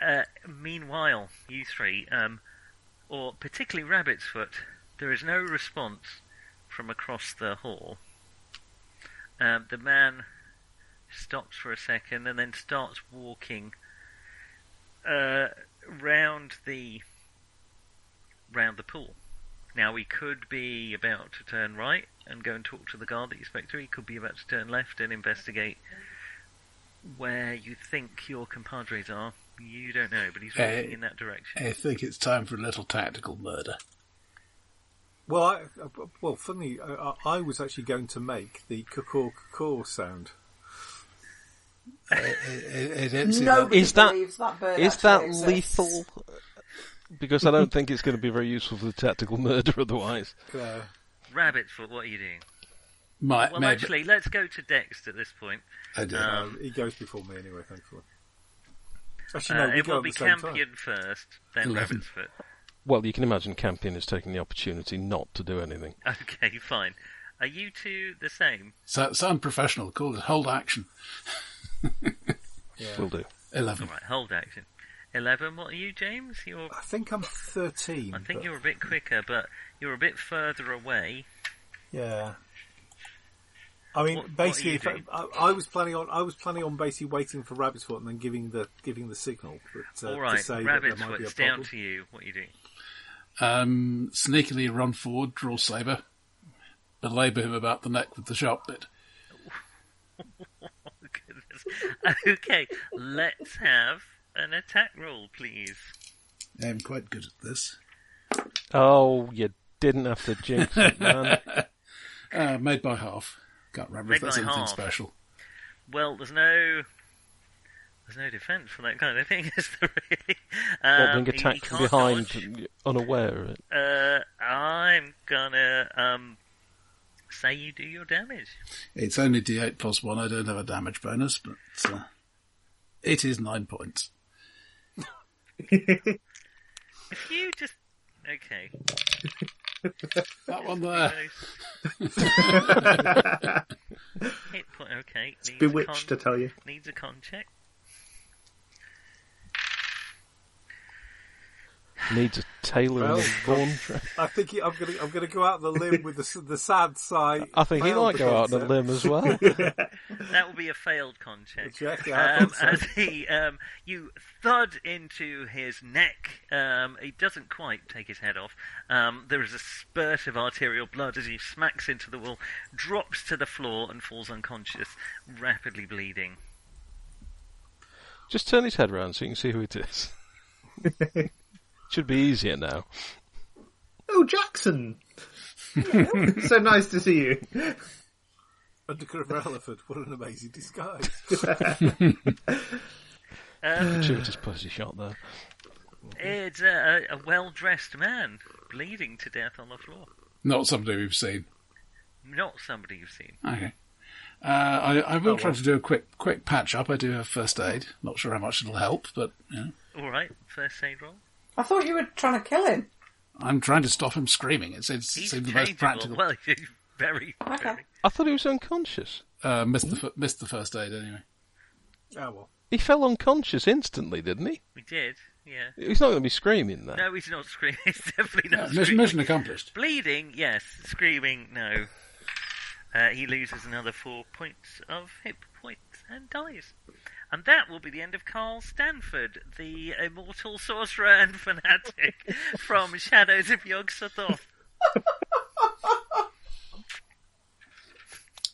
S5: uh, meanwhile, you three, um, or particularly Rabbit's Foot, there is no response from across the hall. Um, the man stops for a second and then starts walking uh, round the round the pool. Now he could be about to turn right and go and talk to the guard that you spoke to. He could be about to turn left and investigate where you think your compadres are. You don't know, but he's
S1: Uh,
S5: walking in that direction.
S1: I think it's time for a little tactical murder.
S9: Well, I, I- well, funny, I, I I was actually going to make the caw caw sound.
S1: I, I, I don't see that.
S8: Nobody
S6: Is that-
S8: believes that bird
S6: Is
S8: actually
S6: that
S8: exists.
S6: lethal? Because I don't think it's going to be very useful for the tactical murder otherwise.
S9: Uh,
S5: Rabbit's foot, what are you doing?
S1: Might,
S5: Well,
S1: maybe-
S5: actually, let's go to Dex at this point.
S1: I don't know.
S5: Um,
S9: he goes before me anyway, thankfully.
S5: uh,
S9: Actually, no, we
S5: it
S9: go
S5: will
S9: at
S5: be
S9: the same time.
S5: Campion first, then
S1: Eleven.
S5: Rabbit's foot.
S6: Well, you can imagine Campion is taking the opportunity not to do anything.
S5: Okay, fine. Are you two the same?
S1: So, sound professional. Call it hold action.
S9: Yeah.
S6: Will do.
S1: 11.
S5: All right, hold action. Eleven. What are you, James? You're.
S9: I think I'm 13.
S5: I think
S9: but-
S5: you're a bit quicker, but you're a bit further away.
S9: Yeah. I mean,
S5: What- what are
S9: basically,
S5: you
S9: if I-
S5: doing?
S9: I, I was planning on I was planning on basically waiting for Rabbit's Foot and then giving the giving the signal. But, uh,
S5: All
S9: to
S5: right,
S9: say that
S5: Rabbit's
S9: there might be a
S5: foot's down
S9: problem.
S5: to you. What are you doing?
S1: Um, sneakily run forward, draw saber, belabour him about the neck with the sharp bit.
S5: Oh, goodness. okay, let's have an attack roll, please.
S1: I'm quite good at this.
S6: Oh, you didn't have to jinx it, man.
S1: Uh, made by half. Can't remember if
S5: Made
S1: that's
S5: by
S1: anything
S5: half.
S1: special.
S5: Well, there's no. There's no defence for that kind of thing, is there really?
S6: Or
S5: Um,
S6: being
S5: you- you
S6: attacked from
S5: can't
S6: behind,
S5: dodge.
S6: unaware of it.
S5: Uh, I'm gonna um say you do your damage.
S1: It's only d8 plus 1. I don't have a damage bonus, but uh, it is 9 points.
S5: If you just okay,
S1: That one there.
S5: hit point. Okay, needs
S7: Bewitched,
S5: a
S7: I
S5: con,
S7: tell you.
S5: needs a con check.
S6: Needs a tailor
S9: Well,
S6: and a bone dress.
S9: I think he, I'm going to I'm going to go out on the limb with the s- the sad sigh.
S6: I think he
S9: Failed
S6: might go out on a
S9: concept.
S6: limb as well.
S5: That will be a failed con check.
S9: Check, yeah, I
S5: Um,
S9: thought
S5: as
S9: so.
S5: he, um, you thud into his neck. Um, he doesn't quite take his head off. Um, there is a spurt of arterial blood as he smacks into the wall, drops to the floor, and falls unconscious, rapidly bleeding.
S6: Just turn his head round so you can see who it is. Should be easier now.
S7: Oh, Jackson! so nice to see you.
S9: Undercover elephant. What an amazing disguise.
S5: Um,
S6: Gratuitous pussy shot there.
S5: it's a, a well dressed man bleeding to death on the floor.
S1: Not somebody we've seen.
S5: Not somebody you've seen.
S1: Okay. Uh, I, I will try to do a quick quick patch up. I do have first aid. Not sure how much it'll help, but you know,
S5: All right, first aid roll.
S8: I thought you were trying to kill him.
S1: I'm trying to stop him screaming. It seems,
S5: He's
S1: seemed the
S5: changeable.
S1: most practical.
S5: Well, he's very, very.
S6: I thought he was unconscious.
S1: Uh, missed the fir- missed the first aid anyway.
S9: oh well.
S6: He fell unconscious instantly, didn't he?
S5: We did, yeah.
S6: He's not going to be screaming there.
S5: No, he's not screaming. He's definitely
S1: Yeah,
S5: not
S1: mission,
S5: screaming.
S1: mission accomplished.
S5: Bleeding, yes. Screaming, no. Uh, he loses another four points of hit points and dies. And that will be the end of Carl Stanford, the immortal sorcerer and fanatic from Shadows of Yog Sothoth.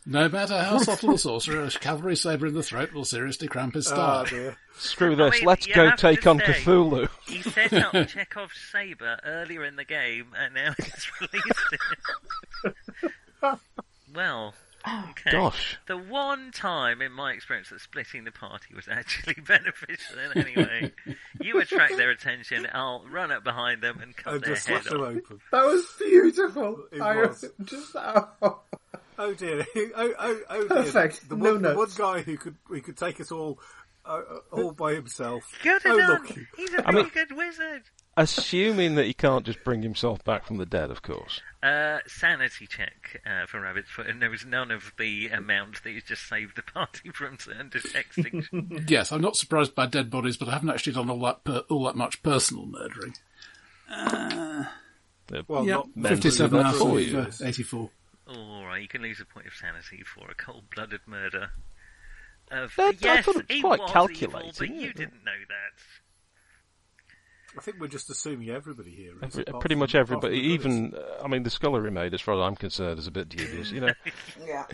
S1: No matter how subtle the sorcerer, a cavalry saber in the throat will seriously cramp his
S9: Ah,
S1: style.
S9: dear.
S6: Screw
S5: I
S6: this.
S5: mean,
S6: Let's
S5: you
S6: go
S5: have to
S6: take on
S5: say-
S6: Cthulhu.
S5: He set up Chekhov's saber earlier in the game, and now he's released it. well, okay.
S6: Gosh.
S5: The one time in my experience that splitting the party was actually beneficial in any way. you attract their attention, I'll run up behind them and cut
S9: And
S5: their
S9: just left
S5: head
S9: them
S5: off.
S9: open.
S10: That was beautiful.
S9: It
S10: I
S9: was.
S10: just oh.
S9: Oh dear! Oh oh oh dear!
S10: Perfect.
S9: The
S10: No
S9: one, the one
S10: notes.
S9: guy who could who could take us all uh, uh, all by himself.
S5: Good
S9: oh
S5: enough!
S9: look,
S5: He's a
S6: I
S5: really
S6: mean-
S5: good wizard!
S6: Assuming that he can't just bring himself back from the dead, of course.
S5: Uh, sanity check uh, for Rabbit's Foot, and there was none of the amount that he's just saved the party from uh, certain extinction.
S1: Yes, I'm not surprised by dead bodies, but I haven't actually done all that per- all that much personal murdering.
S6: Uh,
S9: well,
S1: Yeah,
S9: not not
S1: fifty-seven
S9: really,
S1: out
S9: not really,
S1: of
S9: but-
S1: eighty-four.
S5: Alright, you can lose a point of sanity for a cold blooded murder. Of,
S6: No, I thought
S5: yes,
S6: it was
S5: he
S6: quite
S5: was evil,
S6: calculated,
S5: but
S6: yeah.
S5: you didn't know that.
S9: I think we're just assuming everybody here. Is,
S6: Every-
S9: apart
S6: pretty
S9: from-
S6: much
S9: apart from
S6: everybody,
S9: the others.
S6: even uh, I mean, the scullery maid, as far as I'm concerned, is a bit dubious. You know,
S8: Yeah.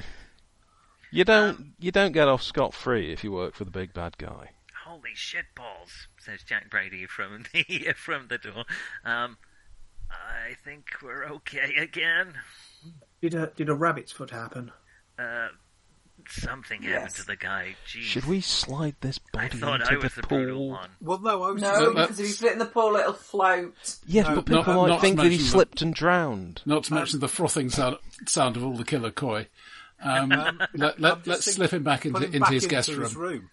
S6: you
S5: Um,
S6: don't you don't get off scot free if you work for the big bad guy.
S5: Holy shit balls! Says Jack Brady from the from the door. Um, I think we're okay again.
S11: Did a did a rabbit's foot happen?
S5: Uh, something happened
S8: Yes.
S5: to the guy. Jeez.
S6: Should we slide this
S5: Hmm. I
S6: body
S5: thought
S6: into
S5: I was
S6: the
S5: the brutal
S6: pool?
S5: one.
S9: Well, no, I was. just-
S8: No, because if you split in the pool, it'll float.
S6: Yes,
S9: No,
S6: but people
S1: not-
S6: might
S1: not
S6: think that he
S1: smashing them.
S6: slipped and drowned.
S1: Not to mention the frothing sound, sound of all the killer koi. Um, let, let,
S9: I'm just
S1: let's
S9: thinking-
S1: slip him back into,
S9: put him
S1: into
S9: back
S1: his guest
S9: into
S1: room.
S9: his room,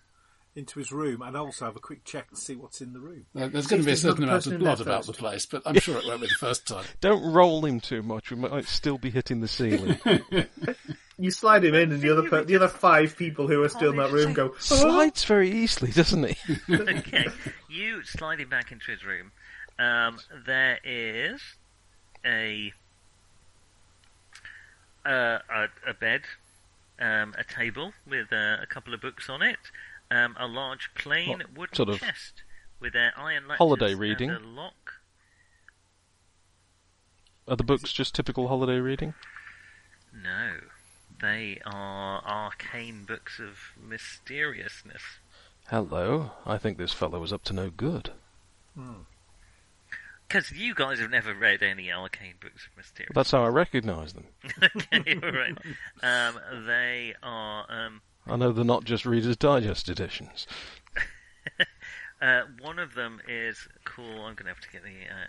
S9: into his room, and also have a quick check and see what's in the room.
S1: There- There's going to be a
S11: There's
S1: certain
S11: another
S1: amount
S11: person
S1: of
S11: in there
S1: blood about
S11: first.
S1: the place, but I'm sure it won't be the first time.
S6: Don't roll him too much; we might still be hitting the ceiling.
S10: You slide him in, and the other per- the other five people who are still in that room go. Oh,
S6: Slides very easily, doesn't he?
S5: okay, you slide him back into his room. Um, there is a uh, a, a bed, um, a table with uh, a couple of books on it, um, a large plain
S6: What
S5: wooden
S6: sort of
S5: chest with uh, iron latches
S6: holiday reading?
S5: and a lock.
S6: Are the books just typical holiday reading?
S5: No, they are arcane books of mysteriousness.
S6: Hello, I think this fellow was up to no good.
S5: Because you guys have never read any arcane books of mystery.
S6: That's how I recognise them.
S5: okay, all right. Um, they are um,
S6: I know they're not just Reader's Digest editions.
S5: Uh, one of them is cool. I'm going to have to get the uh,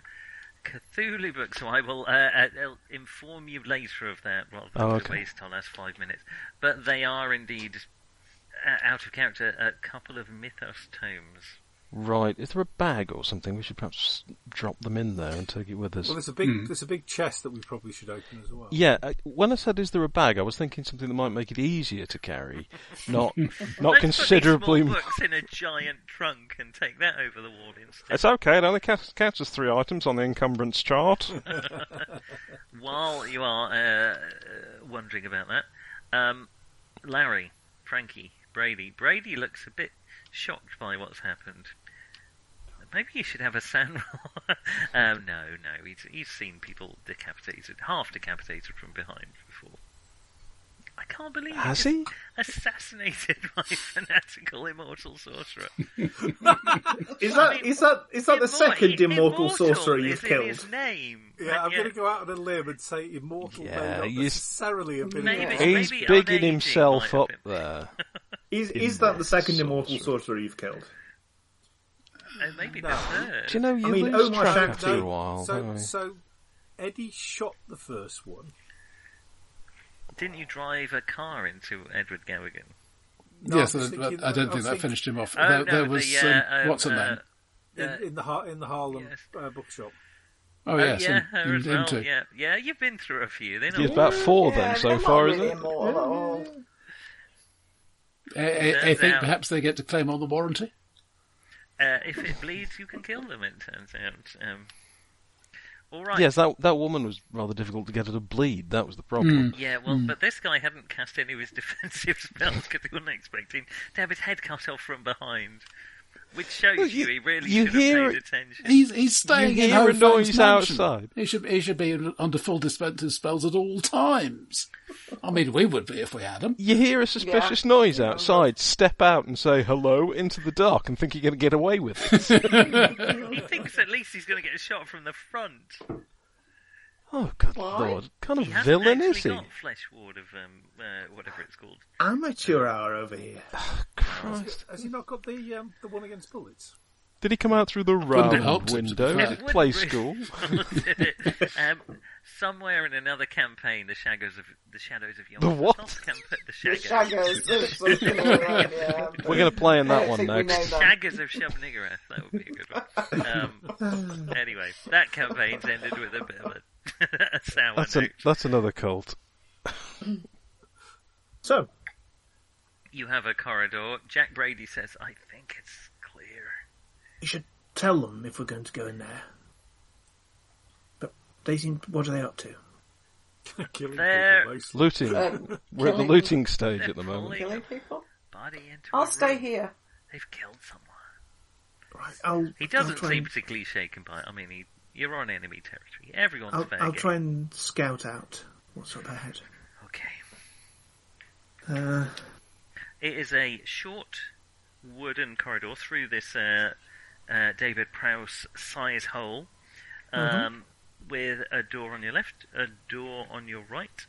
S5: Cthulhu book, so I will uh, uh, I'll inform you later of that rather than
S6: Oh,
S5: to
S6: okay.
S5: waste our last five minutes. But they are indeed uh, out of character. A couple of Mythos tomes.
S6: Right, is there a bag or something? We should perhaps drop them in there and take it with us.
S9: Well, there's a big
S1: Hmm.
S9: there's a big chest that we probably should open as well.
S6: yeah, uh, when I said is there a bag, I was thinking something that might make it easier to carry, not not
S5: Let's put these
S6: considerably.
S5: small
S6: more-
S5: books in a giant trunk and take that over the wall instead.
S6: It's okay. It only counts, counts as three items on the encumbrance chart.
S5: While you are uh, wondering about that, um, Larry, Frankie, Brady. Brady looks a bit shocked by what's happened. Maybe you should have a sand roll. um, no, no, he's, he's seen people decapitated, half decapitated from behind before. I can't believe
S6: Has
S5: you
S6: he?
S5: assassinated my fanatical immortal sorcerer.
S10: Is that is that is that the second immortal, sorcerer you've
S5: is in
S10: killed?
S5: his name.
S9: Yeah, I'm going to go out on a limb and say immortal may
S6: Yeah,
S9: not
S6: you-
S9: necessarily have been
S5: Maybe-
S9: immortal.
S6: He's
S5: maybe
S6: bigging
S5: unaided
S6: himself
S5: might
S6: up
S5: have
S6: there.
S10: Is
S6: In
S10: is that the
S6: there,
S10: second
S6: sorcerer.
S10: immortal sorcerer you've killed?
S5: Uh, maybe the third.
S6: Do you know you
S10: I mean,
S6: lose
S10: Omar
S6: track
S10: Shakti-
S6: after a while?
S9: oh So,
S6: don't you?
S9: so Eddie shot the first one.
S5: Didn't you drive a car into Edward Gavigan?
S9: No,
S1: yes,
S9: I
S1: I,
S9: was
S1: don't- I don't
S9: thinking- I was
S1: think that
S9: thinking
S1: finished him off.
S5: Oh,
S1: there,
S5: no,
S1: there was
S5: the, uh,
S1: um,
S5: um,
S1: what's her
S5: uh,
S1: name?
S9: in,
S5: Uh,
S9: in the Har- in the Harlem
S5: yes.
S9: uh, bookshop.
S1: Oh
S5: Oh,
S1: yes,
S5: yeah,
S1: him-
S5: her as
S1: him
S5: well.
S1: too.
S5: Yeah, yeah, you've been through a few. They're not
S6: It's about four
S8: Yeah,
S6: then so
S8: they're
S6: far,
S8: not
S6: is
S8: really
S6: it?
S8: immortal at all.
S1: I, I- I
S5: Turns
S1: Eh, think
S5: out-
S1: perhaps they get to claim on the warranty.
S5: Uh, if it bleeds, you can kill them. It turns out. Um, all right.
S6: Yes, that that woman was rather difficult to get her to bleed. That was the problem.
S5: Yeah, well, but this guy hadn't cast any of his defensive spells because he wasn't expecting to have his head cut off from behind, which shows
S6: Well,
S5: you,
S6: you-
S5: he really
S6: you
S5: should have
S6: hear
S5: paid
S6: it-
S5: attention.
S1: He's he's staying
S6: You
S1: in
S6: hear a
S1: Hovan's
S6: noise
S1: mansion.
S6: outside.
S1: He should he should be under full defensive spells at all times. I mean, we would be if we had them.
S6: You hear a suspicious noise outside. Step out and say hello into the dark, and think you're going to get away with it.
S5: He thinks at least he's going to get a shot from the front.
S6: oh, good
S8: Why?
S6: lord! What kind of
S5: He hasn't
S6: villain
S5: actually
S6: is he?
S5: got flesh ward of um, uh, whatever it's called.
S11: Amateur hour over here.
S6: Christ!
S9: Has he not got the um, the one against bullets?
S6: Did he come out through the
S1: have
S6: round
S1: helped him to be
S6: window
S1: fair.
S6: at
S5: It would
S6: play
S5: be-
S6: school?
S5: Did it? um, somewhere in another campaign, the shadows of the shadows of your
S6: The what?
S5: Campa- the
S8: The
S5: shadows.
S8: shaggers. There's something around, yeah, but
S6: We're going to play in
S8: I
S6: that
S8: don't
S6: one
S8: think we know
S6: next.
S8: that.
S5: Shaggers of Shubnigarath, that would be a good one. Um, anyway, that campaign's ended with a bit of a, a sour
S6: That's a,
S5: note.
S6: that's another cult.
S10: So
S5: You have a corridor. Jack Brady says, I think it's clear.
S11: You should tell them if we're going to go in there. But they seem. What are they up to?
S9: Killing
S5: There.
S9: people mostly.
S6: Looting.
S8: Um,
S6: We're at the
S8: killing-
S6: looting stage
S5: They're
S6: at the moment.
S5: pulling
S8: Killing
S5: a
S8: people?
S5: body into a
S8: I'll stay
S5: room.
S8: here.
S5: They've killed someone.
S11: Right, I'll.
S5: He
S11: I'll
S5: doesn't
S11: try
S5: seem
S11: and,
S5: particularly shaken by it. I mean, he, you're on enemy territory. Everyone's
S11: I'll,
S5: fair
S11: I'll
S5: game.
S11: try and scout out what's up ahead.
S5: Okay.
S11: Uh,
S5: It is a short wooden corridor through this uh, uh, David Prowse size hole, um, with a door on your left, a door on your right,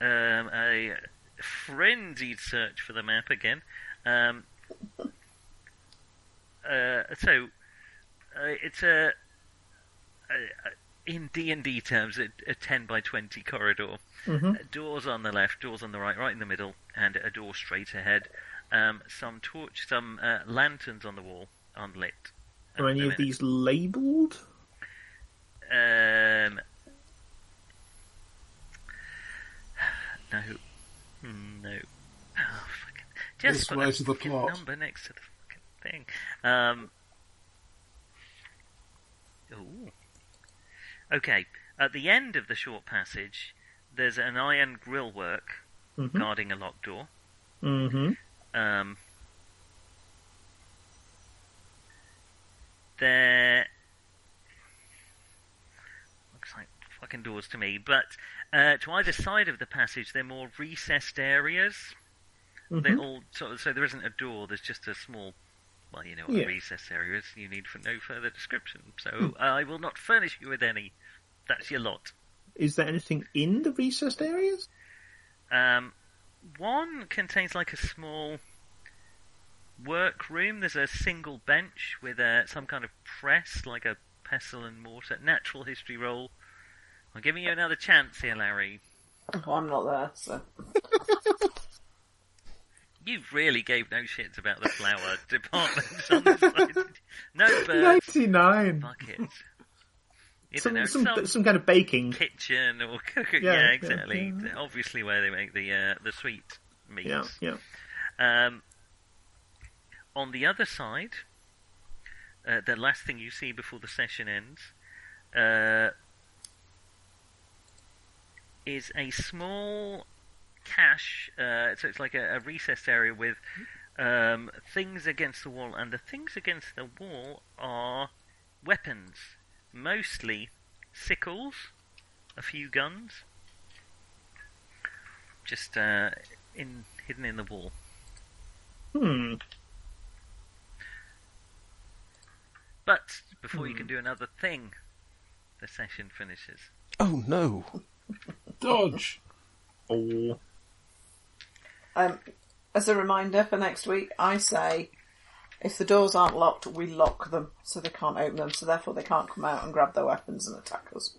S5: um, a frenzied search for the map again. Um, uh, so uh, it's a, a, a in D and D terms a, a ten by twenty corridor. Uh, Doors on the left, doors on the right, right in the middle, and a door straight ahead. Um, some torch, some uh, lanterns on the wall, unlit. at
S11: are any
S5: the
S11: of these labelled?
S5: minute. Um, no, Hmm, no. Oh, fucking. Just
S1: This
S5: put
S1: way to
S5: the
S1: the
S5: fucking
S1: plot.
S5: number next to the fucking thing. Um. Ooh. Okay. At the end of the short passage, there's an iron grillwork
S7: Mm-hmm.
S5: guarding a locked door.
S11: Mm-hmm.
S5: Um, there looks like fucking doors to me, but uh, to either side of the passage, they're more recessed areas. They're all sort of, so there isn't a door. There's just a small. Well, you know what
S11: Yeah.
S5: a recess area is. You need for no further description. So uh, I will not furnish you with any. That's your lot.
S11: Is there anything in the recessed areas?
S5: Um, one contains like a small workroom. There's a single bench with uh, some kind of press, like a pestle and mortar. Natural history roll. I'm giving you another chance here, Larry.
S8: Well, I'm not there, so.
S5: You really gave no shits about the flower department. on this one. no birds,
S11: Ninety nine.
S5: buckets. You
S11: Some,
S5: don't know,
S11: some
S5: some
S11: some kind of baking.
S5: kitchen or cooking.
S11: Yeah,
S5: Yeah,
S11: yeah,
S5: exactly.
S11: yeah.
S5: Obviously, where they make the uh, the sweet meats.
S11: Yeah, yeah.
S5: Um, on the other side, uh, the last thing you see before the session ends uh, is a small cache. Uh, so it's like a, a recessed area with um, things against the wall, and the things against the wall are weapons, mostly sickles, a few guns. just uh, in hidden in the wall.
S7: Hmm.
S5: But before you can
S8: Hmm.
S5: do another thing, the session finishes.
S6: Oh no!
S1: Dodge.
S7: Oh.
S8: Um, as a reminder for next week, I say if the doors aren't locked, we lock them so they can't open them, so therefore they can't come out and grab their weapons and attack us.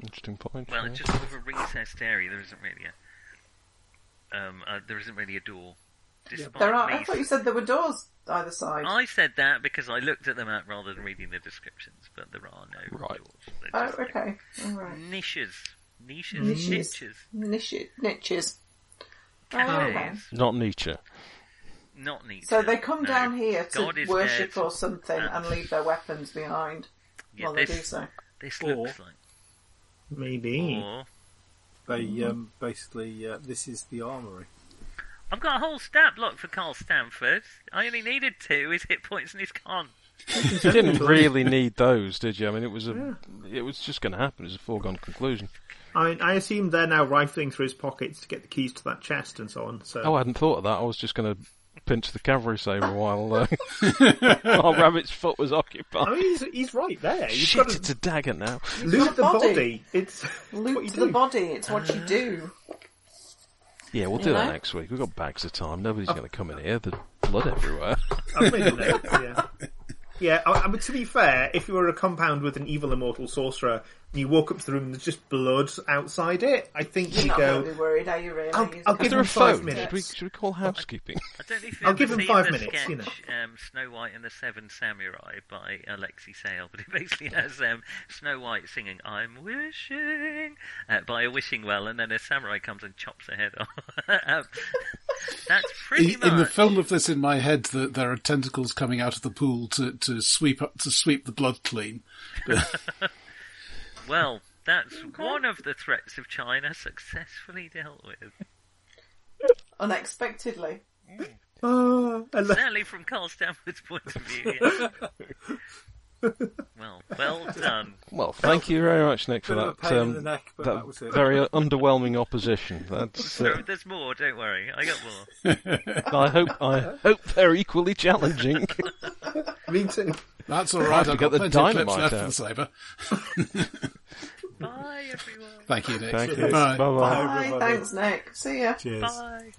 S6: Interesting point.
S5: Well,
S6: yeah.
S5: it's just sort of a recessed area. There isn't really a um, uh, there isn't really a door. Despite
S8: There are.
S5: me
S8: I thought you said there were doors either side.
S5: I said that because I looked at them out rather than reading the descriptions, but there are no
S6: Right.
S5: doors. They're
S8: Oh,
S5: just like
S8: okay. All right.
S5: Niches. Niches.
S8: Niches.
S5: Niches.
S8: Niches. Niches. Oh, okay.
S5: Cafes.
S6: Not Nietzsche.
S5: Not neat.
S8: So they come
S5: No.
S8: down here to
S5: God is
S8: worship
S5: dead.
S8: or something and leave their weapons behind
S5: Yeah,
S8: while they do
S5: this-
S8: so.
S5: This
S1: Or-
S5: looks like.
S7: Maybe.
S5: Or
S9: They um, basically uh, this is the armory.
S5: I've got a whole stat block for Carl Stanford. I only needed two. His hit points and he's gone.
S6: You didn't really need those, did you? I mean, it was a, it was just going to happen. It was a foregone conclusion.
S7: I, I assume they're now rifling through his pockets to get the keys to that chest and so on. So
S6: Oh, I hadn't thought of that. I was just going to pinch the cavalry saber while uh, while Rabbit's foot was occupied.
S7: I mean, he's, he's right there. Oh, You've
S6: Shit,
S7: got to
S6: it's a dagger now.
S8: got
S7: loot
S8: a
S7: the
S8: body.
S7: body. It's what
S8: Loot
S7: you
S8: to the
S7: do.
S8: body, it's what you do.
S6: Yeah, we'll do
S8: You
S6: that
S8: know?
S6: next week. We've got bags of time. Nobody's going to come in here. There's blood everywhere.
S7: I've made a note, yeah. Yeah, I, I mean, to be fair, if you were a compound with an evil immortal sorcerer and you walk up to the room and there's just blood outside it, I think
S8: You're
S7: you
S8: not going to
S7: go,
S8: be worried, are you really?
S7: I'll-
S8: He's
S7: I'll
S8: got-
S6: Is
S7: give
S6: there a
S7: him five
S6: phone?
S7: minutes.
S6: Should we, should we call housekeeping?
S5: I don't know if
S7: I'll
S5: you've
S7: give
S5: ever
S7: him
S5: seen
S7: five
S5: the
S7: minutes,
S5: sketch
S7: you know.
S5: um, Snow White and the Seven Samurai by Alexei Sale, but it basically has um, Snow White singing "I'm wishing" uh, by a wishing well, and then a samurai comes and chops her head off. um, that's pretty
S1: In,
S5: much.
S1: in the film of this, in my head, that there are tentacles coming out of the pool to, to sweep up to sweep the blood clean.
S5: Well, that's one of the threats of China successfully dealt with.
S8: Unexpectedly.
S9: Ah,
S7: oh, I love-
S5: Certainly from Carl Stanford's point of view. yeah. well, well done.
S6: Well, thank you very much, Nick, for
S9: Bit of a
S6: that,
S9: pain in the
S6: um,
S9: neck, but
S6: that
S9: that was it.
S6: very underwhelming opposition. That's. Uh,
S5: There- There's more. Don't worry, I got more.
S6: I hope I hope they're equally challenging.
S7: me too.
S1: That's all right.
S6: to
S1: I've got
S6: get the
S1: plenty of clips
S6: dynamite
S1: left
S6: out.
S1: for the saber.
S5: Bye everyone.
S1: Thank you, Nick.
S6: Thank you.
S1: Bye.
S6: Bye bye.
S8: Bye, thanks Nick. See ya.
S9: Cheers.
S5: Bye.